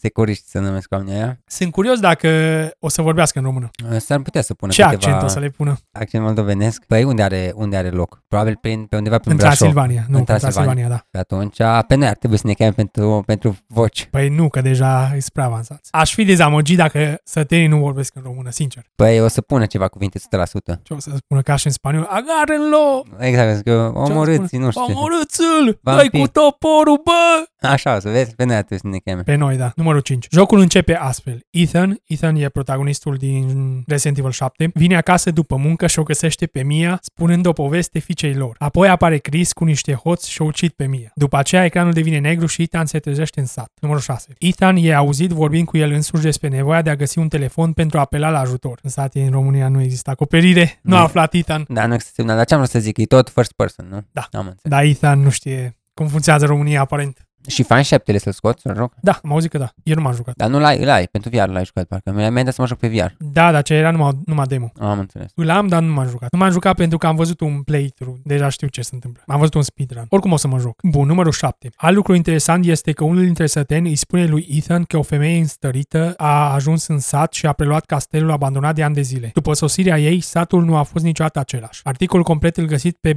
Speaker 2: securiști se numesc oamenii aia.
Speaker 1: Sunt curios dacă o să vorbească în română.
Speaker 2: S-ar putea să pună
Speaker 1: Ce
Speaker 2: câteva
Speaker 1: accent o să le pună?
Speaker 2: accent moldovenesc. Păi unde are, unde are loc? Probabil prin, pe undeva prin
Speaker 1: În
Speaker 2: Brașov.
Speaker 1: Transilvania, nu, în
Speaker 2: În
Speaker 1: Transilvania, da.
Speaker 2: Pe atunci, pe noi ar trebui să ne cheamă pentru, pentru voci.
Speaker 1: Păi nu, că deja e prea avansați. Aș fi dezamăgit dacă sătenii nu vorbesc în română, sincer.
Speaker 2: Păi o să pună ceva cuvinte 100%.
Speaker 1: Ce o să spună ca și în spaniol? Agárrenlo!
Speaker 2: Exact, că omorâți, nu știu. ce.
Speaker 1: Omorâți-l! Dai
Speaker 2: Vampir.
Speaker 1: cu toporul, bă!
Speaker 2: Așa, o să vezi, pe noi ar trebui să ne cheme.
Speaker 1: Pe noi, da. numărul 5. Jocul începe astfel. Ethan, Ethan e protagonistul din Resident Evil 7, vine acasă după muncă și o găsește pe Mia, spunând o poveste fiicei lor. Apoi apare Chris cu niște hoți și o ucid pe Mia. După aceea, ecranul devine negru și Ethan se trezește în sat. Numărul 6. Ethan e auzit vorbind cu el însuși despre nevoia de a găsi un telefon pentru a apela la ajutor. În sat în România nu există acoperire. Nu a
Speaker 2: Nu.
Speaker 1: aflat Ethan.
Speaker 2: Da, nu există semnal. Dar ce am vrut să zic? E tot first person, nu?
Speaker 1: Da.
Speaker 2: Am înțeles.
Speaker 1: Dar Ethan nu știe cum funcționează România, aparent.
Speaker 2: Și fan 7 să-l scoți, să-l rog?
Speaker 1: Da, am auzit că da. Eu nu m-am jucat.
Speaker 2: Dar nu l-ai, îl ai, pentru VR l-ai jucat, parcă. Mi-ai mi-ai dat să mă joc pe VR.
Speaker 1: Da, dar ce era numai, numai demo.
Speaker 2: Am înțeles.
Speaker 1: Îl am, dar nu m-am jucat. Nu m-am jucat pentru că am văzut un playthrough. Deja știu ce se întâmplă. Am văzut un speedrun. Oricum o să mă joc. Bun, numărul 7. Alt lucru interesant este că unul dintre săteni îi spune lui Ethan că o femeie înstărită a ajuns în sat și a preluat castelul abandonat de ani de zile. După sosirea ei, satul nu a fost niciodată același. Articolul complet îl găsit pe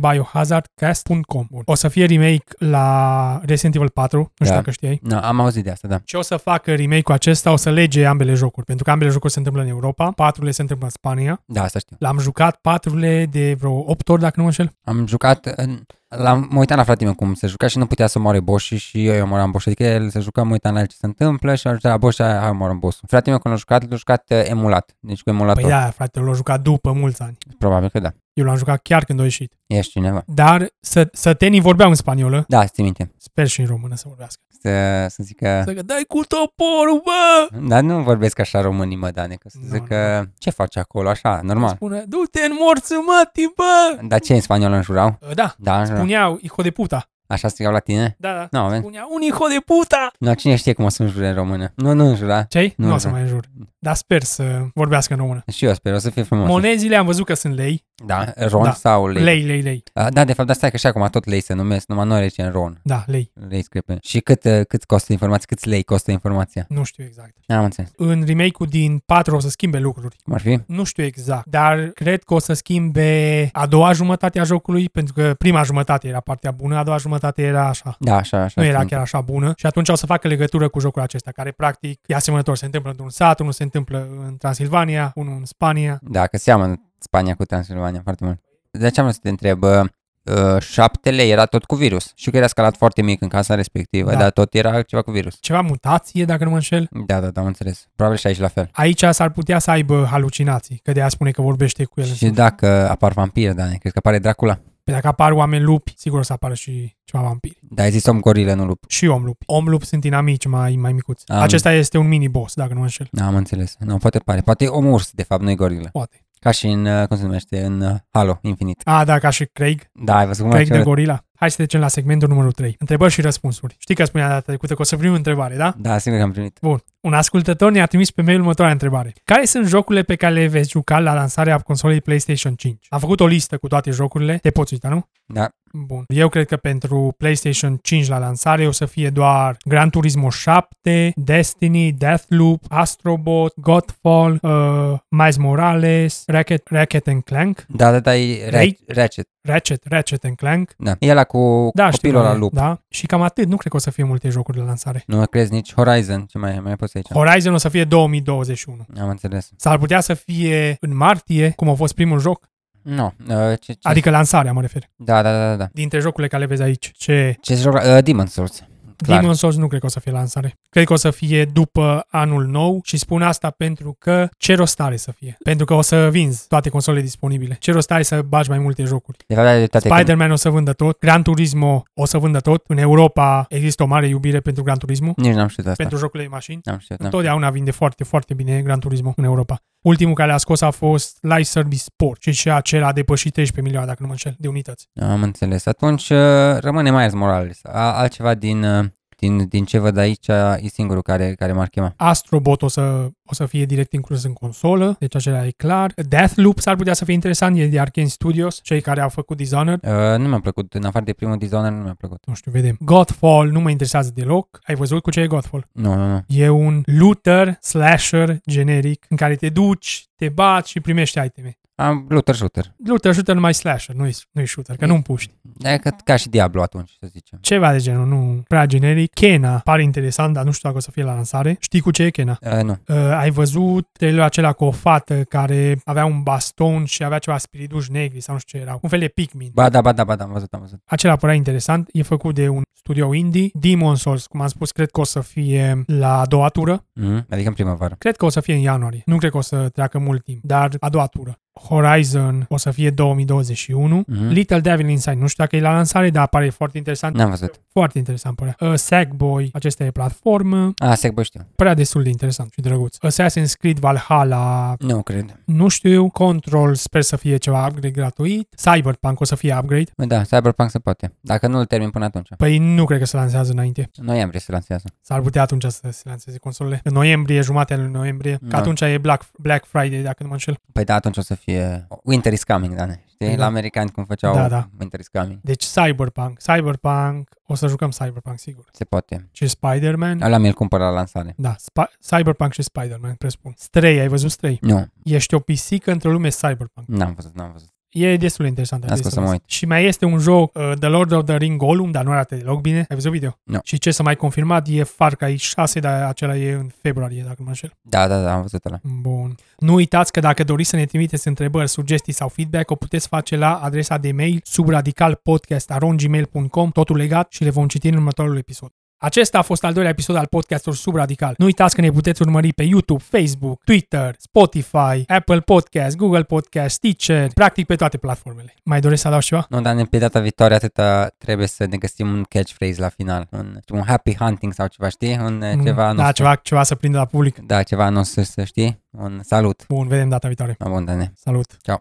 Speaker 1: biohazardcast.com. Bun. O să fie remake la Resident Evil 4. Nu știu
Speaker 2: Da.
Speaker 1: dacă știai.
Speaker 2: Da, am auzit de asta, da.
Speaker 1: Ce o să facă remake-ul acesta? O să lege ambele jocuri, pentru că ambele jocuri se întâmplă în Europa, patrule se întâmplă în Spania.
Speaker 2: Da, asta știu.
Speaker 1: L-am jucat patrule de vreo 8 ori, dacă nu mă înșel.
Speaker 2: Am jucat, în... l-am, mă uitam la fratele meu cum se juca și nu putea să moare boșii și eu îi omoram boșii. Adică el se juca, mă uitam la el ce se întâmplă și ajungea la boș și hai omorăm bossul. Fratele meu când l-a jucat, l-a jucat uh, emulat. Deci cu emulator.
Speaker 1: Păi da, frate, l-am jucat după mulți ani.
Speaker 2: Probabil că da.
Speaker 1: Eu l-am jucat chiar când a ieșit.
Speaker 2: Ești cineva.
Speaker 1: Dar să, sătenii vorbeau în spaniolă,
Speaker 2: Da, ții minte.
Speaker 1: sper și în română să vorbească.
Speaker 2: Să, să zic că...
Speaker 1: Să că dai cu toporul, bă!
Speaker 2: Dar nu vorbesc așa românii, mă, Dane, că să
Speaker 1: Nu,
Speaker 2: zic
Speaker 1: nu.
Speaker 2: că ce faci acolo, așa, normal.
Speaker 1: Spune, du-te în morți, măti, bă!
Speaker 2: Dar ce în spaniolă înjurau?
Speaker 1: Da,
Speaker 2: Da, înjurau.
Speaker 1: puneau, hijo de puta.
Speaker 2: Așa strigau la tine?
Speaker 1: Da, da.
Speaker 2: Nu, no,
Speaker 1: Spunea, un hijo de puta!
Speaker 2: no, cine știe cum o să înjure în română? Nu, nu înjura.
Speaker 1: Ce? Nu,
Speaker 2: Nu,
Speaker 1: nu o să
Speaker 2: da.
Speaker 1: mai înjur. Dar sper să vorbească în română.
Speaker 2: Și eu sper, o să fie frumos.
Speaker 1: Monezile am văzut că sunt lei.
Speaker 2: Da, Ron
Speaker 1: Da.
Speaker 2: sau lei.
Speaker 1: Lei, lei, lei.
Speaker 2: A, Da, de fapt, asta e că și acum tot lei se numesc, numai noi rece în Ron.
Speaker 1: Da, lei.
Speaker 2: Lei scrie pe... Și cât, uh, cât costă informația, câți lei costă informația?
Speaker 1: Nu știu exact.
Speaker 2: Am înțeles.
Speaker 1: În remake-ul din 4 o să schimbe lucruri.
Speaker 2: Cum ar fi?
Speaker 1: Nu știu exact, dar cred că o să schimbe a doua jumătate a jocului, pentru că prima jumătate era partea bună, a doua jumătate era așa.
Speaker 2: Da, așa, așa.
Speaker 1: Nu era
Speaker 2: știu.
Speaker 1: chiar așa bună și atunci o să facă legătură cu jocul acesta, care practic e asemănător. Se întâmplă într-un sat, unul se întâmplă în Transilvania, unul în Spania.
Speaker 2: Da, că seamănă Spania cu Transilvania foarte mult. De ce am vrut să te întreb? uh, uh, Șaptele era tot cu virus. Și că era scalat foarte mic în casa respectivă,
Speaker 1: Da.
Speaker 2: dar tot era ceva cu virus.
Speaker 1: Ceva mutație, dacă nu mă înșel.
Speaker 2: Da, da, da, am înțeles. Probabil și aici la fel.
Speaker 1: Aici s-ar putea să aibă halucinații, că de aia spune că vorbește cu el.
Speaker 2: Și da. dacă apar vampire, Dani, crezi că apare Dracula?
Speaker 1: Pe dacă apar oameni lupi, sigur o să apară și ceva vampiri.
Speaker 2: Da, ai zis om gorilă, nu lup.
Speaker 1: și omlupi. Omlup sunt inamici mai, mai micuți.
Speaker 2: Am.
Speaker 1: Acesta este un mini-boss, dacă nu mă înșel.
Speaker 2: Da, am înțeles. Nu, poate pare. Poate e om urs, de fapt, nu e gorilă.
Speaker 1: Poate.
Speaker 2: Ca și în, uh, cum se numește, în uh, Halo Infinite.
Speaker 1: A, da, ca și Craig.
Speaker 2: Da, ai văzut cum
Speaker 1: Craig
Speaker 2: face
Speaker 1: de gorila. Hai să trecem la segmentul numărul 3. Întrebări și răspunsuri. Știi că spunea data trecută că o să primim întrebare, da?
Speaker 2: Da, sigur că am primit.
Speaker 1: Bun. Un ascultător ne-a trimis pe mail următoarea întrebare. Care sunt jocurile pe care le veți juca la lansarea consolei PlayStation 5? Am făcut o listă cu toate jocurile. Te poți uita, nu?
Speaker 2: Da.
Speaker 1: Bun. Eu cred că pentru PlayStation 5 la lansare o să fie doar Gran Turismo 7, Destiny, Deathloop, Astrobot, Godfall, uh, Miles Morales, Racket, Racket and Clank,
Speaker 2: Da, da, da, e
Speaker 1: Ray?
Speaker 2: Ra- Ratchet.
Speaker 1: Ratchet, Ratchet and Clank.
Speaker 2: Da. E ăla cu
Speaker 1: Da, știu,
Speaker 2: copilul la lup.
Speaker 1: Da. Și cam atât. Nu cred că o să fie multe jocuri la lansare.
Speaker 2: Nu crezi nici Horizon. Ce mai, mai poți aici?
Speaker 1: Horizon o să fie 2021.
Speaker 2: am înțeles.
Speaker 1: S-ar putea să fie în martie, cum a fost primul joc,
Speaker 2: Nu. Uh, ce, ce...
Speaker 1: adică lansarea, mă refer.
Speaker 2: Da, da, da, da, da.
Speaker 1: Dintre jocurile care le vezi aici, ce
Speaker 2: Ce joc? Uh, Demon Souls. Clar.
Speaker 1: Demon's Souls nu cred că o să fie lansare. Cred că o să fie după anul nou și spun asta pentru că ce rost are să fie. Pentru că o să vinzi toate consolele disponibile. Ce rost are să bagi mai multe jocuri.
Speaker 2: De fapt, ai dreptate. că-
Speaker 1: Spider-Man o să vândă tot, Gran Turismo o să vândă tot. În Europa există o mare iubire pentru Gran Turismo,
Speaker 2: Nici n-am știut asta.
Speaker 1: pentru jocurile de mașini.
Speaker 2: N-am știut, da. n-am
Speaker 1: Întotdeauna vinde foarte, foarte bine Gran Turismo în Europa. Ultimul care l-a scos a fost Live Service Sport și și acela a depășit 13 milioane, dacă nu mă înșel, de unități.
Speaker 2: Am înțeles. Atunci uh, rămâne Miles Morales. A, altceva din, uh, din, din ce văd aici uh, e singurul care, care m-ar chema.
Speaker 1: Astrobot o să, o să fie direct inclus în consolă, deci acela e clar. Deathloop s-ar putea să fie interesant, e de Arkane Studios, cei care au făcut Dishonored.
Speaker 2: Uh, nu mi-a plăcut, în afară de primul Dishonored nu mi-a plăcut.
Speaker 1: Nu știu, vedem. Godfall nu mă interesează deloc. Ai văzut cu ce e Godfall?
Speaker 2: Nu, nu, nu.
Speaker 1: E un looter slasher generic în care te duci, te bați și primești iteme.
Speaker 2: Am looter shooter.
Speaker 1: Looter shooter numai slasher, nu-i, nu-i shooter, că nu-mi puști.
Speaker 2: E ca, ca și Diablo atunci, să zicem.
Speaker 1: Ceva de genul, nu prea generic. Kena pare interesant, dar nu știu dacă o să fie la lansare. Știi cu ce e Kena?
Speaker 2: Uh, nu.
Speaker 1: Uh, ai văzut trailerul acela cu o fată care avea un baston și avea ceva spiriduși negri sau nu știu ce erau. Un fel de Pikmin.
Speaker 2: Ba da, ba da, ba da, am văzut, am văzut.
Speaker 1: Acela părea interesant, e făcut de un studio indie, Demon Souls, cum am spus, cred că o să fie la a doua tură,
Speaker 2: Mm-hmm. Adică în primăvară.
Speaker 1: cred că o să fie în ianuarie, nu cred că o să treacă mult timp, dar a doua tură. Horizon o să fie 2021,
Speaker 2: Mhm.
Speaker 1: Little Devil Inside, nu știu dacă e la lansare, dar pare foarte interesant,
Speaker 2: N-am văzut.
Speaker 1: foarte interesant părea. Uh, Sackboy, acesta e platformă,
Speaker 2: A, sec, bă, Ah, știu.
Speaker 1: părea destul de interesant și drăguț. Uh, Assassin's Creed Valhalla,
Speaker 2: Nu cred.
Speaker 1: nu știu, Control, sper să fie ceva upgrade gratuit, Cyberpunk o să fie upgrade,
Speaker 2: Da, Cyberpunk se poate. Dacă nu îl termin până atunci.
Speaker 1: păi nu cred că se lansează înainte.
Speaker 2: În noiembrie se lansează.
Speaker 1: S-ar putea atunci să se lanseze consolele. În noiembrie, jumatea lui noiembrie, că
Speaker 2: Da.
Speaker 1: atunci e Black, Black Friday, dacă nu mă înșel.
Speaker 2: Păi da, atunci o să fie... Winter is coming, da, ne. Știi?
Speaker 1: Da.
Speaker 2: La americani cum făceau
Speaker 1: Da, da.
Speaker 2: Winter is coming.
Speaker 1: Deci Cyberpunk, Cyberpunk, o să jucăm Cyberpunk, sigur.
Speaker 2: Se poate.
Speaker 1: Și Spider-Man.
Speaker 2: Ăla mi-l cumpăr la lansare.
Speaker 1: Da, spa- Cyberpunk și Spider-Man, presupun. Stray, ai văzut Stray?
Speaker 2: Nu,
Speaker 1: Ești o pisică într-o lume Cyberpunk.
Speaker 2: n-am văzut, n-am văzut.
Speaker 1: E destul de interesant.
Speaker 2: Las că
Speaker 1: trebuie
Speaker 2: să mă
Speaker 1: vezi. Și mai este un joc, uh, The Lord of the Ring Gollum, dar nu arată deloc bine. Ai văzut video?
Speaker 2: Nu.
Speaker 1: Și ce s-a mai confirmat e Far Cry 6, dar acela e în februarie, dacă nu mă înșel.
Speaker 2: Da, da, da, am văzut ăla.
Speaker 1: Bun. Nu uitați că dacă doriți să ne trimiteți întrebări, sugestii sau feedback, o puteți face la adresa de mail subradicalpodcast.gmail.com, totul legat și le vom citi în următorul episod. Acesta a fost al doilea episod al podcastului Subradical. Nu uitați că ne puteți urmări pe YouTube, Facebook, Twitter, Spotify, Apple Podcast, Google Podcast, Stitcher, practic pe toate platformele. Mai doresc să adaug ceva?
Speaker 2: Nu, dar ne- pe data viitoare atâta trebuie să ne găsim un catchphrase la final. Un, un happy hunting sau ceva, știi? Un eh, ceva anunț.
Speaker 1: da, ceva, ceva să prindă la public.
Speaker 2: Da, ceva anunț să știi? Un salut.
Speaker 1: Bun, vedem data viitoare.
Speaker 2: La bun, Dane.
Speaker 1: Salut!
Speaker 2: Ciao.